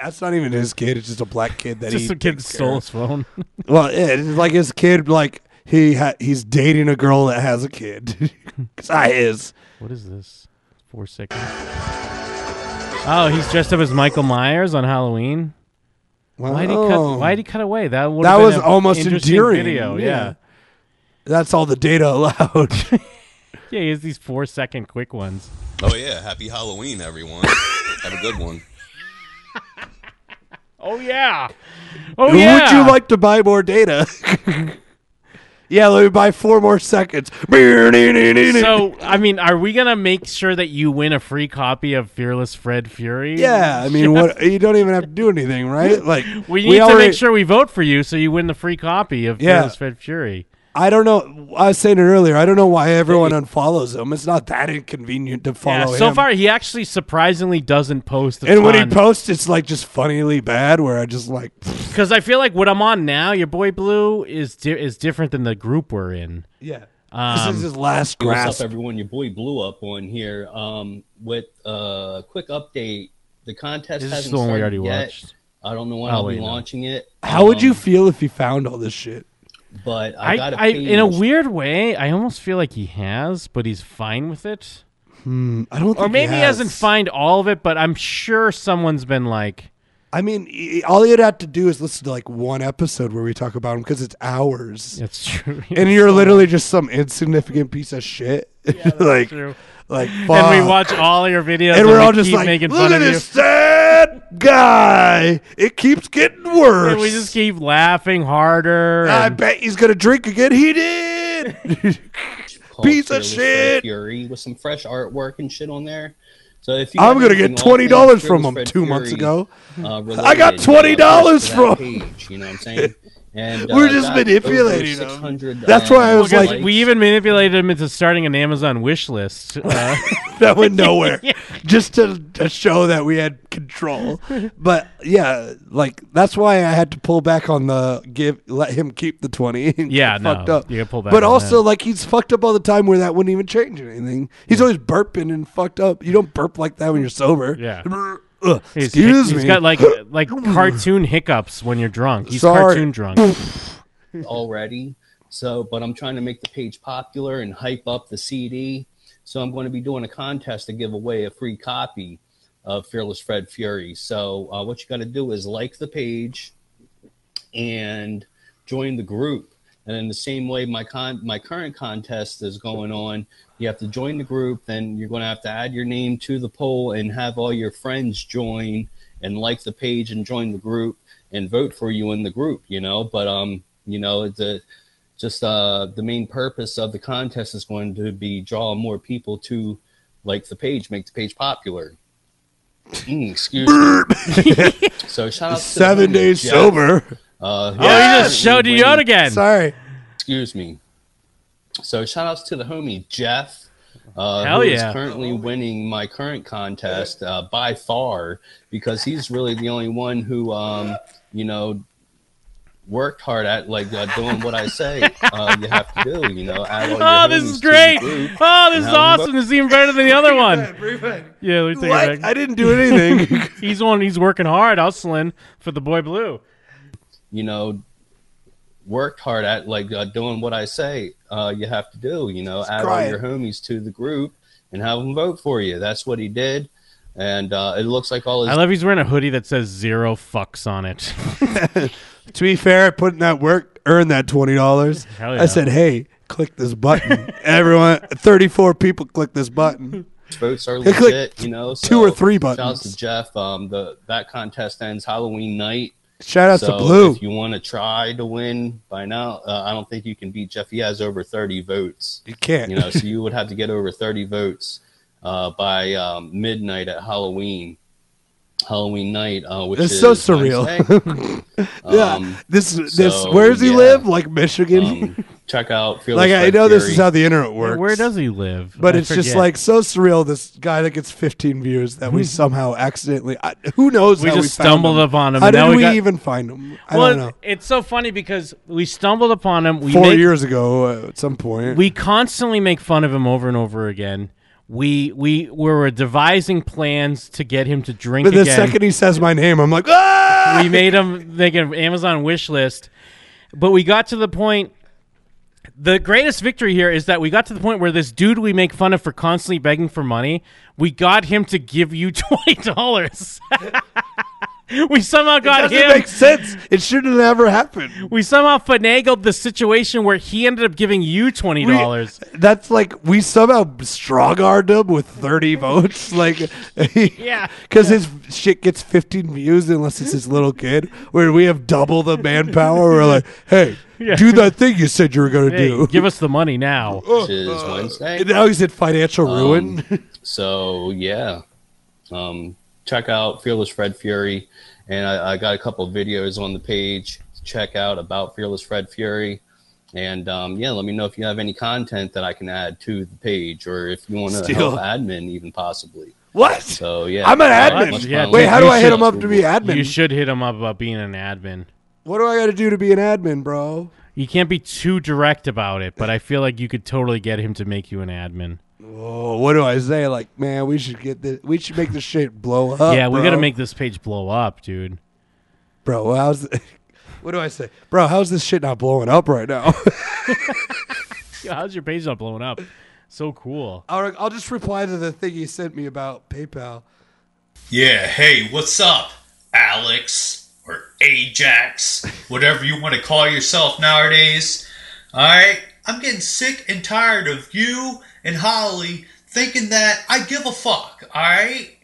Speaker 3: That's not even his kid. It's just a black kid that
Speaker 4: Just
Speaker 3: he
Speaker 4: some kid
Speaker 3: takes care
Speaker 4: stole
Speaker 3: of.
Speaker 4: his phone.
Speaker 3: Well, yeah, it's like his kid. Like he ha- he's dating a girl that has a kid. Cause I is.
Speaker 4: What is this? Four seconds. Oh, he's dressed up as Michael Myers on Halloween. Why would he
Speaker 3: Wow.
Speaker 4: cut? Why would he cut away? That would
Speaker 3: Oh. That was
Speaker 4: an
Speaker 3: almost
Speaker 4: interesting
Speaker 3: endearing.
Speaker 4: Video, yeah.
Speaker 3: Yeah. That's all the data allowed.
Speaker 4: Oh, Yeah, he has these four second quick ones.
Speaker 14: Oh yeah, happy Halloween, everyone. Have a good one.
Speaker 4: Oh yeah. Oh
Speaker 3: Would
Speaker 4: yeah.
Speaker 3: you like to buy more data? yeah, let me buy four more seconds.
Speaker 4: so I mean, are we gonna make sure that you win a free copy of Fearless Fred Fury?
Speaker 3: yeah, I mean, what? You don't even have to do anything, right? Like
Speaker 4: We need to make sure we vote for you so you win the free copy of
Speaker 3: Yeah.
Speaker 4: Fearless Fred Fury.
Speaker 3: I don't know. I was saying it earlier. I don't know why everyone unfollows him. It's not that inconvenient to
Speaker 4: Yeah,
Speaker 3: follow
Speaker 4: so
Speaker 3: him.
Speaker 4: far he actually surprisingly doesn't post. A
Speaker 3: and when he posts, it's like just funnily bad. Where I just like,
Speaker 4: because I feel like what I'm on now, your boy Blue is di- is different than the group we're in.
Speaker 3: Yeah.
Speaker 4: Um,
Speaker 8: Hey, What's up, everyone? Your boy blew up on here. Um, with a uh, quick update, the contest
Speaker 4: This is
Speaker 8: hasn't
Speaker 4: the one we
Speaker 8: started
Speaker 4: already
Speaker 8: yet.
Speaker 4: watched.
Speaker 8: I don't know when
Speaker 4: Oh,
Speaker 8: I'll be
Speaker 4: wait, no.
Speaker 8: launching it, um,
Speaker 3: how would you feel if you found all this shit?
Speaker 8: but I,
Speaker 4: I,
Speaker 8: got a
Speaker 4: I-
Speaker 8: page.
Speaker 4: in a weird way, I almost feel like he has, but he's fine with it.
Speaker 3: Hmm, I don't.
Speaker 4: or
Speaker 3: think
Speaker 4: maybe
Speaker 3: he
Speaker 4: he,
Speaker 3: has.
Speaker 4: hasn't find all of it, but I'm sure someone's been like,
Speaker 3: I mean, e- all you'd have to do is listen to like one episode where we talk about him because it's hours.
Speaker 4: That's true.
Speaker 3: And you're literally just some insignificant piece of shit. like,
Speaker 4: true.
Speaker 3: like, fuck.
Speaker 4: and we watch all your videos,
Speaker 3: And we're all
Speaker 4: we
Speaker 3: just
Speaker 4: keep
Speaker 3: like,
Speaker 4: making
Speaker 3: look
Speaker 4: fun
Speaker 3: at
Speaker 4: of
Speaker 3: this sad guy. It keeps getting
Speaker 4: you.
Speaker 3: worse.
Speaker 4: And we just keep laughing harder.
Speaker 3: I
Speaker 4: and-
Speaker 3: bet he's gonna drink again. He did.
Speaker 8: called
Speaker 3: piece of
Speaker 8: Fearless Ray
Speaker 3: shit.
Speaker 8: Fury with some fresh artwork and shit on there. So if you
Speaker 3: I'm
Speaker 8: got
Speaker 3: gonna get
Speaker 8: anything off
Speaker 3: twenty
Speaker 8: Fearless
Speaker 3: dollars from him
Speaker 8: Fred
Speaker 3: two months
Speaker 8: Fury,
Speaker 3: ago.
Speaker 8: uh,
Speaker 3: I got
Speaker 8: related,
Speaker 3: twenty dollars
Speaker 8: you know,
Speaker 3: from.
Speaker 8: to that page, you know what I'm saying? And,
Speaker 3: We're
Speaker 8: uh,
Speaker 3: just
Speaker 8: got
Speaker 3: manipulating
Speaker 8: over
Speaker 3: him.
Speaker 8: 600,
Speaker 3: That's why I
Speaker 8: uh,
Speaker 3: was
Speaker 4: Because
Speaker 8: likes.
Speaker 4: we even manipulated him into starting an Amazon wish list. Uh,
Speaker 3: that went nowhere. Just to, to show that we had control. But yeah, like that's why I had to pull back on the give let him keep the twenty.
Speaker 4: Yeah, no,
Speaker 3: fucked up.
Speaker 4: you gotta pull back
Speaker 3: But
Speaker 4: on
Speaker 3: also
Speaker 4: that.
Speaker 3: like he's fucked up all the time where that wouldn't even change anything. He's always burping and fucked up. You don't burp like that when you're sober.
Speaker 4: Yeah.
Speaker 3: Ugh,
Speaker 4: He's-
Speaker 3: excuse
Speaker 4: he's
Speaker 3: me.
Speaker 4: got like like cartoon hiccups when you're drunk. He's
Speaker 3: Sorry.
Speaker 4: cartoon drunk. Oh,
Speaker 8: already. So, but I'm trying to make the page popular and hype up the CD. So I'm going to be doing a contest to give away a free copy of Fearless Fred Fury. So uh, what you got to do is like the page and join the group. And in the same way, my con my current contest is going on. You have to join the group, then you're going to have to add your name to the poll and have all your friends join and like the page and join the group and vote for you in the group. You know, but um, you know the just uh the main purpose of the contest is going to be draw more people to like the page, make the page popular. Mm, excuse me. so shout out to the
Speaker 3: Seven
Speaker 8: homie,
Speaker 3: days
Speaker 8: Jeff.
Speaker 3: sober.
Speaker 8: Uh,
Speaker 3: Oh, he just showed you out again. Sorry.
Speaker 8: Excuse me. So shout outs to the homie Jeff. Uh,
Speaker 4: Hell
Speaker 8: who is
Speaker 4: yeah.
Speaker 8: currently winning my current contest uh, by far because he's really the only one who, um, you know, worked hard at like uh, doing what I say uh, you have to do. You know, add all your
Speaker 4: oh, this
Speaker 8: homies
Speaker 4: is
Speaker 8: to the
Speaker 4: great!
Speaker 8: group
Speaker 4: Oh, this
Speaker 8: and
Speaker 4: is
Speaker 8: have 'em
Speaker 4: awesome. This is even better than the other one. Yeah, let me take
Speaker 3: What?
Speaker 4: it back.
Speaker 3: I didn't do anything.
Speaker 4: he's on. He's working hard, hustling for the boy blue.
Speaker 8: you know worked hard at like uh, doing what I say uh, you have to do. You know, add
Speaker 3: crying.
Speaker 8: all your homies to the group and have them vote for you. That's what he did, and uh, it looks like all his
Speaker 4: I love he's wearing a hoodie that says zero fucks on it.
Speaker 3: to be fair, putting that work earned that twenty dollars.
Speaker 4: Hell yeah.
Speaker 3: I said, "Hey, click this button." Everyone, thirty-four people click this button.
Speaker 8: votes are
Speaker 3: Click
Speaker 8: legit. you know,
Speaker 3: two or three
Speaker 8: shout out
Speaker 3: buttons.
Speaker 8: to Jeff. Um, the that contest ends Halloween night.
Speaker 3: Shout out to
Speaker 8: So
Speaker 3: Blue.
Speaker 8: If you want to try to win by now, uh, I don't think you can beat Jeff. He has over 30 votes. You
Speaker 3: can't.
Speaker 8: You know, so you would have to get over 30 votes uh, by um, midnight at Halloween. Halloween night, uh, which
Speaker 3: It's
Speaker 8: is
Speaker 3: so surreal.
Speaker 8: Wednesday.
Speaker 3: yeah,
Speaker 8: Um,
Speaker 3: this this.
Speaker 8: so,
Speaker 3: where does he
Speaker 8: yeah. Um,
Speaker 3: live? Like Michigan.
Speaker 8: Check out. Fearless
Speaker 3: like I
Speaker 8: Fred
Speaker 3: know this
Speaker 8: Fury.
Speaker 3: is how the internet works.
Speaker 4: where does he live?
Speaker 3: But
Speaker 4: I
Speaker 3: it's just
Speaker 4: forget.
Speaker 3: like so surreal. This guy that gets 15 views that we somehow accidentally. I, who knows?
Speaker 4: We
Speaker 3: how
Speaker 4: just
Speaker 3: found
Speaker 4: stumbled upon him,
Speaker 3: How
Speaker 4: and
Speaker 3: did
Speaker 4: now we
Speaker 3: we,
Speaker 4: got-
Speaker 3: even find him? I
Speaker 4: well,
Speaker 3: don't know.
Speaker 4: it's so funny because we stumbled upon him. We
Speaker 3: Four
Speaker 4: made-
Speaker 3: years ago, uh, at some point.
Speaker 4: We constantly make fun of him over and over again. We we were devising plans to get him to drink
Speaker 3: but the
Speaker 4: again.
Speaker 3: second he says my name, I'm like, ah!
Speaker 4: we made him make an Amazon wish list, but we got to the point. The greatest victory here is that we got to the point where this dude we make fun of for constantly begging for money, we got him to give you twenty dollars. we somehow got
Speaker 3: doesn't
Speaker 4: him.
Speaker 3: make sense. It shouldn't have ever happened.
Speaker 4: We somehow finagled the situation where he ended up giving you twenty dollars.
Speaker 3: That's like we somehow strong armed him with 30 votes. Like,
Speaker 4: Yeah.
Speaker 3: because his shit gets 15 views unless it's his little kid. Where we have double the manpower. We're like, hey,
Speaker 4: Yeah.
Speaker 3: do that thing you said you were gonna
Speaker 4: Hey,
Speaker 3: do.
Speaker 4: give us the money now.
Speaker 8: Which
Speaker 3: Uh,
Speaker 8: is Wednesday.
Speaker 3: And now he's in financial ruin.
Speaker 8: Um, so yeah, um, check out Fearless Fred Fury, and I, I got a couple of videos on the page. to Check out about Fearless Fred Fury, and um, yeah, let me know if you have any content that I can add to the page, or if you want to
Speaker 3: Still.
Speaker 8: help admin even possibly.
Speaker 3: What?
Speaker 8: So yeah,
Speaker 3: I'm an
Speaker 8: uh,
Speaker 3: admin.
Speaker 8: much
Speaker 3: Yeah,
Speaker 8: love.
Speaker 3: Wait, how do
Speaker 4: you
Speaker 3: I hit
Speaker 4: should-
Speaker 3: him up to be admin?
Speaker 4: You should hit him up about being an admin.
Speaker 3: what do I gotta do to be an admin, bro?
Speaker 4: You can't be too direct about it, but I feel like you could totally get him to make you an admin.
Speaker 3: Oh, what do I say? Like, man, we should get this. We should make this shit blow up.
Speaker 4: yeah, we
Speaker 3: Oh, bro.
Speaker 4: got to make this page blow up, dude.
Speaker 3: bro. How's what do I say, bro? How's this shit not blowing up right now?
Speaker 4: Yo, how's your page not blowing up? So cool.
Speaker 3: I'll, I'll just reply to the thing he sent me about PayPal.
Speaker 15: Yeah, hey, what's up, Alex or Ajax, whatever you want to call yourself nowadays? All right, I'm getting sick and tired of you and Holly thinking that I give a fuck, all right?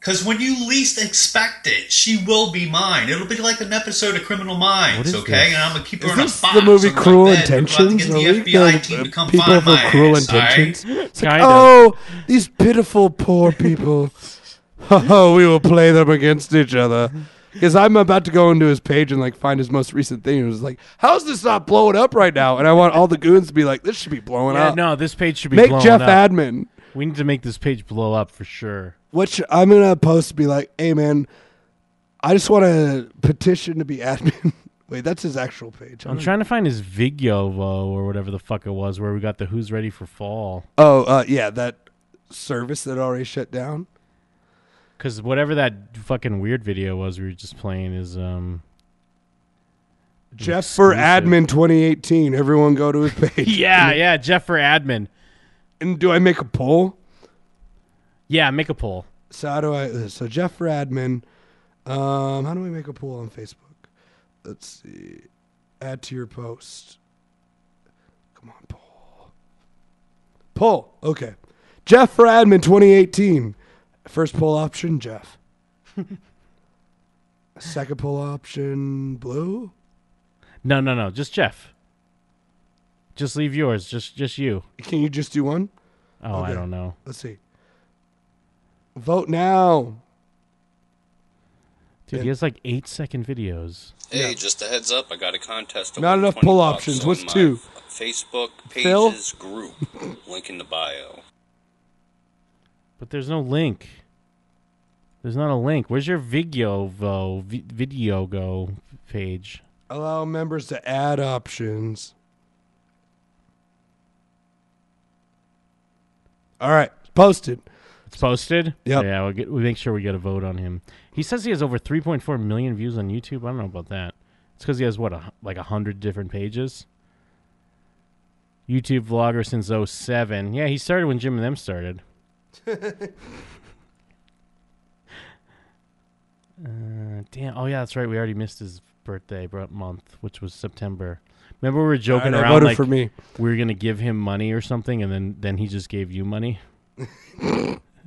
Speaker 16: Because when you least expect it, she will be mine. It'll be like an episode of Criminal Minds, okay?
Speaker 3: this?
Speaker 16: And I'm going to keep her
Speaker 3: Is
Speaker 16: in a
Speaker 3: this
Speaker 16: box.
Speaker 3: the movie
Speaker 16: under my
Speaker 3: Cruel
Speaker 16: bed.
Speaker 3: Intentions?
Speaker 16: We're
Speaker 3: Are
Speaker 16: about to
Speaker 3: we
Speaker 16: get the FBI
Speaker 3: gonna-
Speaker 16: team to come
Speaker 3: people
Speaker 16: find
Speaker 3: for
Speaker 16: my
Speaker 3: Cruel
Speaker 16: ass, all right?
Speaker 3: Intentions? It's like,
Speaker 16: Kinda.
Speaker 3: oh, these pitiful, poor people. Oh, we will play them against each other. Because I'm about to go into his page and like find his most recent thing. It was like, how's this not blowing up right now? And I want all the goons to be like, this should be blowing
Speaker 4: Yeah,
Speaker 3: up.
Speaker 4: no, this page should be
Speaker 3: uh, make
Speaker 4: blown
Speaker 3: Jeff
Speaker 4: up.
Speaker 3: admin.
Speaker 4: We need to make this page blow up for sure.
Speaker 3: Which I'm gonna post to be like, hey man, I just want to petition to be admin. Wait, that's his actual page.
Speaker 4: I'm trying to find his Vigyovo or whatever the fuck it was where we got the Who's Ready for Fall.
Speaker 3: Oh, uh, yeah, that service that already shut down.
Speaker 4: Because whatever that fucking weird video was we were just playing is um
Speaker 3: Jeff for
Speaker 4: exclusive.
Speaker 3: admin 2018. Everyone go to his page.
Speaker 4: Yeah, yeah, Jeff for admin.
Speaker 3: And do I make a poll?
Speaker 4: Yeah, make a poll.
Speaker 3: So how do I? So Jeff for admin. Um, how do we make a poll on Facebook? Let's see. Add to your post. Come on, poll. Poll. Okay. Jeff for admin 2018. First poll option, Jeff. Second poll option, blue.
Speaker 4: No, no, no, just Jeff. Just leave yours, just just you.
Speaker 3: Can you just do one?
Speaker 4: Oh, I
Speaker 3: Okay.
Speaker 4: don't know.
Speaker 3: Let's see. Vote now.
Speaker 4: Dude, he has like 8 second videos.
Speaker 17: Hey, just a heads up, I got a contest. to
Speaker 3: Not
Speaker 17: win
Speaker 3: enough
Speaker 17: 20
Speaker 3: pull
Speaker 17: bucks
Speaker 3: options.
Speaker 17: on
Speaker 3: What's
Speaker 17: my
Speaker 3: two?
Speaker 17: Facebook
Speaker 3: Phil?
Speaker 17: pages group. Link in the bio.
Speaker 4: But there's no link. There's not a link. Where's your Vigyovo vi- video go page?
Speaker 3: Allow members to add options. All right, it's posted.
Speaker 4: It's posted.
Speaker 3: Yep.
Speaker 4: Yeah, we'll get, we make sure we get a vote on him. He says he has over 3.4 million views on YouTube. I don't know about that. It's because he has what, a, hu- like a hundred different pages. YouTube vlogger since 07. Yeah, he started when Jim and them started. Uh, damn. Oh yeah, that's right. We already missed his birthday bro- month, which was September. Remember we were joking
Speaker 3: Alright, I
Speaker 4: around
Speaker 3: voted
Speaker 4: like
Speaker 3: for me.
Speaker 4: we were gonna give him money or something, and then then he just gave you money.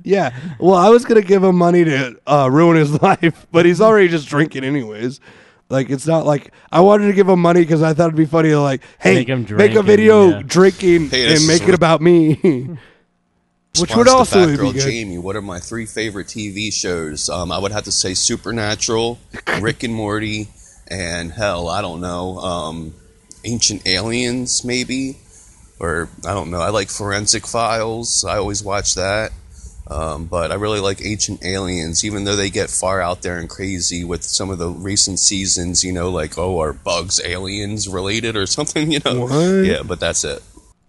Speaker 3: Yeah. Well, I was gonna give him money to uh, ruin his life, but he's already just drinking anyways. Like it's not like I wanted to give him money because I thought it'd be funny to like, hey,
Speaker 4: Make him
Speaker 3: make
Speaker 4: drink
Speaker 3: a
Speaker 4: and,
Speaker 3: video
Speaker 4: yeah.
Speaker 3: drinking
Speaker 17: Hey, this is
Speaker 3: and make it
Speaker 17: re-
Speaker 3: about me, which would
Speaker 17: Response to
Speaker 3: also
Speaker 17: Fat
Speaker 3: be
Speaker 17: Girl
Speaker 3: good.
Speaker 17: Jamie, what are my three favorite TV shows? Um, I would have to say Supernatural, Rick and Morty, and hell, I don't know, um, Ancient Aliens, maybe, or I don't know. I like Forensic Files. I always watch that. Um, but I really like Ancient Aliens, even though they get far out there and crazy with some of the recent seasons. You know, like oh, are bugs aliens related or something? You know,
Speaker 3: What?
Speaker 17: yeah. But that's it.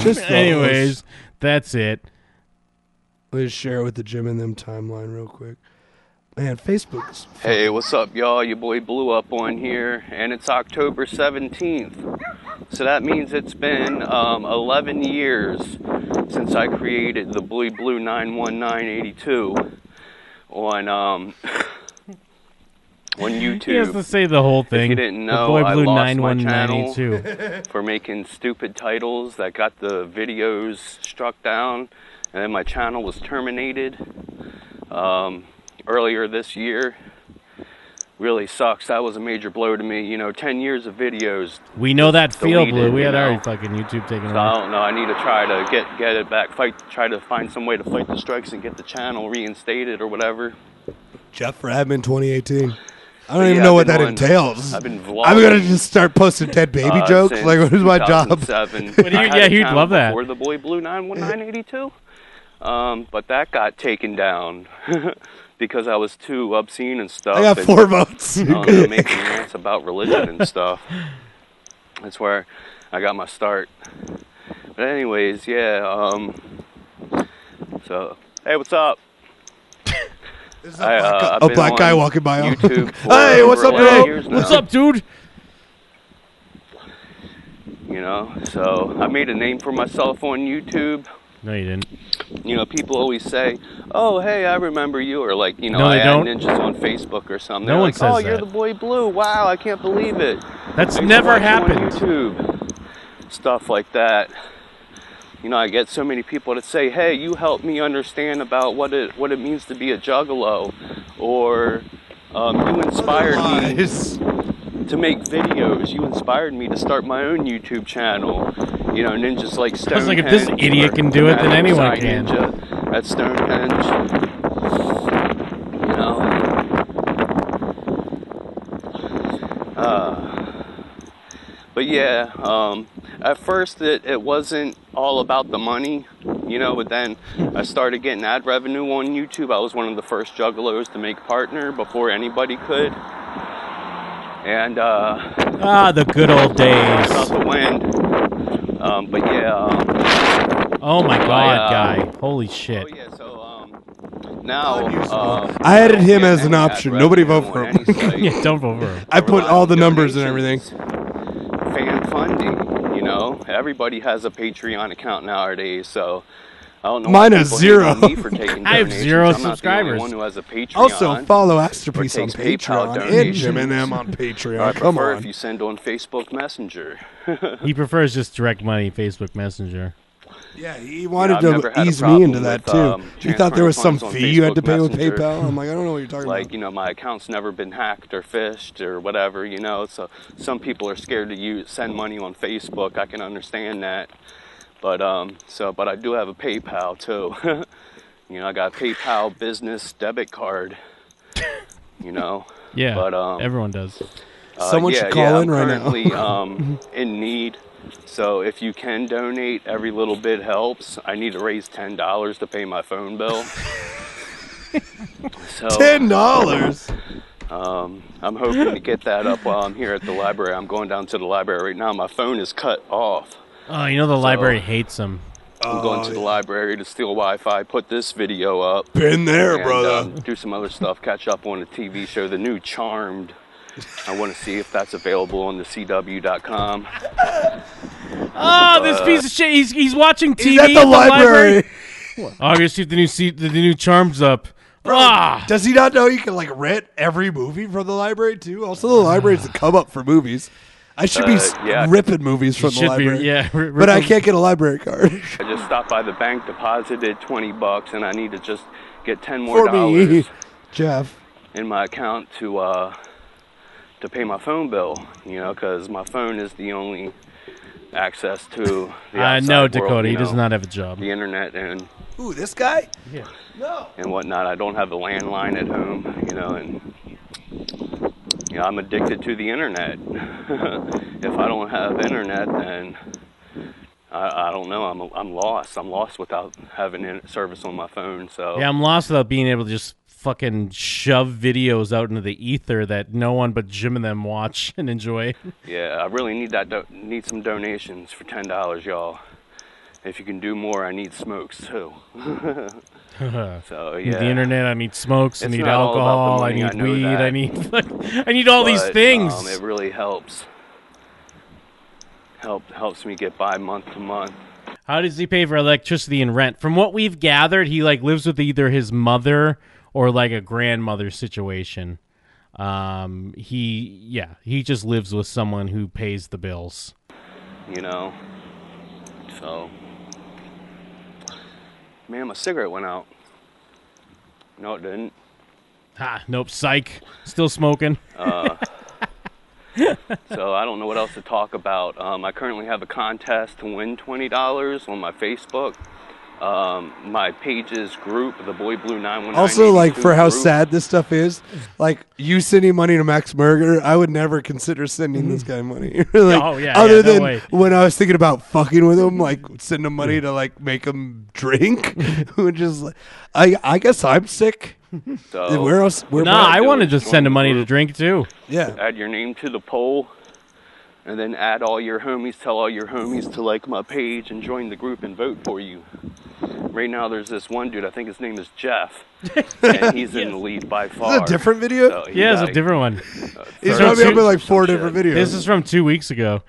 Speaker 3: Just
Speaker 4: Anyways, that's it.
Speaker 3: Let's share it with the Jim and them timeline real quick. Man, Facebook's
Speaker 8: Hey, what's up, y'all? Your boy Blew Up on here, and it's October 17th. So that means it's been um, 11 years since I created the Blue Blue 91982 on um, on YouTube.
Speaker 4: He has to say the whole
Speaker 8: If
Speaker 4: thing.
Speaker 8: you didn't
Speaker 4: The
Speaker 8: know,
Speaker 4: Boy
Speaker 8: I
Speaker 4: Blue
Speaker 8: lost my
Speaker 4: 91982.
Speaker 8: channel for making stupid titles that got the videos struck down, and then my channel was terminated um, earlier this year. Really sucks. That was a major blow to me. You know, 10 years of videos.
Speaker 4: We know that feel,
Speaker 8: Deleted,
Speaker 4: Blue. We
Speaker 8: you
Speaker 4: had
Speaker 8: know.
Speaker 4: already fucking YouTube taken
Speaker 8: So I
Speaker 4: away.
Speaker 8: don't know. I need to try to get get it back. Fight. Try to find some way to fight the strikes and get the channel reinstated or whatever.
Speaker 3: Jeff for admin 2018. I don't
Speaker 8: Yeah,
Speaker 3: even
Speaker 8: I've
Speaker 3: know what
Speaker 8: been
Speaker 3: that
Speaker 8: on-
Speaker 3: entails.
Speaker 8: I've been
Speaker 3: I'm gonna
Speaker 8: vlogging,
Speaker 3: just start posting dead baby
Speaker 8: uh,
Speaker 3: jokes.
Speaker 8: since
Speaker 3: Like, what is my job?
Speaker 8: 2007.
Speaker 3: What do
Speaker 8: I
Speaker 3: you-
Speaker 8: had
Speaker 3: yeah,
Speaker 8: a
Speaker 3: he'd
Speaker 8: channel
Speaker 3: love that.
Speaker 8: Before the boy blue 91982, um, but that got taken down because I was too obscene and stuff.
Speaker 3: I got
Speaker 8: and,
Speaker 3: four votes.
Speaker 8: um, making rants about religion and stuff. That's where I got my start. But anyways, yeah. Um, so hey, what's up? I, uh, I've
Speaker 3: A
Speaker 8: been
Speaker 3: black
Speaker 8: on
Speaker 3: guy walking by.
Speaker 8: YouTube for
Speaker 3: hey, what's up,
Speaker 8: over
Speaker 3: bro?
Speaker 8: 11 years now.
Speaker 4: dude?
Speaker 8: you know so i made a name for myself on youtube
Speaker 4: No, you didn't.
Speaker 8: you know people always say oh hey i remember you or like you know
Speaker 4: No,
Speaker 8: i
Speaker 4: they
Speaker 8: add
Speaker 4: don't.
Speaker 8: ninjas on facebook or something
Speaker 4: No
Speaker 8: They're
Speaker 4: one
Speaker 8: like
Speaker 4: says
Speaker 8: oh you're
Speaker 4: that.
Speaker 8: the boy blue wow i can't believe it
Speaker 4: That's
Speaker 8: I used to
Speaker 4: never
Speaker 8: watch you on
Speaker 4: happened.
Speaker 8: youtube stuff like that You know, I get so many people that say, "Hey, you helped me understand about what it what it means to be a juggalo," or um, "You inspired me to make videos. You inspired me to start my own YouTube channel." You know, ninjas like
Speaker 4: I
Speaker 8: Stonehenge.
Speaker 4: was like, if this idiot can do it, then anyone can.
Speaker 8: Ninja at Stonehenge. You know. Uh, but yeah, um, at first it, it wasn't all about the money, you know, but then I started getting ad revenue on YouTube. I was one of the first jugglers to make partner before anybody could. And uh,
Speaker 4: Ah, the good old days.
Speaker 8: about the wind. Um, but yeah, um, oh,
Speaker 4: Oh my
Speaker 8: I,
Speaker 4: god,
Speaker 8: uh,
Speaker 4: guy! Holy shit!
Speaker 8: um, now uh,
Speaker 3: I added him as an option. Nobody vote for him.
Speaker 8: Oh,
Speaker 4: yeah, don't vote for him.
Speaker 3: I put all the numbers and everything.
Speaker 8: fan funding, you know, everybody has a Patreon account nowadays, so. I don't know why
Speaker 3: Mine is
Speaker 8: people hate on
Speaker 3: zero.
Speaker 8: Me for taking
Speaker 3: I have
Speaker 8: donations.
Speaker 3: zero
Speaker 8: I'm not the only
Speaker 3: subscribers.
Speaker 8: one who has a Patreon.
Speaker 3: Also, follow
Speaker 8: or
Speaker 3: Astropiece on
Speaker 8: takes PayPal
Speaker 3: Patreon and
Speaker 8: donations.
Speaker 3: Jim and M on
Speaker 8: Or I
Speaker 3: Patreon. Come
Speaker 8: prefer if
Speaker 3: on.
Speaker 8: you send on Facebook Messenger.
Speaker 4: He prefers just direct money, Facebook Messenger.
Speaker 3: Yeah, he wanted
Speaker 8: I've never
Speaker 3: to
Speaker 8: had a
Speaker 3: ease me
Speaker 8: problem
Speaker 3: into that
Speaker 8: with,
Speaker 3: too.
Speaker 8: um,
Speaker 3: you thought there was some
Speaker 8: transferring funds on
Speaker 3: fee you had to
Speaker 8: Facebook
Speaker 3: pay
Speaker 8: Messenger.
Speaker 3: with PayPal? I'm like, I don't know what you're talking
Speaker 8: like, you know, my account's never been hacked or fished or whatever, you know. So some people are scared to use send money on Facebook. I can understand that. But um so but I do have a PayPal too. you know, I got PayPal business debit card. You know.
Speaker 4: Yeah,
Speaker 8: But um
Speaker 4: everyone does.
Speaker 8: uh,
Speaker 3: Someone
Speaker 8: yeah,
Speaker 3: should call
Speaker 8: yeah,
Speaker 3: in
Speaker 8: I'm
Speaker 3: right now.
Speaker 8: currently, um, in need, so if you can donate, every little bit helps. I need to raise ten dollars to pay my phone bill. so,
Speaker 3: $10?
Speaker 8: Um, I'm hoping to get that up while I'm here at the library. I'm going down to the library right now. My phone is cut off.
Speaker 4: Oh, you know the
Speaker 8: So-
Speaker 4: library hates him.
Speaker 8: I'm
Speaker 3: Oh,
Speaker 8: going to the library to steal Wi-Fi. Put this video up.
Speaker 4: Been there,
Speaker 8: and,
Speaker 4: brother.
Speaker 8: um, do some other stuff. Catch up on the TV show, The New Charmed. I want to see if that's available on the CW.com.
Speaker 4: Oh, this
Speaker 8: Uh,
Speaker 4: piece of shit! He's he's watching TV
Speaker 8: He's at the library.
Speaker 4: What? Oh, I gotta see if the new se- the new charms up. ah.
Speaker 3: Does he not know you can like rent every movie from the library too? Also, the library's a come up for movies. I should be
Speaker 8: Uh,
Speaker 3: s
Speaker 8: yeah.
Speaker 3: ripping movies
Speaker 8: You
Speaker 3: from the
Speaker 8: should be,
Speaker 3: library.
Speaker 8: yeah, ri-
Speaker 3: but I
Speaker 8: ripping-
Speaker 3: can't get a library card.
Speaker 8: I just stopped by the bank, deposited 20 bucks, and I need to just get 10 more
Speaker 3: For
Speaker 8: dollars
Speaker 3: me, Jeff.
Speaker 8: in my account to uh, to pay my phone bill. You know, because my phone is the only access to. The
Speaker 4: I
Speaker 8: outside
Speaker 4: know
Speaker 8: world,
Speaker 4: uh, Dakota. He
Speaker 8: you
Speaker 4: does
Speaker 8: know,
Speaker 4: not have a job.
Speaker 8: The internet and
Speaker 3: Ooh, this guy?
Speaker 4: Yeah.
Speaker 3: No.
Speaker 8: and whatnot. I don't have a landline at home, you know, and you know, I'm addicted to the internet. if I don't have internet, then I, I don't know. I'm I'm lost. I'm lost without having in- service on my phone. So
Speaker 4: Yeah, I'm lost without being able to just fucking shove videos out into the ether that no one but Jim and them watch and enjoy.
Speaker 8: Yeah, I really need that. Do- need some donations for ten dollars, y'all. If you can do more, I need smokes too. so
Speaker 4: Need
Speaker 8: yeah,
Speaker 4: the internet. I need smokes. I
Speaker 8: It's
Speaker 4: need
Speaker 8: not all about the
Speaker 4: alcohol. I
Speaker 8: money, I
Speaker 4: need
Speaker 8: know
Speaker 4: weed.
Speaker 8: that.
Speaker 4: I need I need all these
Speaker 8: But,
Speaker 4: things.
Speaker 8: Um, it really helps. Help helps me get by month to month.
Speaker 4: How does he pay for electricity and rent? From what we've gathered, he like lives with either his mother or like a grandmother situation. Um, he yeah, he just lives with someone who pays the bills.
Speaker 8: you know. So, man, my cigarette went out. No, it didn't.
Speaker 4: Ha, nope, psych. Still smoking.
Speaker 8: Uh, so I don't know what else to talk about. Um, I currently have a contest to win twenty dollars on my Facebook. Um, my pages group, the Boy Blue Nine One Nine.
Speaker 3: Also, like for how sad this stuff is, like you sending money to Max Berger, I would never consider sending this guy money. like,
Speaker 4: Mm-hmm. Oh, yeah,
Speaker 3: Other
Speaker 4: yeah, no
Speaker 3: than
Speaker 4: way.
Speaker 3: when I was thinking about fucking with him, like send him money to like make him drink, which is, like- I I guess I'm sick.
Speaker 8: So-
Speaker 3: Where else? Where
Speaker 4: nah,
Speaker 3: where-
Speaker 4: I wanted to send him money to drink too.
Speaker 3: Yeah.
Speaker 8: Add your name to the poll, and then add all your homies. Tell all your homies to like my page and join the group and vote for you. Right now, there's this one dude. I think his name is Jeff, and he's in the lead by far.
Speaker 3: different video?
Speaker 8: So he's
Speaker 4: Yeah, it's a
Speaker 8: like-
Speaker 4: different one.
Speaker 3: He's
Speaker 4: This
Speaker 3: probably
Speaker 4: is-
Speaker 3: up in like four different videos.
Speaker 4: This is from two weeks ago.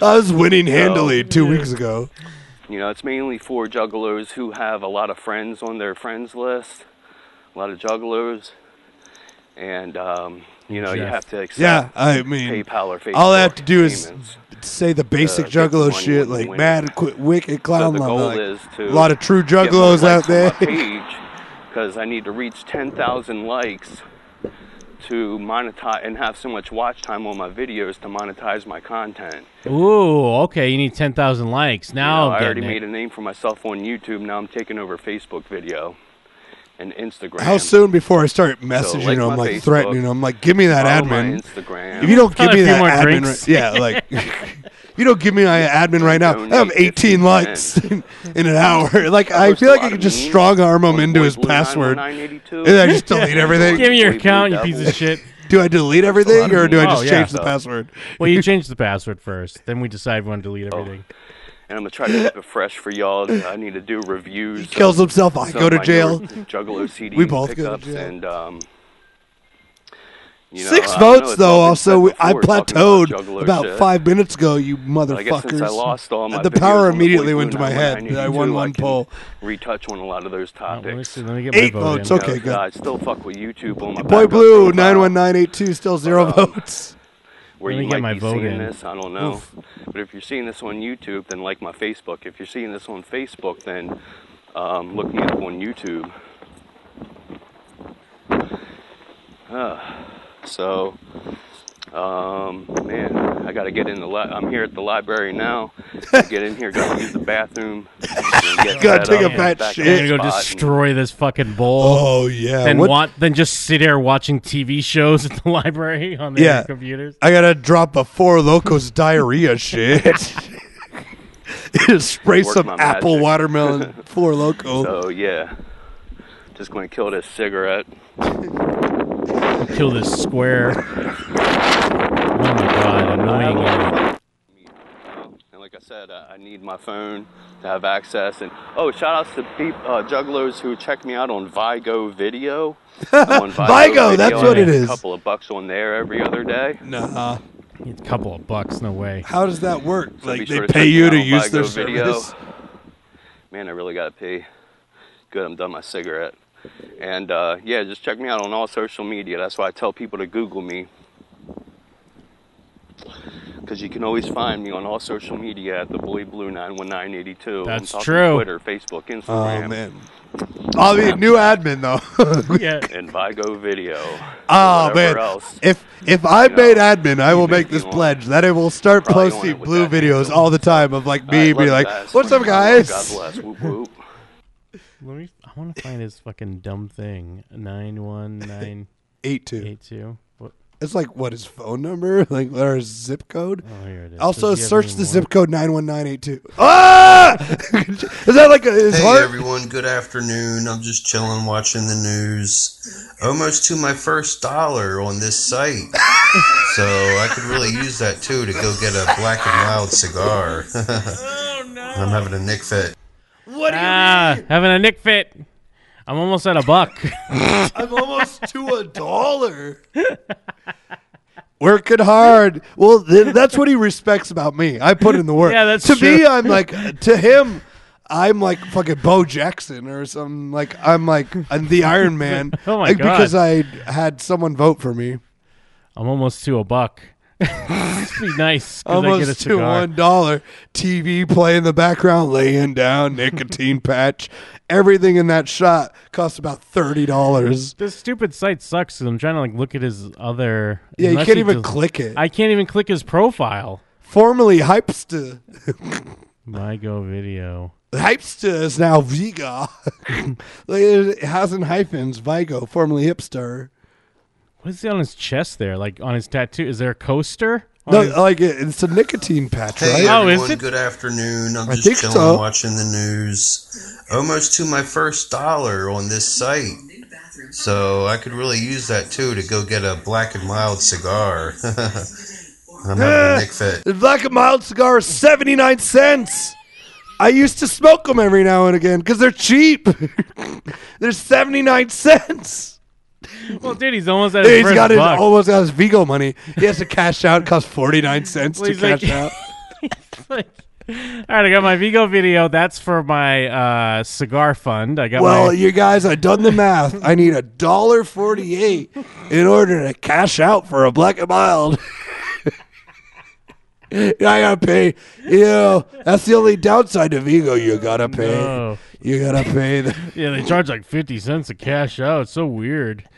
Speaker 3: I was winning
Speaker 8: So-
Speaker 3: handily two weeks ago.
Speaker 8: You know, it's mainly for juggalos who have a lot of friends on their friends list, a lot of juggalos, and um, you know, you
Speaker 3: Jeff.
Speaker 8: have to accept
Speaker 3: Yeah, I mean,
Speaker 8: PayPal or Facebook.
Speaker 3: all I have to do is say the basic
Speaker 8: Uh,
Speaker 3: juggalo
Speaker 8: one
Speaker 3: shit,
Speaker 8: wouldn't
Speaker 3: like
Speaker 8: win.
Speaker 3: mad, qu- wicked clown
Speaker 8: so the
Speaker 3: love.
Speaker 8: goal
Speaker 3: Like,
Speaker 8: is to
Speaker 3: a lot of true juggalos out there.
Speaker 8: because I need to reach 10,000 likes to monetize and have so much watch time on my videos to monetize my content.
Speaker 4: Ooh, okay. You need ten thousand likes now. I'm
Speaker 8: You know, I
Speaker 4: getting
Speaker 8: already
Speaker 4: it.
Speaker 8: made a name for myself on YouTube. Now I'm taking over Facebook video and Instagram.
Speaker 3: How soon before I start messaging
Speaker 8: like my
Speaker 3: them, like
Speaker 8: Facebook,
Speaker 3: threatening them, like give me that
Speaker 8: follow my
Speaker 3: admin.
Speaker 8: Instagram.
Speaker 3: If you don't give
Speaker 8: Have a
Speaker 3: me
Speaker 8: few
Speaker 3: that
Speaker 8: more
Speaker 3: admin,
Speaker 8: drinks.
Speaker 3: right- yeah, like if you don't give me my admin right now. I have 18 likes in, in an hour. Like I feel like I could just strong arm him into his password, and I just delete everything.
Speaker 4: Give me your account, you piece of shit.
Speaker 3: Do I delete everything or do I just change the password?
Speaker 4: well, you change the password first, then we decide when to
Speaker 8: Oh,
Speaker 4: delete everything.
Speaker 8: And I'm gonna try to keep it fresh for y'all. I need to do reviews. He
Speaker 4: kills himself, I go to jail.
Speaker 8: Juggalo CD
Speaker 3: We both go to
Speaker 8: pickups and um. you know,
Speaker 3: Six
Speaker 8: I don't know,
Speaker 3: votes
Speaker 8: it's
Speaker 3: though.
Speaker 8: all been
Speaker 3: Also, we,
Speaker 8: said
Speaker 3: I
Speaker 8: before, talking about
Speaker 3: plateaued
Speaker 8: juggalo
Speaker 3: about,
Speaker 8: shit.
Speaker 3: five minutes ago. You
Speaker 8: But I guess
Speaker 3: motherfuckers!
Speaker 8: since I lost all my
Speaker 3: the
Speaker 8: videos
Speaker 3: power
Speaker 8: on the
Speaker 3: immediately
Speaker 8: Blue
Speaker 3: went to my
Speaker 8: Moon,
Speaker 3: head. I won
Speaker 8: 92,
Speaker 3: one
Speaker 8: can
Speaker 3: poll.
Speaker 8: Retouch on a lot of those topics.
Speaker 4: let me
Speaker 3: get my Eight vote votes, in. okay, good.
Speaker 8: I still fuck with YouTube on my
Speaker 3: Boy
Speaker 8: backup
Speaker 3: Blue
Speaker 8: profile.
Speaker 3: nine one nine eight two still zero votes.
Speaker 8: where
Speaker 4: Let
Speaker 8: you
Speaker 4: me get
Speaker 8: might
Speaker 4: my
Speaker 8: be
Speaker 4: vote
Speaker 8: seeing
Speaker 4: in.
Speaker 8: this. I don't know. But if you're seeing this on YouTube, then like my Facebook. If you're seeing this on Facebook, then um, look me up on YouTube. Uh, so, um, man, I got to get in the. Li- I'm here at the library now. get in here, go use the bathroom. and get
Speaker 3: Gotta
Speaker 8: set
Speaker 3: take a
Speaker 8: up,
Speaker 3: fat
Speaker 8: back
Speaker 3: shit.
Speaker 8: in the
Speaker 4: I'm gonna go
Speaker 8: spot and-
Speaker 4: destroy this fucking bowl.
Speaker 3: Oh, yeah.
Speaker 4: Then
Speaker 3: What-
Speaker 4: want then just sit there watching TV shows at the library on their
Speaker 3: Yeah,
Speaker 4: computers.
Speaker 3: I gotta drop a four locos diarrhea shit. Spray
Speaker 8: Work
Speaker 3: some
Speaker 8: my
Speaker 3: apple
Speaker 8: magic.
Speaker 3: watermelon four loco.
Speaker 8: So yeah, just going to kill this cigarette.
Speaker 4: Kill this square. oh my god, annoying.
Speaker 8: And like I said, uh, I I need my phone to have access. And oh, shout outs to peop, uh, jugglers who check me out on Vigo Video. I'm on
Speaker 3: Vigo, that's
Speaker 8: Video.
Speaker 3: what
Speaker 8: I
Speaker 3: it
Speaker 8: make
Speaker 3: is.
Speaker 8: A couple of bucks on there every other day.
Speaker 3: Nah.
Speaker 4: A couple of bucks, no way.
Speaker 3: How does that work?
Speaker 8: So be
Speaker 3: like
Speaker 8: sure
Speaker 3: they
Speaker 8: check
Speaker 3: pay
Speaker 8: me
Speaker 3: you
Speaker 8: out
Speaker 3: to
Speaker 8: on
Speaker 3: use their
Speaker 8: Vigo Video.
Speaker 3: service?
Speaker 8: Man, I really gotta pee. Good, I'm done my cigarette. And uh, yeah, just check me out on all social media. That's why I tell people to Google me. Because you can always find me on all social media at the Bully Blue 91982.
Speaker 4: That's
Speaker 8: I'm talking
Speaker 4: true.
Speaker 8: Twitter, Facebook, Instagram.
Speaker 3: Oh man. I'll be a new admin though.
Speaker 8: And Vigo Video.
Speaker 3: Oh
Speaker 8: Whatever
Speaker 3: man!
Speaker 8: Else.
Speaker 3: If if I made admin, I will make this pledge that I will start posting blue videos all the time of like me
Speaker 8: All right, love
Speaker 3: being
Speaker 8: you
Speaker 3: like,
Speaker 8: guys.
Speaker 3: "What's up, guys?"
Speaker 8: God bless. Whoop, whoop.
Speaker 4: Let me. I want to find his fucking dumb thing. Nine one nine
Speaker 3: eight two
Speaker 4: eight two. What?
Speaker 3: It's like what his phone number, like or his zip code.
Speaker 4: Oh, here it is.
Speaker 3: Also,
Speaker 4: Does he have
Speaker 3: search
Speaker 4: any
Speaker 3: the
Speaker 4: more?
Speaker 3: zip code nine one nine eight two. Ah! Is that like a, his
Speaker 18: hey
Speaker 3: heart?
Speaker 18: everyone, good afternoon. I'm just chilling, watching the news. Almost to my first dollar on this site, so I could really use that too to go get a Black and Wild cigar. I'm having a Nick fit.
Speaker 3: Oh, What do you
Speaker 4: ah, having a Nick fit. I'm almost at a buck.
Speaker 3: I'm almost to a dollar. Working hard. Well, th- that's what he respects about me. I put in the work.
Speaker 4: Yeah, that's
Speaker 3: to me.
Speaker 4: true.
Speaker 3: I'm like to him. I'm like fucking Bo Jackson or some like I'm like I'm the Iron Man.
Speaker 4: Oh my
Speaker 3: like,
Speaker 4: God.
Speaker 3: Because I had someone vote for me.
Speaker 4: I'm almost to a buck. It'd be nice. 'cause I get a
Speaker 3: Almost to
Speaker 4: cigar.
Speaker 3: one dollar. TV play in the background, laying down, nicotine patch. Everything in that shot cost about thirty dollars.
Speaker 4: This stupid site sucks. 'cause I'm trying to like look at his other.
Speaker 3: Yeah, you
Speaker 4: unless
Speaker 3: can't
Speaker 4: he
Speaker 3: even
Speaker 4: just-
Speaker 3: click it.
Speaker 4: I can't even click his profile.
Speaker 3: Formerly Hypesta.
Speaker 4: Vigo video.
Speaker 3: Hypster is now Viga. like it has in hyphens, Vigo, formerly hipster.
Speaker 4: What's he on his chest there? Like on his tattoo? Is there a coaster? Oh, on
Speaker 3: No,
Speaker 4: his-
Speaker 3: like it, it's a nicotine patch,
Speaker 18: Hey
Speaker 3: right?
Speaker 18: everyone, good afternoon. I'm
Speaker 3: I
Speaker 18: just
Speaker 3: think
Speaker 18: chilling,
Speaker 3: so.
Speaker 18: watching the news. Almost to my first dollar on this site, so I could really use that too to go get a Black and Wild cigar. I'm having a Nick fit.
Speaker 3: The Eh, black and mild cigar is 79 cents. I used to smoke them every now and again because they're cheap. they're 79 cents.
Speaker 4: Well, dude, he's almost at his
Speaker 3: He's
Speaker 4: first
Speaker 3: got his,
Speaker 4: buck.
Speaker 3: almost got his Vigo money. He has to cash out. It costs 49 cents to
Speaker 4: Well, he's like-
Speaker 3: cash out.
Speaker 4: It's like- all right, I got my Vigo video. That's for my uh, cigar fund. I got
Speaker 3: Well,
Speaker 4: my,
Speaker 3: you guys, I done the math. I need a dollar forty-eight in order to cash out for a black and mild. I gotta pay. You know, that's the only downside of ego. You gotta pay.
Speaker 4: No.
Speaker 3: You gotta pay. The,
Speaker 4: Oh. Yeah, they charge like fifty cents to cash out. It's so weird.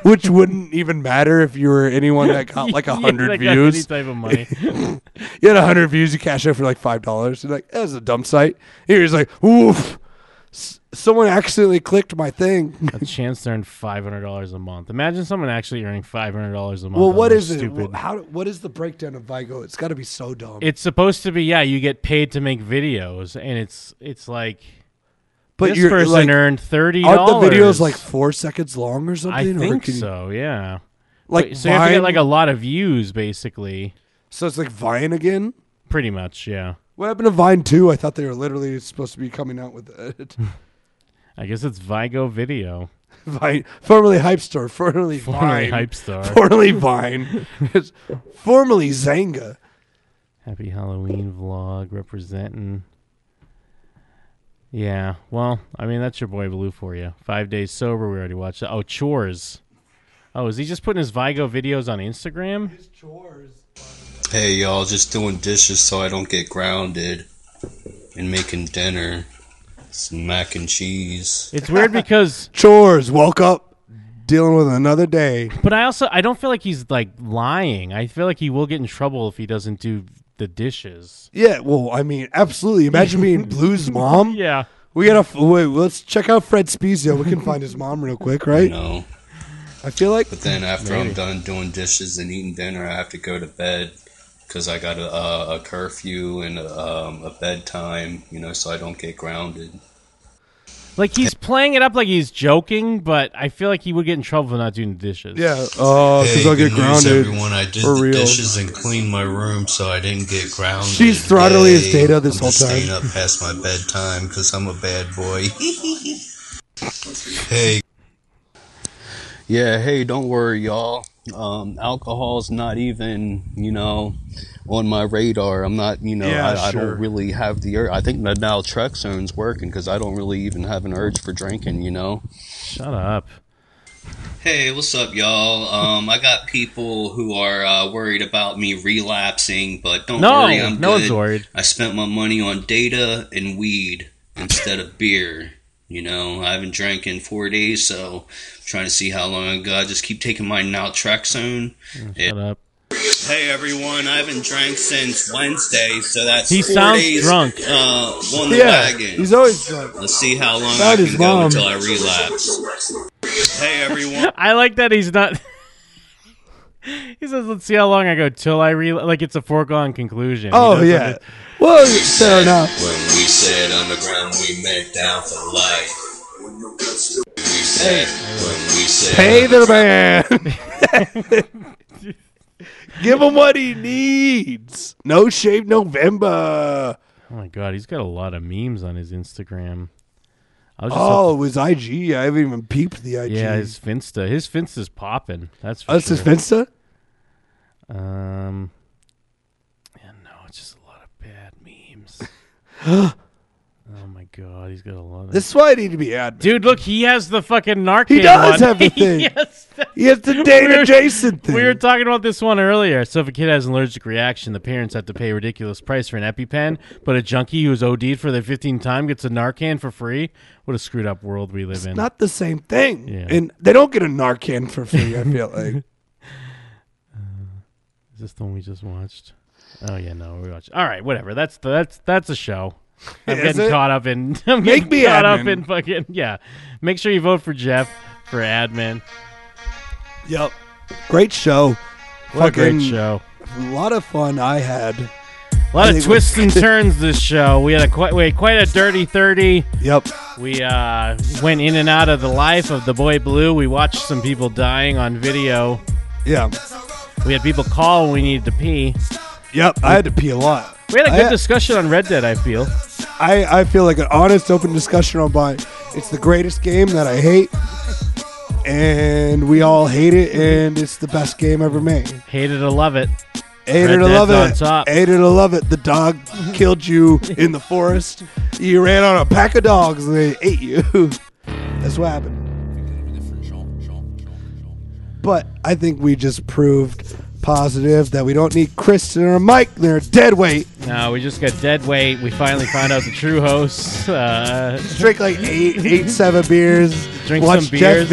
Speaker 3: which wouldn't even matter if you were anyone that got like a
Speaker 4: Yeah,
Speaker 3: hundred
Speaker 4: that got any
Speaker 3: views.
Speaker 4: type of money.
Speaker 3: you had a hundred views. You cash out for like five dollars. You're like, that was a dumb site. Here he's like, oof. S- someone accidentally clicked my thing.
Speaker 4: A chance to earn five hundred dollars a month. Imagine someone actually earning five hundred dollars a month.
Speaker 3: Well,
Speaker 4: Oh,
Speaker 3: what
Speaker 4: That would be
Speaker 3: is it?
Speaker 4: Stupid.
Speaker 3: Wh- How? What is the breakdown of Vigo? It's got to be so dumb.
Speaker 4: It's supposed to be yeah. You get paid to make videos, and it's it's like.
Speaker 3: But
Speaker 4: this
Speaker 3: you're,
Speaker 4: person
Speaker 3: like-
Speaker 4: earned thirty dollars.
Speaker 3: Aren't the videos like four seconds long or something?
Speaker 4: I
Speaker 3: Or
Speaker 4: think
Speaker 3: can you-
Speaker 4: so. Yeah.
Speaker 3: Like
Speaker 4: Wait, so you have to
Speaker 3: Vine?
Speaker 4: get like a lot of views, basically.
Speaker 3: So it's like Vine again.
Speaker 4: Pretty much, yeah.
Speaker 3: What happened to Vine Two? I thought they were literally supposed to be coming out with it.
Speaker 4: I guess it's Vigo Video.
Speaker 3: Vine, formerly Hype Store, formerly
Speaker 4: Formerly
Speaker 3: Vine,
Speaker 4: Hype Store.
Speaker 3: formerly Vine, It's formerly Zanga.
Speaker 4: Happy Halloween vlog representing. Yeah, well, I mean that's your boy Blue for you. Five days sober. We already watched that. Oh, chores. Oh, is he just putting his Vigo videos on Instagram?
Speaker 19: Hey, y'all, just doing dishes so I don't get grounded and making dinner. Some mac and cheese.
Speaker 4: It's weird because
Speaker 3: chores. Woke up dealing with another day.
Speaker 4: But I also I don't feel like he's like lying. I feel like he will get in trouble if he doesn't do the dishes.
Speaker 3: Yeah, well, I mean, absolutely. Imagine being Blue's mom.
Speaker 4: Yeah.
Speaker 3: We gotta f- wait. Let's check out Fred Spezia. We can find his mom real quick, right?
Speaker 19: No.
Speaker 3: I feel like.
Speaker 19: But then after
Speaker 3: Maybe.
Speaker 19: I'm done doing dishes and eating dinner, I have to go to bed because I got a, uh, a curfew and um, a bedtime, you know, so I don't get grounded.
Speaker 4: Like he's playing it up like he's joking, but I feel like he would get in trouble for not doing the dishes.
Speaker 3: Yeah. Oh, because I'll get
Speaker 19: good news,
Speaker 3: grounded.
Speaker 19: Everyone, I did
Speaker 3: for
Speaker 19: the
Speaker 3: real.
Speaker 19: dishes and cleaned my room, so I didn't get grounded.
Speaker 3: She's throttling his data this
Speaker 19: I'm
Speaker 3: whole
Speaker 19: just
Speaker 3: time.
Speaker 19: Staying up past my bedtime because I'm a bad boy. hey,
Speaker 8: Yeah, hey, don't worry, y'all. Um, alcohol's not even, you know, on my radar. I'm not, you know,
Speaker 14: Yeah,
Speaker 8: I, I
Speaker 14: sure.
Speaker 8: don't really have the urge. I think that now Trexone's working because I don't really even have an urge for drinking, you know?
Speaker 4: Shut up.
Speaker 14: Hey, what's up, y'all? Um, I got people who are uh, worried about me relapsing, but don't
Speaker 4: No,
Speaker 14: worry, I'm
Speaker 4: no
Speaker 14: good.
Speaker 4: one's worried.
Speaker 14: I spent my money on data and weed instead of beer. You know, I haven't drank in four days, so I'm trying to see how long I got. Just keep taking my naltrexone.
Speaker 4: Shut up.
Speaker 14: Hey everyone, I haven't drank since Wednesday, so that's
Speaker 4: He
Speaker 14: four
Speaker 4: sounds
Speaker 14: days,
Speaker 4: drunk.
Speaker 14: Uh, on the
Speaker 3: Yeah,
Speaker 14: wagon.
Speaker 3: he's always drunk.
Speaker 14: Let's see how long
Speaker 3: About
Speaker 14: I
Speaker 3: his
Speaker 14: can go
Speaker 3: mom.
Speaker 14: until I relapse. Hey everyone.
Speaker 4: I like that he's not. he says, "Let's see how long I go till I re like it's a foregone conclusion." He
Speaker 3: Oh
Speaker 4: doesn't-
Speaker 3: yeah. Well, fair enough.
Speaker 19: When we said underground, we meant down for life. We said, when we said
Speaker 3: Pay the man. Give him what he needs. No shave November.
Speaker 4: Oh my god, he's got a lot of memes on his Instagram. I was just
Speaker 3: Oh, it was IG. I haven't even peeped the IG.
Speaker 4: yeah, his Finsta, his Finsta's popping. That's for
Speaker 3: Oh, this
Speaker 4: sure.
Speaker 3: is Finsta?
Speaker 4: Um, yeah, no, it's just a lot of bad memes. oh my god, he's got a lot of.
Speaker 3: This is why I need to be admin.
Speaker 4: Dude, look, he has the fucking Narcan.
Speaker 3: He does
Speaker 4: one.
Speaker 3: have the thing.
Speaker 4: He has the-
Speaker 3: He has the Dana
Speaker 4: were-
Speaker 3: Jason thing.
Speaker 4: We were talking about this one earlier. So if a kid has an allergic reaction, the parents have to pay a ridiculous price for an EpiPen, but a junkie who's OD'd for the 15th time gets a Narcan for free. What a screwed up world we live in.
Speaker 3: Not the same thing.
Speaker 4: Yeah.
Speaker 3: And they don't get a Narcan for free, I feel like.
Speaker 4: Is this the one we just watched? Oh yeah, no, we watched. All right, whatever. That's the, that's that's a show. I'm
Speaker 3: Is
Speaker 4: getting
Speaker 3: it?
Speaker 4: caught up in. I'm
Speaker 3: Make
Speaker 4: getting
Speaker 3: me
Speaker 4: caught up
Speaker 3: admin.
Speaker 4: in fucking yeah. Make sure you vote for Jeff for admin.
Speaker 3: Yep. Great show.
Speaker 4: What a great
Speaker 3: Fucking-
Speaker 4: show.
Speaker 3: A lot of fun I had.
Speaker 4: A lot of twists and turns this show. We had a quite, we had quite a dirty thirty.
Speaker 3: Yep.
Speaker 4: We uh, went in and out of the life of the boy Blue. We watched some people dying on video.
Speaker 3: Yeah.
Speaker 4: We had people call when we needed to pee.
Speaker 3: Yep, I had to pee a lot.
Speaker 4: We had a
Speaker 3: I
Speaker 4: good
Speaker 3: had-
Speaker 4: discussion on Red Dead. I feel.
Speaker 3: I, I feel like an honest, open discussion on by it's the greatest game that I hate, and we all hate it, and it's the best game ever made.
Speaker 4: Hate it or love it.
Speaker 3: Hate
Speaker 4: Red
Speaker 3: it or
Speaker 4: Dead's
Speaker 3: love
Speaker 4: on
Speaker 3: it. Hate it or love it. The dog killed you in the forest. You ran on a pack of dogs and they ate you. That's what happened. But I think we just proved positive that we don't need Kristen or Mike. They're dead weight.
Speaker 4: No, we just got dead weight. We finally found out the true hosts. Uh,
Speaker 3: Drink like eight, eight, seven beers.
Speaker 4: Drink
Speaker 3: watch
Speaker 4: some
Speaker 3: Jeff
Speaker 4: beers.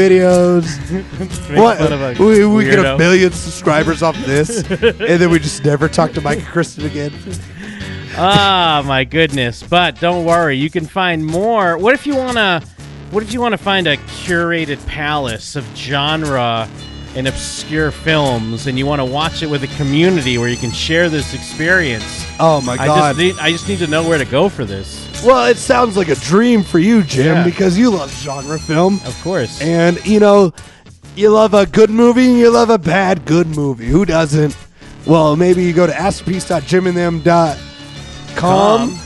Speaker 3: videos.
Speaker 4: Make fun of a
Speaker 3: we we get a
Speaker 4: weirdo.
Speaker 3: million subscribers off this, and then we just never talk to Mike and Kristen again.
Speaker 4: ah, my goodness. But don't worry, you can find more. What if you want to what if you want to find a curated palace of genre and obscure films and you want to watch it with a community where you can share this experience?
Speaker 3: Oh my
Speaker 4: I
Speaker 3: God.
Speaker 4: just need, I just need to know where to go for this.
Speaker 3: Well, it sounds like a dream for you, Jim,
Speaker 4: Yeah.
Speaker 3: because you love genre film.
Speaker 4: Of course.
Speaker 3: And, you know, you love a good movie and you love a bad good movie. Who doesn't? Well, maybe you go to masterpiece.jimandthem.com.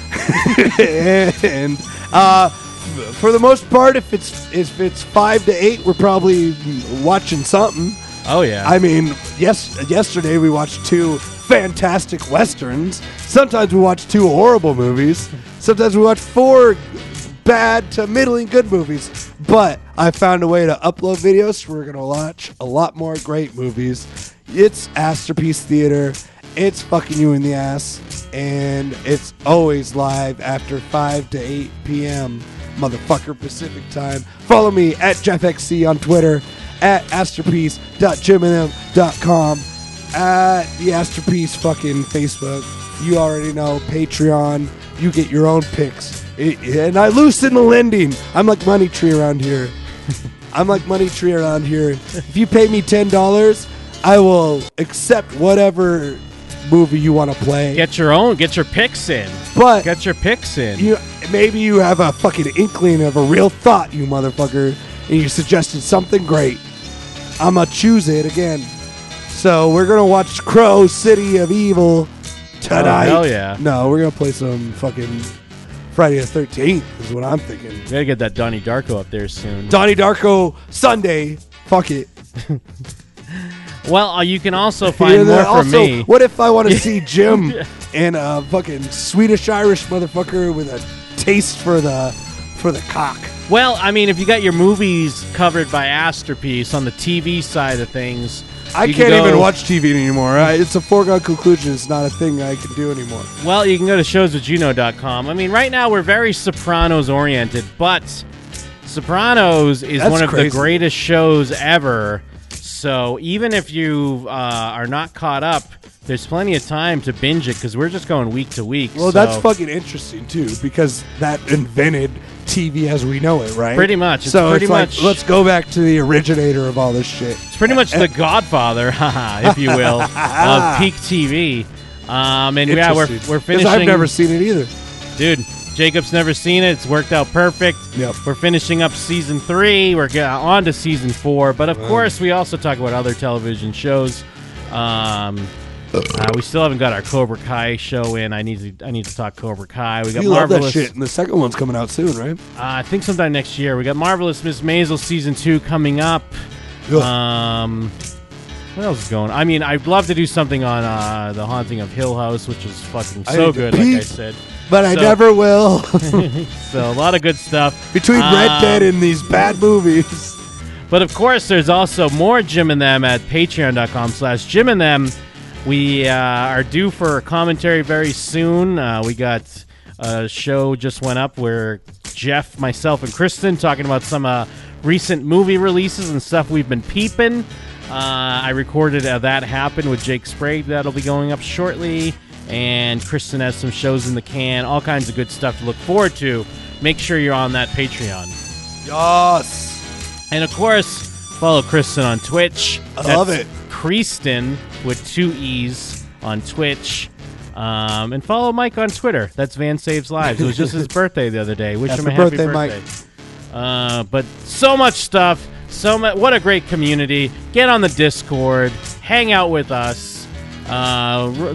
Speaker 3: and uh, for the most part, if it's if it's five to eight, we're probably watching something.
Speaker 4: Oh yeah.
Speaker 3: I mean, yes. Yesterday we watched two fantastic westerns. Sometimes we watch two horrible movies. Sometimes we watch four bad to middling good movies. But I found a way to upload videos. We're gonna watch a lot more great movies. It's Masterpiece Theater. It's fucking you in the ass, and it's always live after five to eight p.m. motherfucker Pacific time. Follow me at JeffXC on Twitter at masterpiece.jimandthem.com at the masterpiece fucking Facebook. You already know Patreon. You get your own picks, It- and I loosen the lending. I'm like money tree around here. I'm like money tree around here. If you pay me ten dollars, I will accept whatever movie you want to play.
Speaker 4: Get your own, get your picks in.
Speaker 3: But
Speaker 4: get your picks in.
Speaker 3: You maybe you have a fucking inkling of a real thought, you motherfucker, and you suggested something great. I'ma choose it again. So we're gonna watch Crow City of Evil tonight.
Speaker 4: Oh, hell yeah.
Speaker 3: No, we're gonna play some fucking Friday the Thirteenth is what I'm thinking.
Speaker 4: We gotta get that Donnie Darko up there soon.
Speaker 3: Donnie Darko Sunday. Fuck it.
Speaker 4: well, uh, you can also find
Speaker 3: Yeah,
Speaker 4: more
Speaker 3: that-
Speaker 4: from
Speaker 3: also,
Speaker 4: me.
Speaker 3: What if I want to see Jim and a fucking Swedish Irish motherfucker with a taste for the for the cock?
Speaker 4: Well, I mean, if you got your movies covered by Masterpiece on the TV side of things,
Speaker 3: I
Speaker 4: you can
Speaker 3: can't
Speaker 4: go-
Speaker 3: even watch TV anymore. I, it's a foregone conclusion. It's not a thing I can do anymore.
Speaker 4: Well, you can go to showswithjuno.com. I mean, right now we're very Sopranos oriented, but Sopranos is
Speaker 3: That's
Speaker 4: one of
Speaker 3: crazy.
Speaker 4: the greatest shows ever. So even if you uh, are not caught up, there's plenty of time to binge it because we're just going week to week.
Speaker 3: Well, that's
Speaker 4: so-
Speaker 3: fucking interesting too, because that invented TV as we know it, right?
Speaker 4: Pretty much. It's
Speaker 3: so
Speaker 4: pretty
Speaker 3: it's like,
Speaker 4: much-
Speaker 3: let's go back to the originator of all this shit.
Speaker 4: It's pretty much the godfather, haha, if you will, of peak TV. Um, and yeah, we're,
Speaker 3: Interesting.
Speaker 4: we're
Speaker 3: 'Cause
Speaker 4: finishing.
Speaker 3: I've never seen it either.
Speaker 4: Dude, Jacob's never seen it. It's worked out perfect. Yep. We're finishing up season three. We're go- on to season four. But of
Speaker 3: Wow.
Speaker 4: course, we also talk about other television shows. Um, uh, we still haven't got our Cobra Kai show in. I need to I need to talk Cobra Kai. We got
Speaker 3: you love
Speaker 4: marvelous.
Speaker 3: that shit, and the second one's coming out soon, right?
Speaker 4: Uh, I think sometime next year. We got Marvelous Miss Maisel season two coming up. Um, what else is going? I mean, I'd love to do something on uh, the Haunting of Hill House, which is fucking
Speaker 3: I
Speaker 4: so
Speaker 3: need to
Speaker 4: good, like I
Speaker 3: pee,
Speaker 4: said.
Speaker 3: but I
Speaker 4: So-
Speaker 3: never will.
Speaker 4: so a lot of good stuff
Speaker 3: Between Red Dead
Speaker 4: Um,
Speaker 3: and these bad movies.
Speaker 4: but of course, there's also more Jim and Them at patreon.com slash Jim and Them. We uh, are due for commentary very soon. Uh, we got a show just went up where Jeff, myself, and Kristen talking about some uh, recent movie releases and stuff we've been peeping. Uh, I recorded uh, that happen with Jake Sprague. That'll be going up shortly. And Kristen has some shows in the can, all kinds of good stuff to look forward to. Make sure you're on that Patreon.
Speaker 3: Yes.
Speaker 4: And of course, follow Kristen on Twitch.
Speaker 3: I love it.
Speaker 4: Kristen with two E's on Twitch. Um, and follow Mike on Twitter. That's Van Saves Lives. It was just his birthday the other day. Wish
Speaker 3: Happy
Speaker 4: him a happy
Speaker 3: birthday,
Speaker 4: birthday.
Speaker 3: Mike.
Speaker 4: Uh, but so much stuff. So much. What a great community. Get on the Discord. Hang out with us. Uh, r-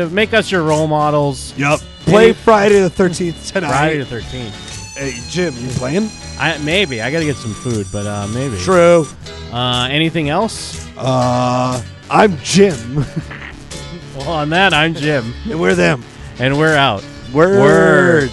Speaker 4: uh, make us your role models.
Speaker 3: Yep. Play Friday the 13th tonight.
Speaker 4: Friday the 13th.
Speaker 3: Hey, Jim, you playing?
Speaker 4: I maybe I got to get some food, but uh, maybe
Speaker 3: True.
Speaker 4: Uh, anything else?
Speaker 3: Uh, I'm Jim.
Speaker 4: Well, on that, I'm Jim,
Speaker 3: And we're them.
Speaker 4: and we're out.
Speaker 3: Word.